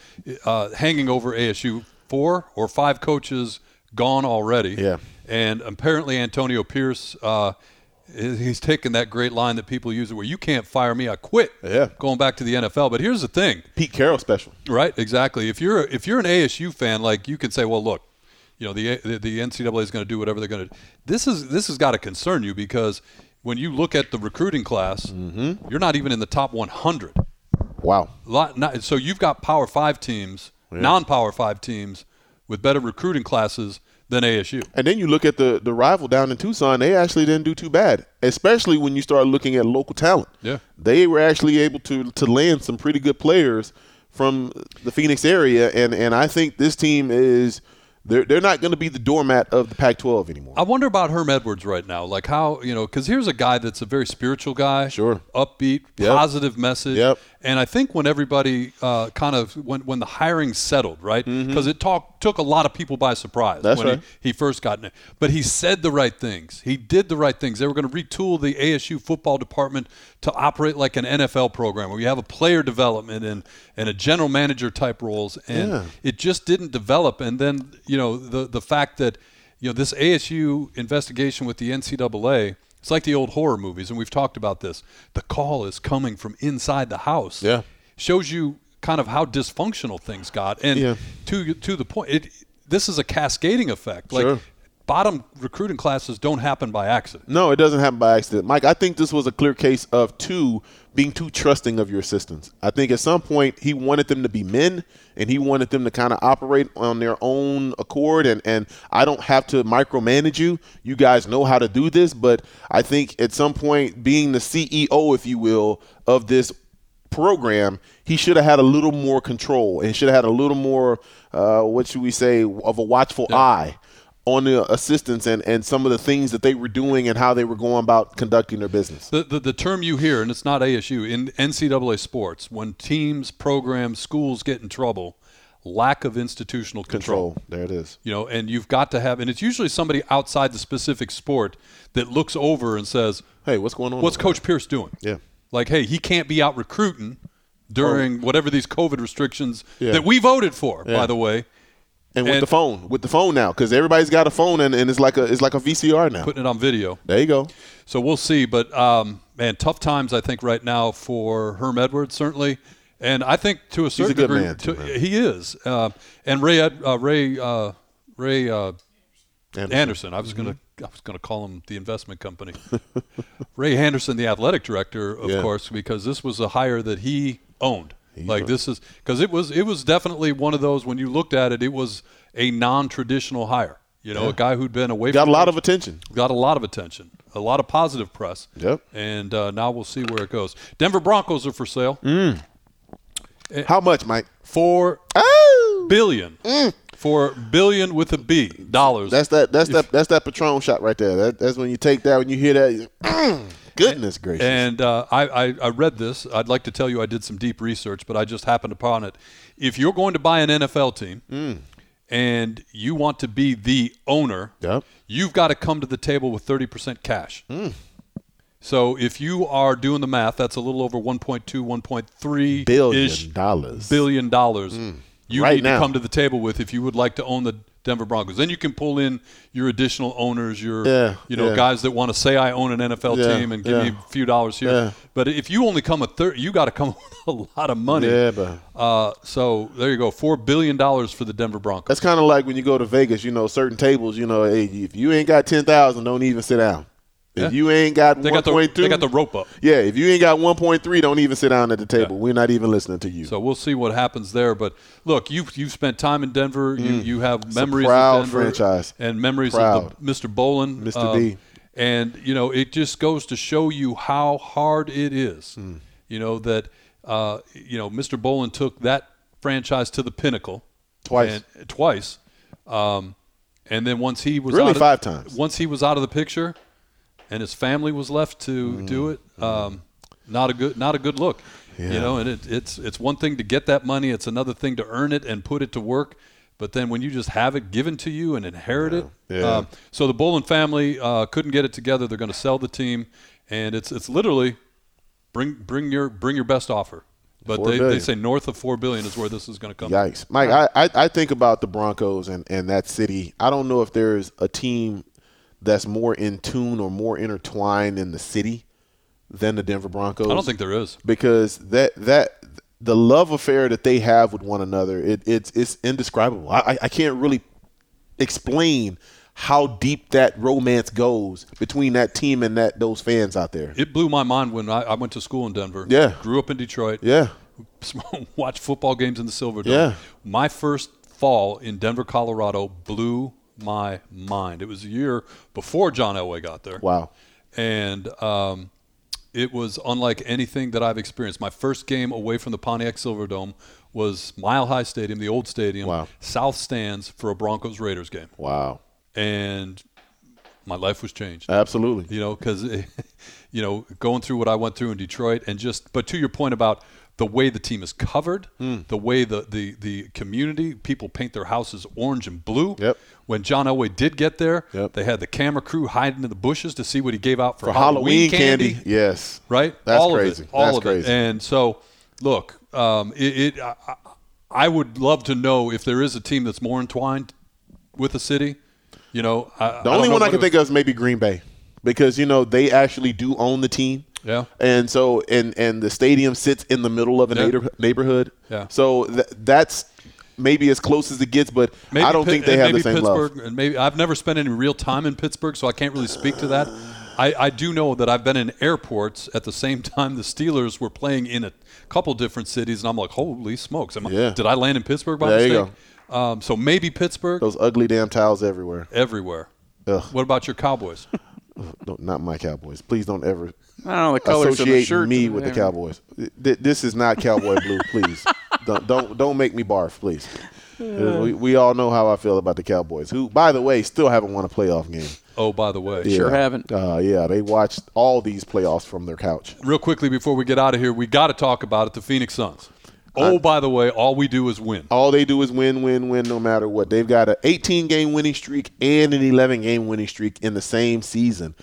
[SPEAKER 3] uh, hanging over ASU, four or five coaches gone already.
[SPEAKER 4] Yeah.
[SPEAKER 3] and apparently Antonio Pierce. Uh, he's taken that great line that people use where you can't fire me, I quit.
[SPEAKER 4] Yeah.
[SPEAKER 3] Going back to the NFL. But here's the thing.
[SPEAKER 4] Pete Carroll special.
[SPEAKER 3] Right, exactly. If you're if you're an ASU fan, like you can say, well, look, you know the the, the NCAA is going to do whatever they're going to. This is this has got to concern you because when you look at the recruiting class, you're not even in the top 100.
[SPEAKER 4] Wow.
[SPEAKER 3] Lot, not, so you've got Power Five teams, non-Power Five teams, with better recruiting classes than ASU.
[SPEAKER 4] And then you look at the the rival down in Tucson; they actually didn't do too bad, especially when you start looking at local talent.
[SPEAKER 3] Yeah.
[SPEAKER 4] they were actually able to to land some pretty good players from the Phoenix area, and and I think this team is they're they're not going to be the doormat of the Pac-12 anymore.
[SPEAKER 3] I wonder about Herm Edwards right now. Like how you know, because here's a guy that's a very spiritual guy,
[SPEAKER 4] Sure.
[SPEAKER 3] upbeat,
[SPEAKER 4] Yep.
[SPEAKER 3] positive message.
[SPEAKER 4] Yep.
[SPEAKER 3] And I think when everybody uh, kind of when when the hiring settled, right? Because it talk, took a lot of people by surprise
[SPEAKER 4] Mm-hmm. That's
[SPEAKER 3] when
[SPEAKER 4] right.
[SPEAKER 3] he, he first got in it. But he said the right things. He did the right things. They were going to retool the ASU football department to operate like an NFL program where you have a player development and and a general manager type roles. And it just didn't develop. And then you know the the fact that you know this ASU investigation with the NCAA. It's like the old horror movies, and we've talked about this. The call is coming from inside the house.
[SPEAKER 4] Yeah.
[SPEAKER 3] shows you kind of how dysfunctional things got, and
[SPEAKER 4] Yeah.
[SPEAKER 3] to to the point. It this is a cascading effect. Like
[SPEAKER 4] Sure.
[SPEAKER 3] bottom recruiting classes don't happen by accident.
[SPEAKER 4] No, it doesn't happen by accident. Mike, I think this was a clear case of two being too trusting of your assistants. I think at some point he wanted them to be men and he wanted them to kind of operate on their own accord and, and I don't have to micromanage you. You guys know how to do this, but I think at some point being the CEO, if you will, of this program, he should have had a little more control and should have had a little more, uh, what should we say, of a watchful eye on the assistants and, and some of the things that they were doing and how they were going about conducting their business.
[SPEAKER 3] The, the the term you hear, and it's not ASU in NCAA sports, when teams, programs, schools get in trouble, lack of institutional
[SPEAKER 4] Control. There it is.
[SPEAKER 3] you know and you've got to have and it's usually somebody outside the specific sport that looks over and says
[SPEAKER 4] Hey, what's going on
[SPEAKER 3] what's
[SPEAKER 4] over
[SPEAKER 3] coach pierce doing
[SPEAKER 4] Yeah. Oh.
[SPEAKER 3] like hey he can't be out recruiting during whatever these covid restrictions
[SPEAKER 4] Yeah.
[SPEAKER 3] that we voted for
[SPEAKER 4] Yeah.
[SPEAKER 3] by the way
[SPEAKER 4] And with
[SPEAKER 3] and-
[SPEAKER 4] the phone, with the phone now, because everybody's got a phone and, and it's like a it's like a VCR now.
[SPEAKER 3] putting it on video
[SPEAKER 4] there you go.
[SPEAKER 3] so we'll see but um, man tough times i think right now for herm edwards certainly and i think to a certain
[SPEAKER 4] good
[SPEAKER 3] degree
[SPEAKER 4] man, too,
[SPEAKER 3] to-
[SPEAKER 4] man.
[SPEAKER 3] he is uh, and ray Ed, uh, ray uh, ray uh,
[SPEAKER 4] And
[SPEAKER 3] Anderson. I was gonna
[SPEAKER 4] Mm-hmm.
[SPEAKER 3] I was gonna call him the investment company. Ray Anderson, the athletic director, of
[SPEAKER 4] Yeah.
[SPEAKER 3] course, because this was a hire that he owned. like this is because it was it was definitely one of those when you looked at it, it was a non-traditional hire. You know, a guy who'd been away
[SPEAKER 4] got
[SPEAKER 3] from
[SPEAKER 4] a lot of attention.
[SPEAKER 3] got a lot of attention, a lot of positive press.
[SPEAKER 4] Yep.
[SPEAKER 3] And uh, now we'll see where it goes. Denver Broncos are for sale.
[SPEAKER 4] Mm. How much, Mike?
[SPEAKER 3] Four
[SPEAKER 4] Oh,
[SPEAKER 3] billion. Four billion with a B dollars.
[SPEAKER 4] that's that. That's that. That's that Patron shot right there. That, that's when you take that. When you hear that, you- goodness gracious.
[SPEAKER 3] And uh, I, I, I read this. I'd like to tell you I did some deep research, but I just happened upon it. If you're going to buy an NFL team
[SPEAKER 4] Mm.
[SPEAKER 3] and you want to be the owner,
[SPEAKER 4] Yep. Mm.
[SPEAKER 3] you've got to come to the table with 30% cash. So if you are doing the math, that's a little over 1.2, 1.3
[SPEAKER 4] billion
[SPEAKER 3] ish
[SPEAKER 4] dollars.
[SPEAKER 3] billion dollars you
[SPEAKER 4] Hmm. Right
[SPEAKER 3] need
[SPEAKER 4] now.
[SPEAKER 3] to come to the table with if you would like to own the Denver Broncos. Then you can pull in your additional owners, your
[SPEAKER 4] Yeah,
[SPEAKER 3] you know
[SPEAKER 4] yeah.
[SPEAKER 3] guys that want to say I own an NFL
[SPEAKER 4] Yeah,
[SPEAKER 3] team and give
[SPEAKER 4] yeah.
[SPEAKER 3] me a few dollars here.
[SPEAKER 4] Yeah.
[SPEAKER 3] But if you only come a third, you got to come with a lot of money.
[SPEAKER 4] Yeah, but-
[SPEAKER 3] uh, so there you go, four billion dollars for the Denver Broncos.
[SPEAKER 4] That's kind of like when you go to Vegas, you know, certain tables, you know, hey, if you ain't got 10,000, don't even sit down. If
[SPEAKER 3] Yeah.
[SPEAKER 4] you ain't got
[SPEAKER 3] They got the
[SPEAKER 4] 1.2,
[SPEAKER 3] they got the rope up.
[SPEAKER 4] Yeah, if you ain't got 1.3, don't even sit down at the table. We're not even listening to you.
[SPEAKER 3] So we'll see what happens there. But look, you've you've spent time in Denver. You you have
[SPEAKER 4] Mm. a
[SPEAKER 3] memories
[SPEAKER 4] proud
[SPEAKER 3] of Denver
[SPEAKER 4] franchise.
[SPEAKER 3] and memories
[SPEAKER 4] Proud.
[SPEAKER 3] of the, Mr. Bolin, um,
[SPEAKER 4] Mr. B.
[SPEAKER 3] and you know it just goes to show you how hard it is.
[SPEAKER 4] Mm.
[SPEAKER 3] You know that uh, you know Mr. Bolin took that franchise to the pinnacle
[SPEAKER 4] Twice.
[SPEAKER 3] and, twice, um, and then once he was
[SPEAKER 4] Really
[SPEAKER 3] out of-
[SPEAKER 4] five times.
[SPEAKER 3] Once he was out of the picture, and his family was left to
[SPEAKER 4] Mm-hmm.
[SPEAKER 3] do it. Um, not a good, not a good look. You know, and it, it's it's one thing to get that money; it's another thing to earn it and put it to work. But then when you just have it given to you and inherit it,
[SPEAKER 4] Yeah.
[SPEAKER 3] Um, so the Bolin family uh, couldn't get it together. They're going to sell the team, and it's it's literally bring bring your bring your best offer. But
[SPEAKER 4] Four
[SPEAKER 3] they, they
[SPEAKER 4] billion.
[SPEAKER 3] say north of four billion is where this is going to come.
[SPEAKER 4] Yikes. Mike, I, I, I think about the Broncos and, and that city. I don't know if there's a team that's more in tune or more intertwined in the city than the Denver Broncos.
[SPEAKER 3] I don't think there is.
[SPEAKER 4] because that that the love affair that they have with one another it, it's it's indescribable. I, I- I can't really explain how deep that romance goes between that team and that those fans out there.
[SPEAKER 3] It blew my mind when I, I went to school in Denver.
[SPEAKER 4] Yeah.
[SPEAKER 3] Grew up in Detroit.
[SPEAKER 4] Yeah,
[SPEAKER 3] Watch football games in the Silver Dome.
[SPEAKER 4] Yeah.
[SPEAKER 3] My first fall in Denver, Colorado blew my mind. It was a year before John Elway got there.
[SPEAKER 4] wow.
[SPEAKER 3] and um, it was unlike anything that I've experienced. My first game away from the Pontiac Silverdome was Mile High Stadium, the old stadium,
[SPEAKER 4] Wow.
[SPEAKER 3] South stands for a Broncos Raiders game,
[SPEAKER 4] Wow.
[SPEAKER 3] and my life was changed.
[SPEAKER 4] Absolutely.
[SPEAKER 3] You know, because you know, going through what I went through in Detroit, and just but to your point about the way the team is covered,
[SPEAKER 4] Hmm.
[SPEAKER 3] the way the, the the community people paint their houses orange and blue.
[SPEAKER 4] Yep.
[SPEAKER 3] When John Elway did get there,
[SPEAKER 4] Yep.
[SPEAKER 3] they had the camera crew hiding in the bushes to see what he gave out for,
[SPEAKER 4] For Halloween candy. Yes.
[SPEAKER 3] Right.
[SPEAKER 4] That's
[SPEAKER 3] all
[SPEAKER 4] crazy.
[SPEAKER 3] Of it, all
[SPEAKER 4] That's
[SPEAKER 3] of
[SPEAKER 4] crazy.
[SPEAKER 3] It. And so, look, um, it. it I, I- I would love to know if there is a team that's more entwined with the city. You know, I,
[SPEAKER 4] The only one I can think of is maybe Green Bay, because you know they actually do own the team.
[SPEAKER 3] Yeah.
[SPEAKER 4] And so and and the stadium sits in the middle of a
[SPEAKER 3] Yeah.
[SPEAKER 4] neighbor, neighborhood.
[SPEAKER 3] Yeah.
[SPEAKER 4] So th- that's maybe as close as it gets, but I don't
[SPEAKER 3] Pitt-
[SPEAKER 4] think they have the
[SPEAKER 3] maybe
[SPEAKER 4] same
[SPEAKER 3] Pittsburgh,
[SPEAKER 4] love.
[SPEAKER 3] And maybe I've never spent any real time in Pittsburgh, so I can't really speak to that. I, I do know that I've been in airports at the same time the Steelers were playing in a couple different cities, and I'm like, holy smokes! Am I,
[SPEAKER 4] Yeah.
[SPEAKER 3] Did I land in Pittsburgh by
[SPEAKER 4] There you
[SPEAKER 3] mistake? Um, so maybe Pittsburgh
[SPEAKER 4] Those ugly damn towels everywhere.
[SPEAKER 3] everywhere.
[SPEAKER 4] Ugh.
[SPEAKER 3] What about your Cowboys?
[SPEAKER 4] No, not my Cowboys. Please don't ever
[SPEAKER 5] I don't know the colors of the
[SPEAKER 4] associate
[SPEAKER 5] shirt.
[SPEAKER 4] me with the Cowboys. Th- This is not Cowboy blue. Please don't don't don't make me barf, please. Uh, We, we all know how I feel about the Cowboys, who, by the way, still haven't won a playoff game.
[SPEAKER 3] Oh, by the way,
[SPEAKER 5] Sure haven't.
[SPEAKER 4] Uh, yeah, they watched all these playoffs from their couch.
[SPEAKER 3] real quickly before we get out of here, we got to talk about it. The Phoenix Suns. Oh, by the way, all we do is win.
[SPEAKER 4] All they do is win, win, win, no matter what. They've got an 18 game winning streak and an 11 game winning streak in the same season.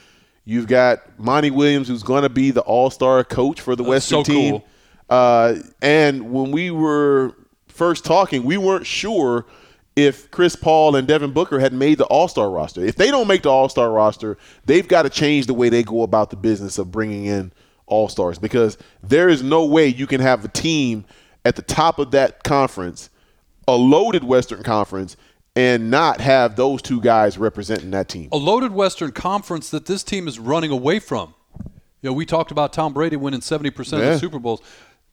[SPEAKER 4] You've got Monty Williams, who's going to be the All Star coach for the
[SPEAKER 3] so
[SPEAKER 4] Western team.
[SPEAKER 3] cool.
[SPEAKER 4] Uh, and when we were first talking, we weren't sure if Chris Paul and Devin Booker had made the All Star roster. If they don't make the All Star roster, they've got to change the way they go about the business of bringing in All Stars because there is no way you can have a team at the top of that conference, a loaded Western Conference, and not have those two guys representing that team.
[SPEAKER 3] a loaded Western Conference that this team is running away from. You know, we talked about Tom Brady winning 70% of
[SPEAKER 4] Yeah.
[SPEAKER 3] the Super Bowls.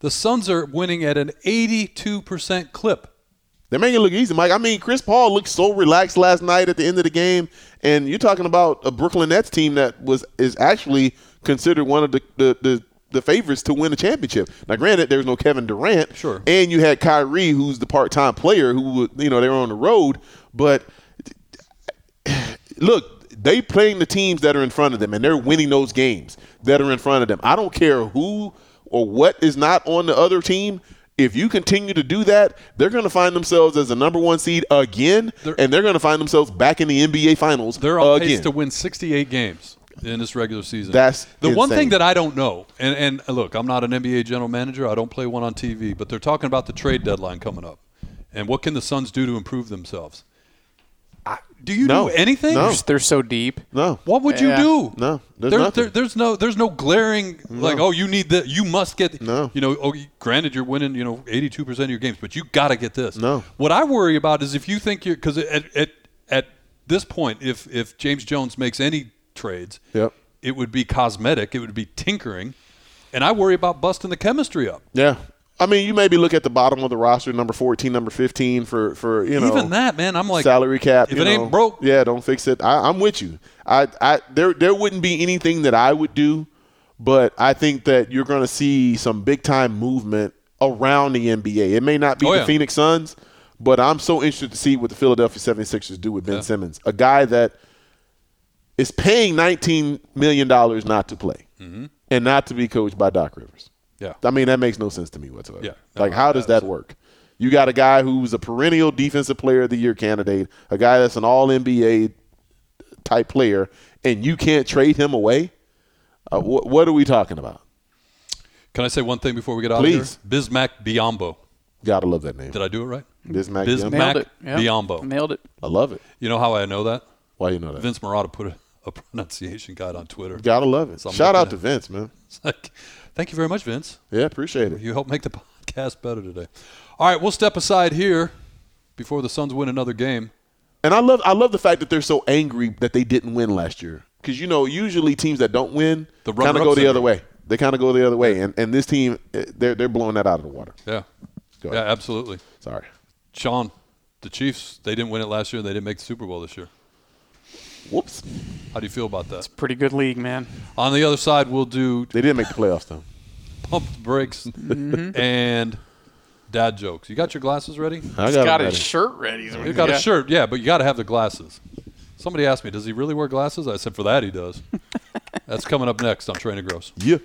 [SPEAKER 3] The Suns are winning at an 82% clip.
[SPEAKER 4] They're making it look easy, Mike. I mean, Chris Paul looked so relaxed last night at the end of the game, and you're talking about a Brooklyn Nets team that was is actually considered one of the the, the, the favorites to win the championship. Now, granted, there's no Kevin Durant,
[SPEAKER 3] Sure.
[SPEAKER 4] and you had Kyrie, who's the part time player, who would- you know they were on the road, but look, they playing the teams that are in front of them, and they're winning those games that are in front of them. I don't care who or what is not on the other team. If you continue to do that, they're going to find themselves as the number one seed again,
[SPEAKER 3] They're-
[SPEAKER 4] and they're going to find themselves back in the NBA Finals
[SPEAKER 3] They're on
[SPEAKER 4] again.
[SPEAKER 3] pace to win 68 games in this regular season.
[SPEAKER 4] That's
[SPEAKER 3] the one
[SPEAKER 4] insane.
[SPEAKER 3] thing that I don't know. And, and look, I'm not an NBA general manager. I don't play one on TV. But they're talking about the trade deadline coming up, and what can the Suns do to improve themselves? I, do you
[SPEAKER 4] No.
[SPEAKER 3] do anything?
[SPEAKER 4] No.
[SPEAKER 5] They're so deep.
[SPEAKER 4] no,
[SPEAKER 3] What would you
[SPEAKER 5] Yeah.
[SPEAKER 3] do?
[SPEAKER 4] No, there's
[SPEAKER 3] There-
[SPEAKER 4] nothing.
[SPEAKER 3] there- there's no, there's no glaring like, oh, you need that, you must get.
[SPEAKER 4] No.
[SPEAKER 3] you know. Oh, you- granted, you're winning, you know, 82 percent of your games, but you got to get this.
[SPEAKER 4] No.
[SPEAKER 3] What I worry about is if you think you're because at, at at this point, if if James Jones makes any trades,
[SPEAKER 4] Yep.
[SPEAKER 3] it would be cosmetic, it would be tinkering, and I worry about busting the chemistry up.
[SPEAKER 4] yeah. I mean, you maybe look at the bottom of the roster, number fourteen, number fifteen, for for you know
[SPEAKER 3] Even that, man, I'm like
[SPEAKER 4] salary cap.
[SPEAKER 3] If
[SPEAKER 4] you
[SPEAKER 3] it ain't
[SPEAKER 4] know.
[SPEAKER 3] broke,
[SPEAKER 4] yeah, don't fix it. I, I'm with you. I, I, there, there wouldn't be anything that I would do, but I think that you're going to see some big time movement around the NBA. It may not be
[SPEAKER 3] Oh,
[SPEAKER 4] the
[SPEAKER 3] yeah.
[SPEAKER 4] Phoenix Suns, but I'm so interested to see what the Philadelphia 76ers do with Ben Simmons, a guy that is paying 19 million dollars not to play
[SPEAKER 3] Mm-hmm.
[SPEAKER 4] and not to be coached by Doc Rivers.
[SPEAKER 3] Yeah.
[SPEAKER 4] I mean, that makes no sense to me whatsoever.
[SPEAKER 3] Yeah.
[SPEAKER 4] Like, how does that work? You got a guy who's a perennial defensive player of the year candidate, a guy that's an all NBA type player, and you can't trade him away? Uh, wh- what are we talking about?
[SPEAKER 3] Can I say one thing before we get out
[SPEAKER 4] Please.
[SPEAKER 3] of here? Bismack Biombo.
[SPEAKER 4] Gotta love that name.
[SPEAKER 3] Did I do it right?
[SPEAKER 4] Bismack.
[SPEAKER 3] Bismack.
[SPEAKER 4] Bismack.
[SPEAKER 5] Nailed
[SPEAKER 3] Mac
[SPEAKER 5] it. Yeah.
[SPEAKER 3] Biombo.
[SPEAKER 5] Nailed it.
[SPEAKER 4] I love it.
[SPEAKER 3] You know how I know that?
[SPEAKER 4] Why you know that?
[SPEAKER 3] Vince Morata put a, a pronunciation guide on Twitter.
[SPEAKER 4] Gotta love it.
[SPEAKER 3] So I'm
[SPEAKER 4] Shout
[SPEAKER 3] looking
[SPEAKER 4] out
[SPEAKER 3] at-
[SPEAKER 4] to Vince, man.
[SPEAKER 3] It's like, thank you very much, Vince.
[SPEAKER 4] Yeah, appreciate it.
[SPEAKER 3] You helped make the podcast better today. All right, we'll step aside here before the Suns win another game.
[SPEAKER 4] And I love I love the fact that they're so angry that they didn't win last year. Because you know, usually teams that don't win
[SPEAKER 3] The
[SPEAKER 4] kind
[SPEAKER 3] runner-up
[SPEAKER 4] of go the
[SPEAKER 3] syndrome.
[SPEAKER 4] other way. They kind of go the other way, and and this team eh, they're they're blowing that out of the water.
[SPEAKER 3] Yeah.
[SPEAKER 4] Go
[SPEAKER 3] yeah,
[SPEAKER 4] ahead.
[SPEAKER 3] absolutely.
[SPEAKER 4] Sorry.
[SPEAKER 3] Sean, the Chiefs, they didn't win it last year. They didn't make the Super Bowl this year.
[SPEAKER 4] Whoops.
[SPEAKER 3] How do you feel about that?
[SPEAKER 5] Pretty good league, man.
[SPEAKER 3] On the other side, we'll do
[SPEAKER 4] They didn't make the playoffs though.
[SPEAKER 3] pump the brakes and dad jokes. You got your glasses ready?
[SPEAKER 4] I
[SPEAKER 5] He's got
[SPEAKER 4] it
[SPEAKER 5] his
[SPEAKER 4] ready.
[SPEAKER 5] shirt ready. is what
[SPEAKER 3] You got
[SPEAKER 5] yeah.
[SPEAKER 3] a shirt, yeah, but you got to have the glasses. Somebody asked me, does he really wear glasses? I said, for that, he does. That's coming up next on Trainer Gross.
[SPEAKER 4] Yeah.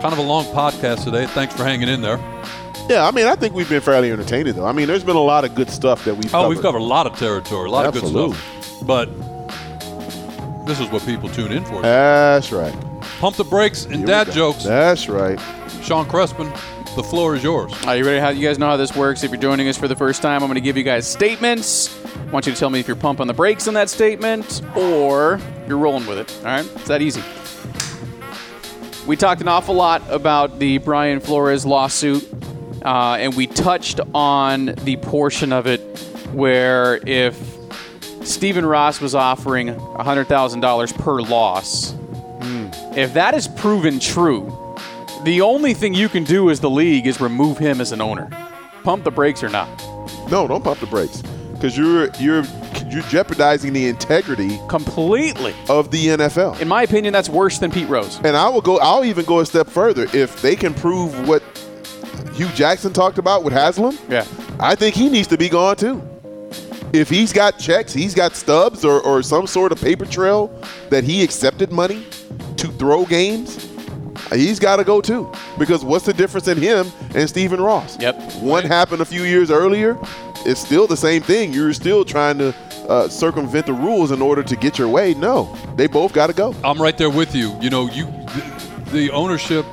[SPEAKER 3] Kind of a long podcast today. Thanks for hanging in there.
[SPEAKER 4] Yeah, I mean, I think we've been fairly entertaining though. I mean, there's been a lot of good stuff that we've
[SPEAKER 3] Oh,
[SPEAKER 4] covered.
[SPEAKER 3] we've covered a lot of territory, a lot of
[SPEAKER 4] Absolutely.
[SPEAKER 3] good stuff. But this is what people tune in for.
[SPEAKER 4] That's right.
[SPEAKER 3] Pump the brakes and
[SPEAKER 4] Uh, Here we
[SPEAKER 3] dad
[SPEAKER 4] go.
[SPEAKER 3] jokes.
[SPEAKER 4] That's right.
[SPEAKER 3] Sean Crespin, the floor is yours.
[SPEAKER 5] Are you ready? How you guys know how this works? If you're joining us for the first time, I'm going to give you guys statements. I want you to tell me if you're pumping the brakes on that statement or you're rolling with it. All right, it's that easy. We talked an awful lot about the Brian Flores lawsuit, uh, and we touched on the portion of it where if Stephen Ross was offering $100,000 per loss, if that is proven true, the only thing you can do as the league is remove him as an owner. Pump the brakes or not.
[SPEAKER 4] No, don't pump the brakes because you're you're you're jeopardizing the integrity
[SPEAKER 5] Completely.
[SPEAKER 4] of the NFL.
[SPEAKER 5] In my opinion, that's worse than Pete Rose.
[SPEAKER 4] And I will go. I'll even go a step further. If they can prove what Hugh Jackson talked about with Haslam,
[SPEAKER 5] Yeah.
[SPEAKER 4] I think he needs to be gone too. If he's got checks, he's got stubs or, or some sort of paper trail that he accepted money to throw games, he's got to go too. Because what's the difference in him and Stephen Ross?
[SPEAKER 5] Yep.
[SPEAKER 4] One happened a few years earlier. It's still the same thing. You're still trying to uh, circumvent the rules in order to get your way. No, they both got to go.
[SPEAKER 3] I'm right there with you. You know, you the, the ownership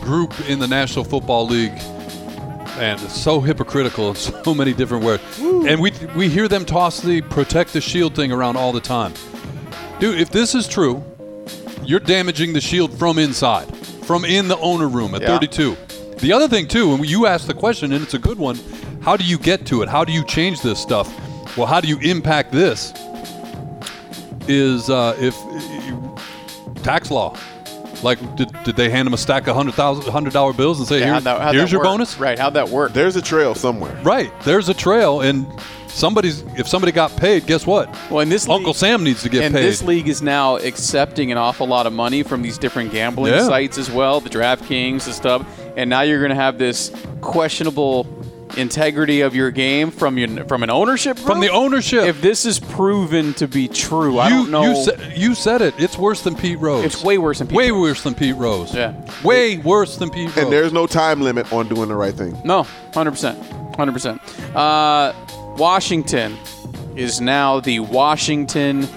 [SPEAKER 3] group in the National Football League and it's so hypocritical in so many different ways. And we we hear them toss the protect the shield thing around all the time. Dude, if this is true, you're damaging the shield from inside, from in the owner room at
[SPEAKER 4] Yeah.
[SPEAKER 3] 32. The other thing too, and you asked the question and it's a good one, how do you get to it? How do you change this stuff? Well, how do you impact this? Is uh, if tax law. Like, did, did they hand him a stack of hundred thousand hundred dollar bills and say,
[SPEAKER 5] Yeah,
[SPEAKER 3] "Here-
[SPEAKER 5] how'd that- how'd
[SPEAKER 3] "Here's
[SPEAKER 5] that
[SPEAKER 3] your
[SPEAKER 5] work?
[SPEAKER 3] bonus"?
[SPEAKER 5] Right. How'd that work?
[SPEAKER 4] There's a trail somewhere.
[SPEAKER 3] Right. There's a trail, and somebody's if somebody got paid, guess what?
[SPEAKER 5] Well, in this
[SPEAKER 3] Uncle
[SPEAKER 5] league-
[SPEAKER 3] Sam needs to get
[SPEAKER 5] and
[SPEAKER 3] paid.
[SPEAKER 5] this league is now accepting an awful lot of money from these different gambling
[SPEAKER 3] Yeah.
[SPEAKER 5] sites as well, the DraftKings and stuff. And now you're going to have this questionable integrity of your game from your, from an ownership group?
[SPEAKER 3] From the ownership.
[SPEAKER 5] If this is proven to be true,
[SPEAKER 3] you,
[SPEAKER 5] I don't know.
[SPEAKER 3] You said, you said it. It's worse than Pete Rose.
[SPEAKER 5] It's way worse than Pete
[SPEAKER 3] Way
[SPEAKER 5] Rose.
[SPEAKER 3] worse than Pete Rose.
[SPEAKER 5] Yeah.
[SPEAKER 3] Way worse than Pete Rose.
[SPEAKER 5] Oh.
[SPEAKER 4] And there's no time limit on doing the right thing.
[SPEAKER 5] No, hundred percent, hundred percent. Uh, Washington is now the Washington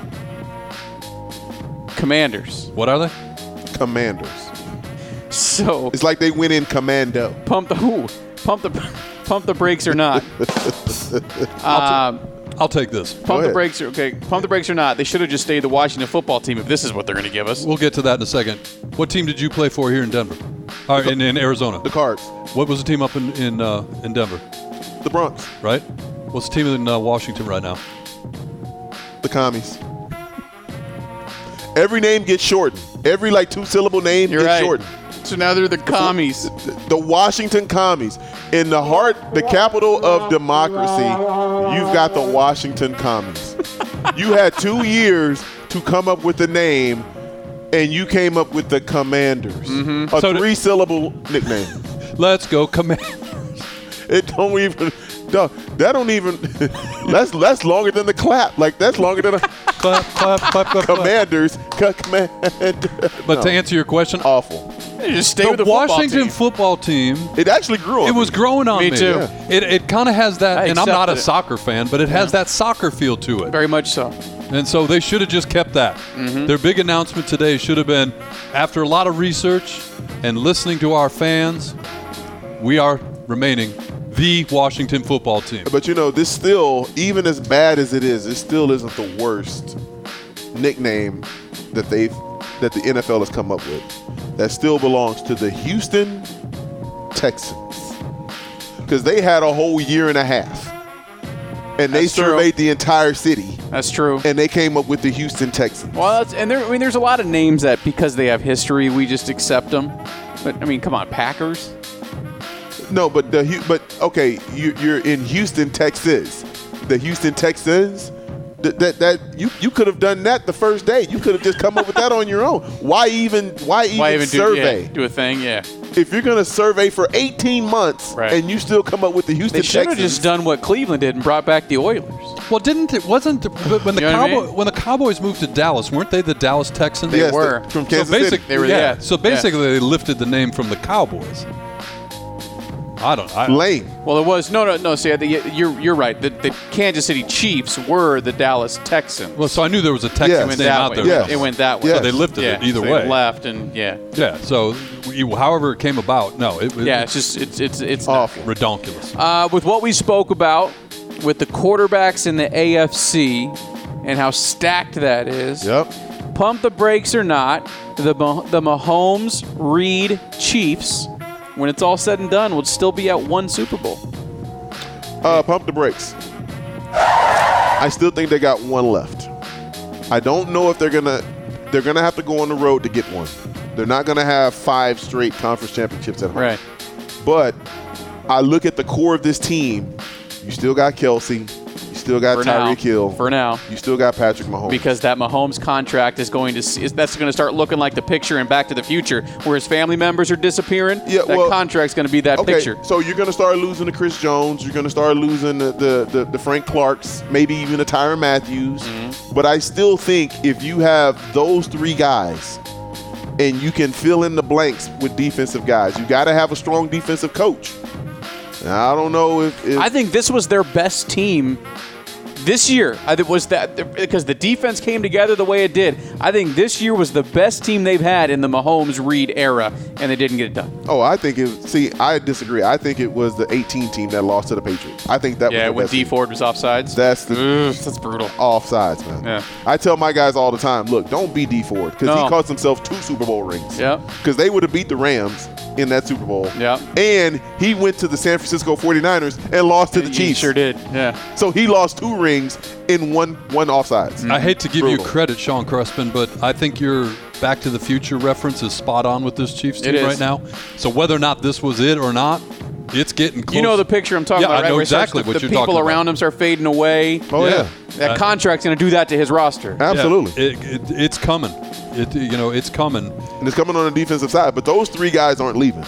[SPEAKER 5] Commanders.
[SPEAKER 3] what are they?
[SPEAKER 4] Commanders.
[SPEAKER 5] So
[SPEAKER 4] It's like they went in commando.
[SPEAKER 5] pump the who, pump the pump the brakes or not.
[SPEAKER 3] I'll take this.
[SPEAKER 5] Pump the
[SPEAKER 4] ahead.
[SPEAKER 5] brakes or okay. Pump the brakes or not. They should have just stayed the Washington football team if this is what they're going to give us.
[SPEAKER 3] We'll get to that in a second. What team did you play for here in Denver? All right, in, in Arizona.
[SPEAKER 4] The Cards.
[SPEAKER 3] What was the team up in in, uh, in Denver?
[SPEAKER 4] The Bronx.
[SPEAKER 3] Right. What's the team in uh, Washington right now?
[SPEAKER 4] The Commies. Every name gets shortened. Every like two syllable name
[SPEAKER 5] You're
[SPEAKER 4] gets
[SPEAKER 5] right.
[SPEAKER 4] shortened.
[SPEAKER 5] So now they're the commies.
[SPEAKER 4] The, the Washington Commies. In the heart, the capital of democracy, you've got the Washington Commies. you had two years to come up with a name, and you came up with the Commanders.
[SPEAKER 5] Mm-hmm.
[SPEAKER 4] A
[SPEAKER 3] So did-
[SPEAKER 4] three syllable nickname.
[SPEAKER 3] Let's go, command.
[SPEAKER 4] It don't even. Dog, that don't even. that's that's longer than the clap. Like that's longer than a
[SPEAKER 3] clap, clap, clap, clap, clap.
[SPEAKER 4] commanders. C- command.
[SPEAKER 3] But to answer your question,
[SPEAKER 4] Awful.
[SPEAKER 5] They just stay
[SPEAKER 3] the,
[SPEAKER 5] with the
[SPEAKER 3] Washington
[SPEAKER 5] football
[SPEAKER 3] football team.
[SPEAKER 4] It actually grew on
[SPEAKER 3] It was
[SPEAKER 4] me.
[SPEAKER 3] growing on me.
[SPEAKER 5] Me too.
[SPEAKER 4] Yeah.
[SPEAKER 3] It, it kind of has that,
[SPEAKER 5] I
[SPEAKER 3] and I'm not a
[SPEAKER 5] accepted it.
[SPEAKER 3] soccer fan, but it has that soccer feel to
[SPEAKER 5] team.
[SPEAKER 3] it.
[SPEAKER 5] Very Mm-hmm. much so.
[SPEAKER 3] And so they should have just kept that. Their big announcement today should have been after a lot of research and listening to our fans, we are remaining the Washington football team.
[SPEAKER 4] But you know, this still, even as bad as it is, it still isn't the worst nickname that they've that the NFL has come up with. That still belongs to the Houston Texans because they had a whole year and a half, and they
[SPEAKER 5] That's true.
[SPEAKER 4] surveyed the entire city,
[SPEAKER 5] That's true.
[SPEAKER 4] and they came up with the Houston Texans.
[SPEAKER 5] Well, that's, and there, I mean, there's a lot of names that because they have history, we just accept them. But I mean, come on, Packers.
[SPEAKER 4] No, but the Hu- but okay, you, you're in Houston, Texas. The Houston Texans. Th- that that you you could have done that the first day. You could have just come up with that on your own. Why even why even,
[SPEAKER 5] Why even do,
[SPEAKER 4] survey?
[SPEAKER 5] yeah, do a thing? Yeah,
[SPEAKER 4] If you're gonna survey for 18 months
[SPEAKER 5] Right.
[SPEAKER 4] and you still come up with the Houston
[SPEAKER 5] they should have
[SPEAKER 4] Texans,
[SPEAKER 5] just done what Cleveland did and brought back the Oilers.
[SPEAKER 3] Well, didn't it wasn't the, but when the
[SPEAKER 5] You know what I
[SPEAKER 3] Cowboy,
[SPEAKER 5] mean?
[SPEAKER 3] when the Cowboys moved to Dallas? Weren't they the Dallas Texans?
[SPEAKER 4] yes,
[SPEAKER 5] were.
[SPEAKER 4] the- from
[SPEAKER 3] So
[SPEAKER 4] Kansas
[SPEAKER 3] basically,
[SPEAKER 4] City.
[SPEAKER 5] They were-
[SPEAKER 3] yeah.
[SPEAKER 5] yeah,
[SPEAKER 3] So
[SPEAKER 5] yeah.
[SPEAKER 3] basically, they lifted the name from the Cowboys. I don't. I,
[SPEAKER 4] lame.
[SPEAKER 5] Well, it was no, no, no. See, I think you're you're right. The, the Kansas City Chiefs were the Dallas Texans.
[SPEAKER 3] Well, so I knew there was a
[SPEAKER 4] Yeah.
[SPEAKER 5] it
[SPEAKER 3] Texans
[SPEAKER 5] went
[SPEAKER 3] name
[SPEAKER 5] that
[SPEAKER 3] out
[SPEAKER 5] way.
[SPEAKER 3] there.
[SPEAKER 4] Yes.
[SPEAKER 5] It went that way.
[SPEAKER 4] So they
[SPEAKER 3] lifted it
[SPEAKER 5] Yeah,
[SPEAKER 3] either
[SPEAKER 5] so they
[SPEAKER 3] way.
[SPEAKER 5] left and yeah,
[SPEAKER 3] Yeah. So, you, however it came about, no, it, it,
[SPEAKER 5] yeah. It's just it's it's it's not-
[SPEAKER 4] Awful.
[SPEAKER 3] redonkulous.
[SPEAKER 5] Uh, with what we spoke about with the quarterbacks in the AFC and how stacked that is.
[SPEAKER 4] Yep.
[SPEAKER 5] Pump the brakes or not, the Mah- the Mahomes Reed Chiefs, when it's all said and done, would still be at one Super Bowl.
[SPEAKER 4] Uh, pump the brakes. I still think they got one left. I don't know if they're gonna they're gonna have to go on the road to get one. They're not gonna have five straight conference championships at home.
[SPEAKER 5] Right.
[SPEAKER 4] But I look at the core of this team. You still got Kelsey. You still got
[SPEAKER 5] For now.
[SPEAKER 4] Tyreek Hill.
[SPEAKER 5] For now.
[SPEAKER 4] You still got Patrick Mahomes.
[SPEAKER 5] Because that Mahomes contract is going to s- is, that's going to start looking like the picture in Back to the Future, where his family members are disappearing.
[SPEAKER 4] Yeah,
[SPEAKER 5] that
[SPEAKER 4] well-
[SPEAKER 5] contract's going to be that
[SPEAKER 4] okay,
[SPEAKER 5] picture.
[SPEAKER 4] so you're gonna start losing to Chris Jones. You're gonna start losing the the, the, the Frank Clarks, maybe even the Tyron Matthews.
[SPEAKER 5] Mm-hmm.
[SPEAKER 4] But I still think if you have those three guys, and you can fill in the blanks with defensive guys, you got to have a strong defensive coach. And I don't know if, if
[SPEAKER 5] I think this was their best team this year. I think was that because the defense came together the way it did. I think this year was the best team they've had in the Mahomes Reed era, and they didn't get it done.
[SPEAKER 4] Oh, I think it. See, I disagree. I think it was the 18 team that lost to the Patriots. I think that was the best team.
[SPEAKER 5] Ford was offsides.
[SPEAKER 4] That's the
[SPEAKER 5] that's brutal.
[SPEAKER 4] offsides, man.
[SPEAKER 5] Yeah.
[SPEAKER 4] I tell my guys all the time, look, don't be D Ford because
[SPEAKER 5] No.
[SPEAKER 4] he cost himself two Super Bowl rings.
[SPEAKER 5] Yep.
[SPEAKER 4] Because they would have beat the Rams in that Super Bowl.
[SPEAKER 5] Yep.
[SPEAKER 4] And he went to the San Francisco 49ers and lost to the Chiefs.
[SPEAKER 5] sure did. Yeah.
[SPEAKER 4] So he lost two rings in one one offsides.
[SPEAKER 5] Mm-hmm.
[SPEAKER 3] I hate to give
[SPEAKER 4] Brutal.
[SPEAKER 3] you credit, Sean Crespin, but I think your Back to the Future reference is spot on with this Chiefs
[SPEAKER 5] It
[SPEAKER 3] team
[SPEAKER 5] is.
[SPEAKER 3] right now. So whether or not this was it or not, it's getting close.
[SPEAKER 5] You know the picture I'm talking
[SPEAKER 3] Yeah,
[SPEAKER 5] about,
[SPEAKER 3] I
[SPEAKER 5] right?
[SPEAKER 3] know
[SPEAKER 5] Where it starts
[SPEAKER 3] exactly
[SPEAKER 5] to-
[SPEAKER 3] what
[SPEAKER 5] the
[SPEAKER 3] you're
[SPEAKER 5] people
[SPEAKER 3] talking about.
[SPEAKER 5] around him start fading away.
[SPEAKER 4] Oh yeah.
[SPEAKER 5] That contract's going to do that to his roster.
[SPEAKER 4] Absolutely.
[SPEAKER 3] Yeah, it, it, it's coming. It, you know, it's coming.
[SPEAKER 4] and it's coming on the defensive side, but those three guys aren't leaving.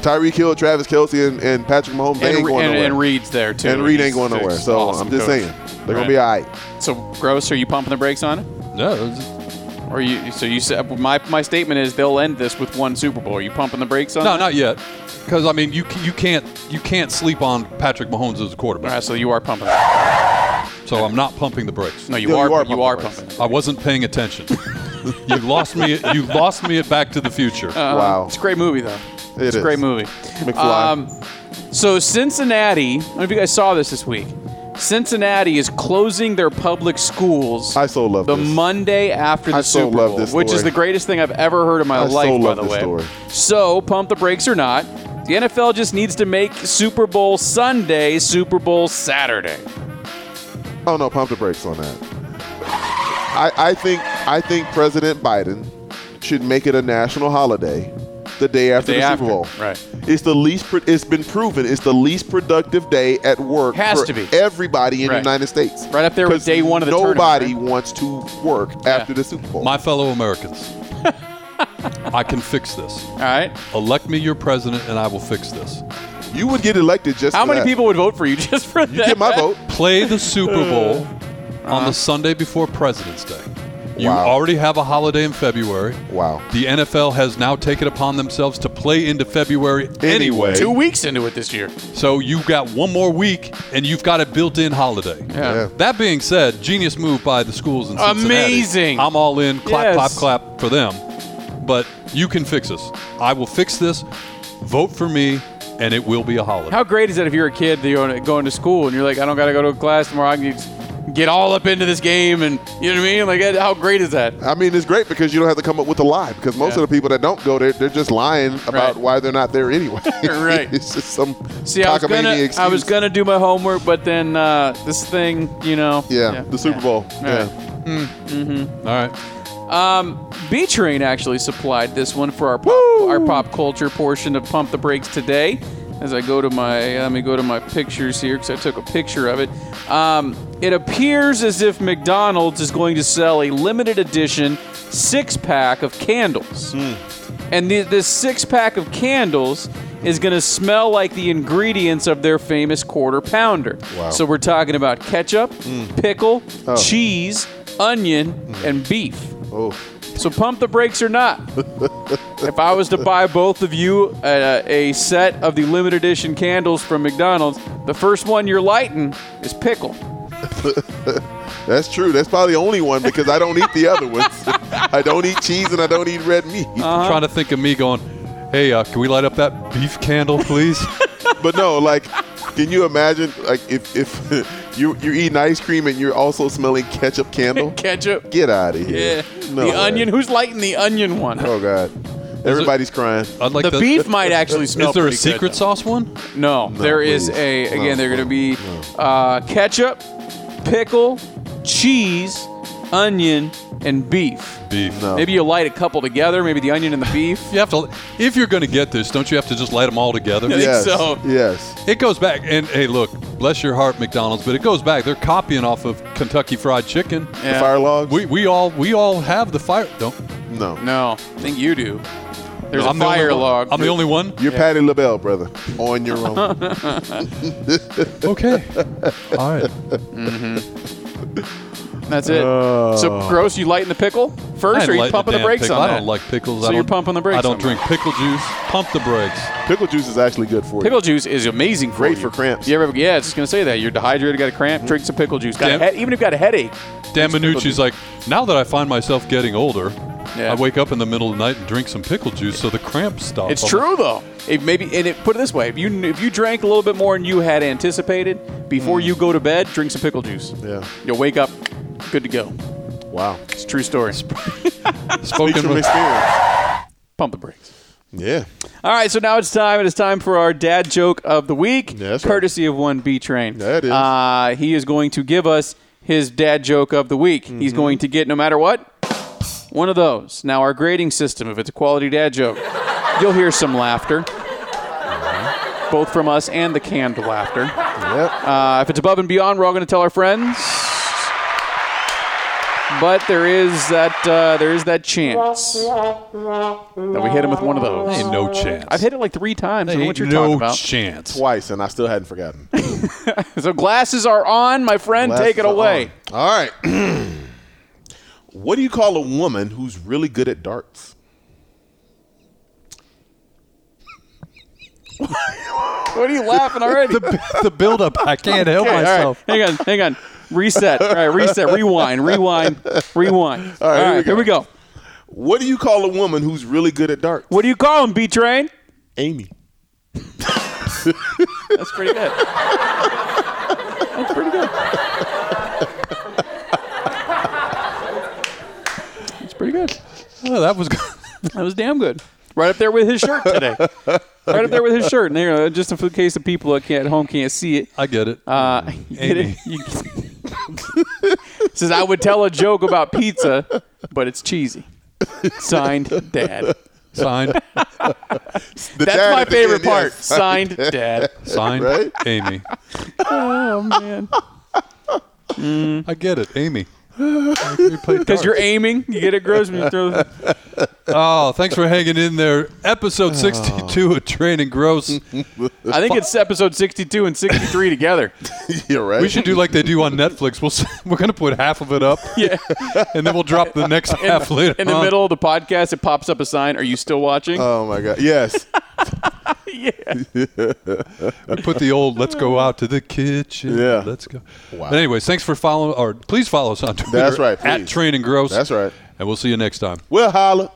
[SPEAKER 4] Tyreek Hill, Travis Kelsey, and, and Patrick Mahomes, they
[SPEAKER 5] and,
[SPEAKER 4] ain't
[SPEAKER 5] Re-
[SPEAKER 4] going
[SPEAKER 5] and,
[SPEAKER 4] nowhere.
[SPEAKER 5] and Reed's there too.
[SPEAKER 4] and Reed ain't
[SPEAKER 5] He's-
[SPEAKER 4] going
[SPEAKER 5] he's
[SPEAKER 4] nowhere. So
[SPEAKER 5] awesome
[SPEAKER 4] I'm just
[SPEAKER 5] coach.
[SPEAKER 4] saying they're gonna be all right.
[SPEAKER 5] So gross. Are you pumping the brakes on it?
[SPEAKER 3] Yeah, it's-
[SPEAKER 5] Or you? So you said my my statement is they'll end this with one Super Bowl. Are you pumping the brakes on?
[SPEAKER 3] no,
[SPEAKER 5] it?
[SPEAKER 3] not yet. Because I mean, you c- you can't you can't sleep on Patrick Mahomes as a
[SPEAKER 5] All
[SPEAKER 3] quarterback.
[SPEAKER 5] right, so you are pumping. it.
[SPEAKER 3] So I'm not pumping the brakes.
[SPEAKER 5] No, you
[SPEAKER 4] Yeah,
[SPEAKER 5] are.
[SPEAKER 4] you are
[SPEAKER 5] you are
[SPEAKER 4] pumping
[SPEAKER 5] pumping. it.
[SPEAKER 3] I wasn't paying attention. you lost me. You lost me at Back to the Future.
[SPEAKER 5] Uh-huh.
[SPEAKER 4] wow,
[SPEAKER 5] It's a great movie though.
[SPEAKER 4] Oh. is.
[SPEAKER 5] it's a great movie. Um,
[SPEAKER 4] McFly.
[SPEAKER 5] so Cincinnati. I don't know if you guys saw this this week. Cincinnati is closing their public schools.
[SPEAKER 4] I so love
[SPEAKER 5] the
[SPEAKER 4] this.
[SPEAKER 5] Monday after the
[SPEAKER 4] I so
[SPEAKER 5] Super
[SPEAKER 4] love
[SPEAKER 5] Bowl,
[SPEAKER 4] this
[SPEAKER 5] which is
[SPEAKER 4] story.
[SPEAKER 5] the greatest thing I've ever heard in my
[SPEAKER 4] I so
[SPEAKER 5] life. by
[SPEAKER 4] love
[SPEAKER 5] the
[SPEAKER 4] this
[SPEAKER 5] way,
[SPEAKER 4] story.
[SPEAKER 5] so pump the brakes or not, the NFL just needs to make Super Bowl Sunday Super Bowl Saturday.
[SPEAKER 4] Oh no, pump the brakes on that. I, I think I think President Biden should make it a national holiday the day after the,
[SPEAKER 5] day
[SPEAKER 4] Super
[SPEAKER 5] after,
[SPEAKER 4] Bowl.
[SPEAKER 5] right.
[SPEAKER 4] It's the least. pro- It's been proven. It's the least productive day at work.
[SPEAKER 5] Has
[SPEAKER 4] for
[SPEAKER 5] to be.
[SPEAKER 4] everybody in
[SPEAKER 5] Right.
[SPEAKER 4] the United States.
[SPEAKER 5] Right up there with
[SPEAKER 4] 'Cause
[SPEAKER 5] day one of the tournament,
[SPEAKER 4] Nobody
[SPEAKER 5] right?
[SPEAKER 4] wants to work after the Super Bowl.
[SPEAKER 3] My fellow Americans, I can fix this.
[SPEAKER 5] All right.
[SPEAKER 3] Elect me your president, and I will fix this.
[SPEAKER 4] you would get elected just.
[SPEAKER 5] How
[SPEAKER 4] for
[SPEAKER 5] many
[SPEAKER 4] that.
[SPEAKER 5] people would vote for you just for that?
[SPEAKER 4] Get my vote.
[SPEAKER 3] Play the Super Bowl on the Sunday before President's Day. You
[SPEAKER 4] Wow.
[SPEAKER 3] already have a holiday in February.
[SPEAKER 4] Wow.
[SPEAKER 3] The NFL has now taken upon themselves to play into February anyway.
[SPEAKER 5] Two weeks into it this year.
[SPEAKER 3] So you've got one more week, and you've got a built-in holiday.
[SPEAKER 4] Yeah.
[SPEAKER 3] That being said, genius move by the schools in Cincinnati.
[SPEAKER 5] Amazing.
[SPEAKER 3] I'm all in. Clap,
[SPEAKER 5] Yes.
[SPEAKER 3] clap, clap for them. But you can fix this. I will fix this. Vote for me. and it will be a holiday.
[SPEAKER 5] How great is that if you're a kid that you're going to school and you're like, I don't got to go to a class tomorrow. I can just get all up into this game and you know what I mean? Like, that- how great is that?
[SPEAKER 4] I mean, it's great because you don't have to come up with a lie because most
[SPEAKER 5] Yeah.
[SPEAKER 4] of the people that don't go there, they're just lying about
[SPEAKER 5] Right.
[SPEAKER 4] why they're not there anyway.
[SPEAKER 5] Right.
[SPEAKER 4] it's just some
[SPEAKER 5] See, I was gonna,
[SPEAKER 4] cockamamie
[SPEAKER 5] I was
[SPEAKER 4] excuse.
[SPEAKER 5] gonna do my homework, but then uh, this thing, you know.
[SPEAKER 4] Yeah, the Super Bowl.
[SPEAKER 5] Right.
[SPEAKER 4] Yeah.
[SPEAKER 3] All right.
[SPEAKER 5] B Train actually supplied this one for our pop, our pop culture portion of Pump the Brakes today. As I go to my, let me go to my pictures here because I took a picture of it. Um, it appears as if McDonald's is going to sell a limited edition six pack of candles, and the, this six pack of candles is going to smell like the ingredients of their famous quarter pounder.
[SPEAKER 4] Wow.
[SPEAKER 5] So we're talking about ketchup, pickle, cheese, onion, and beef.
[SPEAKER 4] Oh,
[SPEAKER 5] So pump the brakes or not. if I was to buy both of you uh, a set of the limited edition candles from McDonald's, the first one you're lighting is pickle.
[SPEAKER 4] that's true. That's probably the only one because I don't eat the other ones. I don't eat cheese and I don't eat red meat.
[SPEAKER 5] Uh-huh.
[SPEAKER 3] I'm trying to think of me going, hey, uh, can we light up that beef candle, please?
[SPEAKER 4] But no, like, can you imagine like if if you you're eating ice cream and you're also smelling ketchup candle?
[SPEAKER 5] Ketchup.
[SPEAKER 4] Get out of
[SPEAKER 5] Yeah.
[SPEAKER 4] here. No
[SPEAKER 5] the
[SPEAKER 4] way.
[SPEAKER 5] onion. Who's lighting the onion one?
[SPEAKER 4] Oh God. Everybody's crying.
[SPEAKER 3] I'd like
[SPEAKER 5] the
[SPEAKER 3] to-
[SPEAKER 5] beef might actually smell.
[SPEAKER 3] Is there a
[SPEAKER 5] pretty good,
[SPEAKER 3] secret
[SPEAKER 5] though.
[SPEAKER 3] sauce one?
[SPEAKER 5] No, there is
[SPEAKER 4] please.
[SPEAKER 5] a.
[SPEAKER 4] No,
[SPEAKER 5] Again, they're going to be
[SPEAKER 4] no.
[SPEAKER 5] uh, ketchup, pickle, cheese, onion, and beef.
[SPEAKER 3] Beef.
[SPEAKER 4] No.
[SPEAKER 5] Maybe you light a couple together. Maybe the onion and the beef.
[SPEAKER 3] You have to. If you're going to get this, don't you have to just light them all together?
[SPEAKER 5] Yeah.
[SPEAKER 4] Yes.
[SPEAKER 5] so.
[SPEAKER 4] Yes.
[SPEAKER 3] It goes back, and hey, look, bless your heart, McDonald's, but it goes back. They're copying off of Kentucky Fried Chicken.
[SPEAKER 5] Yeah.
[SPEAKER 4] Fire logs.
[SPEAKER 3] We, we all we all have the fire. Don't.
[SPEAKER 4] no.
[SPEAKER 5] No, I think you do. There's
[SPEAKER 3] I'm
[SPEAKER 5] a
[SPEAKER 3] the only
[SPEAKER 5] fire
[SPEAKER 3] one.
[SPEAKER 5] log.
[SPEAKER 3] I'm the only one.
[SPEAKER 4] You're Patty LaBelle, brother, on your own.
[SPEAKER 3] Okay. all right.
[SPEAKER 5] That's it.
[SPEAKER 4] Oh.
[SPEAKER 5] so gross. You lighting the pickle
[SPEAKER 3] I
[SPEAKER 5] first,
[SPEAKER 3] ain't
[SPEAKER 5] or you
[SPEAKER 3] lighting
[SPEAKER 5] pumping
[SPEAKER 3] the
[SPEAKER 5] the,
[SPEAKER 3] damn
[SPEAKER 5] brakes
[SPEAKER 3] pickle.
[SPEAKER 5] on
[SPEAKER 3] I
[SPEAKER 5] that?
[SPEAKER 3] don't like pickles.
[SPEAKER 5] So
[SPEAKER 3] I don't,
[SPEAKER 5] you're pumping the brakes
[SPEAKER 3] I don't
[SPEAKER 5] on
[SPEAKER 3] drink pickle juice. Pump the brakes.
[SPEAKER 4] Pickle juice is actually good for
[SPEAKER 5] pickle juice is amazing. For
[SPEAKER 4] Great
[SPEAKER 5] you.
[SPEAKER 4] for cramps.
[SPEAKER 5] You ever? Yeah, I was just gonna say that. You're dehydrated, got a cramp, drink some pickle juice. Got a
[SPEAKER 3] Damn.
[SPEAKER 5] he- even if you got a headache.
[SPEAKER 3] Dan Minucci's like, now that I find myself getting older,
[SPEAKER 5] Yeah.
[SPEAKER 3] I wake up in the middle of the night and drink some pickle juice so the cramps stop.
[SPEAKER 5] It's true though. If maybe and it, put it this way: if you if you drank a little bit more than you had anticipated before you go to bed, drink some pickle juice.
[SPEAKER 4] you. Mm. Yeah.
[SPEAKER 5] You'll wake up good to go.
[SPEAKER 4] Wow.
[SPEAKER 5] It's a true story.
[SPEAKER 4] Speaks
[SPEAKER 3] Spoken
[SPEAKER 4] from
[SPEAKER 3] with,
[SPEAKER 4] experience.
[SPEAKER 5] Pump the brakes.
[SPEAKER 4] Yeah.
[SPEAKER 5] All right, so now it's time. It is time for our dad joke of the week,
[SPEAKER 4] Yeah, that's right.
[SPEAKER 5] courtesy of One B Train.
[SPEAKER 4] Yeah, it is.
[SPEAKER 5] Uh, he is going to give us his dad joke of the week. He's
[SPEAKER 4] Mm-hmm.
[SPEAKER 5] going to get no matter what one of those. Now our grading system, if it's a quality dad joke, you'll hear some laughter, both from us and the canned laughter.
[SPEAKER 4] Yep.
[SPEAKER 5] Uh, if it's above and beyond, we're all going to tell our friends. But there is that uh, there is that chance that we hit him with one of those.
[SPEAKER 3] ain't no chance.
[SPEAKER 5] I've hit it like three times. I don't
[SPEAKER 3] ain't
[SPEAKER 5] know what you're talking
[SPEAKER 3] no
[SPEAKER 5] about.
[SPEAKER 3] chance.
[SPEAKER 4] Twice, and I still hadn't forgotten.
[SPEAKER 5] so glasses are on, my friend. Take it
[SPEAKER 4] Glasses are
[SPEAKER 5] away.
[SPEAKER 4] on. All right. what do you call a woman who's really good at darts?
[SPEAKER 5] What are you laughing already?
[SPEAKER 3] the buildup, I can't help
[SPEAKER 5] All right,
[SPEAKER 3] myself.
[SPEAKER 5] hang on, hang on. Reset. All right, reset. Rewind. Rewind. Rewind. All
[SPEAKER 4] right, here we go.
[SPEAKER 5] here we go.
[SPEAKER 4] What do you call a woman who's really good at darts?
[SPEAKER 5] What do you call him, B Train?
[SPEAKER 4] Amy.
[SPEAKER 5] That's pretty good. That's pretty good. That's pretty good.
[SPEAKER 3] Oh, that was good.
[SPEAKER 5] That was damn good. Right up there with his shirt today. Right up there with his shirt. And there, uh, just in case the people that can't- at home can't see it,
[SPEAKER 3] I get it.
[SPEAKER 5] Uh, you get it? You says I would tell a joke about pizza, but it's cheesy. Signed, Dad.
[SPEAKER 3] signed,
[SPEAKER 4] The
[SPEAKER 5] That's
[SPEAKER 4] dad
[SPEAKER 5] my
[SPEAKER 4] at the
[SPEAKER 5] favorite
[SPEAKER 4] end,
[SPEAKER 5] part.
[SPEAKER 4] yes.
[SPEAKER 5] Signed, Dad.
[SPEAKER 3] signed,
[SPEAKER 4] Right?
[SPEAKER 3] Amy.
[SPEAKER 5] Oh man,
[SPEAKER 3] I get it, Amy. Because
[SPEAKER 5] because you're aiming, you get it gross when you throw.
[SPEAKER 3] Oh, thanks for hanging in there. Episode 62
[SPEAKER 4] Oh.
[SPEAKER 3] of Train and Gross.
[SPEAKER 5] I think it's episode 62 and 63 together.
[SPEAKER 4] yeah, right.
[SPEAKER 3] We should do like they do on Netflix. We'll, s- we're going to put half of it up,
[SPEAKER 5] Yeah,
[SPEAKER 3] and then we'll drop the next half later.
[SPEAKER 5] in the
[SPEAKER 3] on.
[SPEAKER 5] middle of the podcast, it pops up a sign. Are you still watching?
[SPEAKER 4] oh my God. Yes.
[SPEAKER 3] put the old "Let's go out to the kitchen."
[SPEAKER 4] Yeah.
[SPEAKER 3] let's go.
[SPEAKER 4] Wow.
[SPEAKER 3] But anyways, thanks for following. Or please follow us on Twitter.
[SPEAKER 4] That's right,
[SPEAKER 3] At
[SPEAKER 4] please.
[SPEAKER 3] Train and Gross.
[SPEAKER 4] That's right.
[SPEAKER 3] And we'll see you next time.
[SPEAKER 4] We'll holler.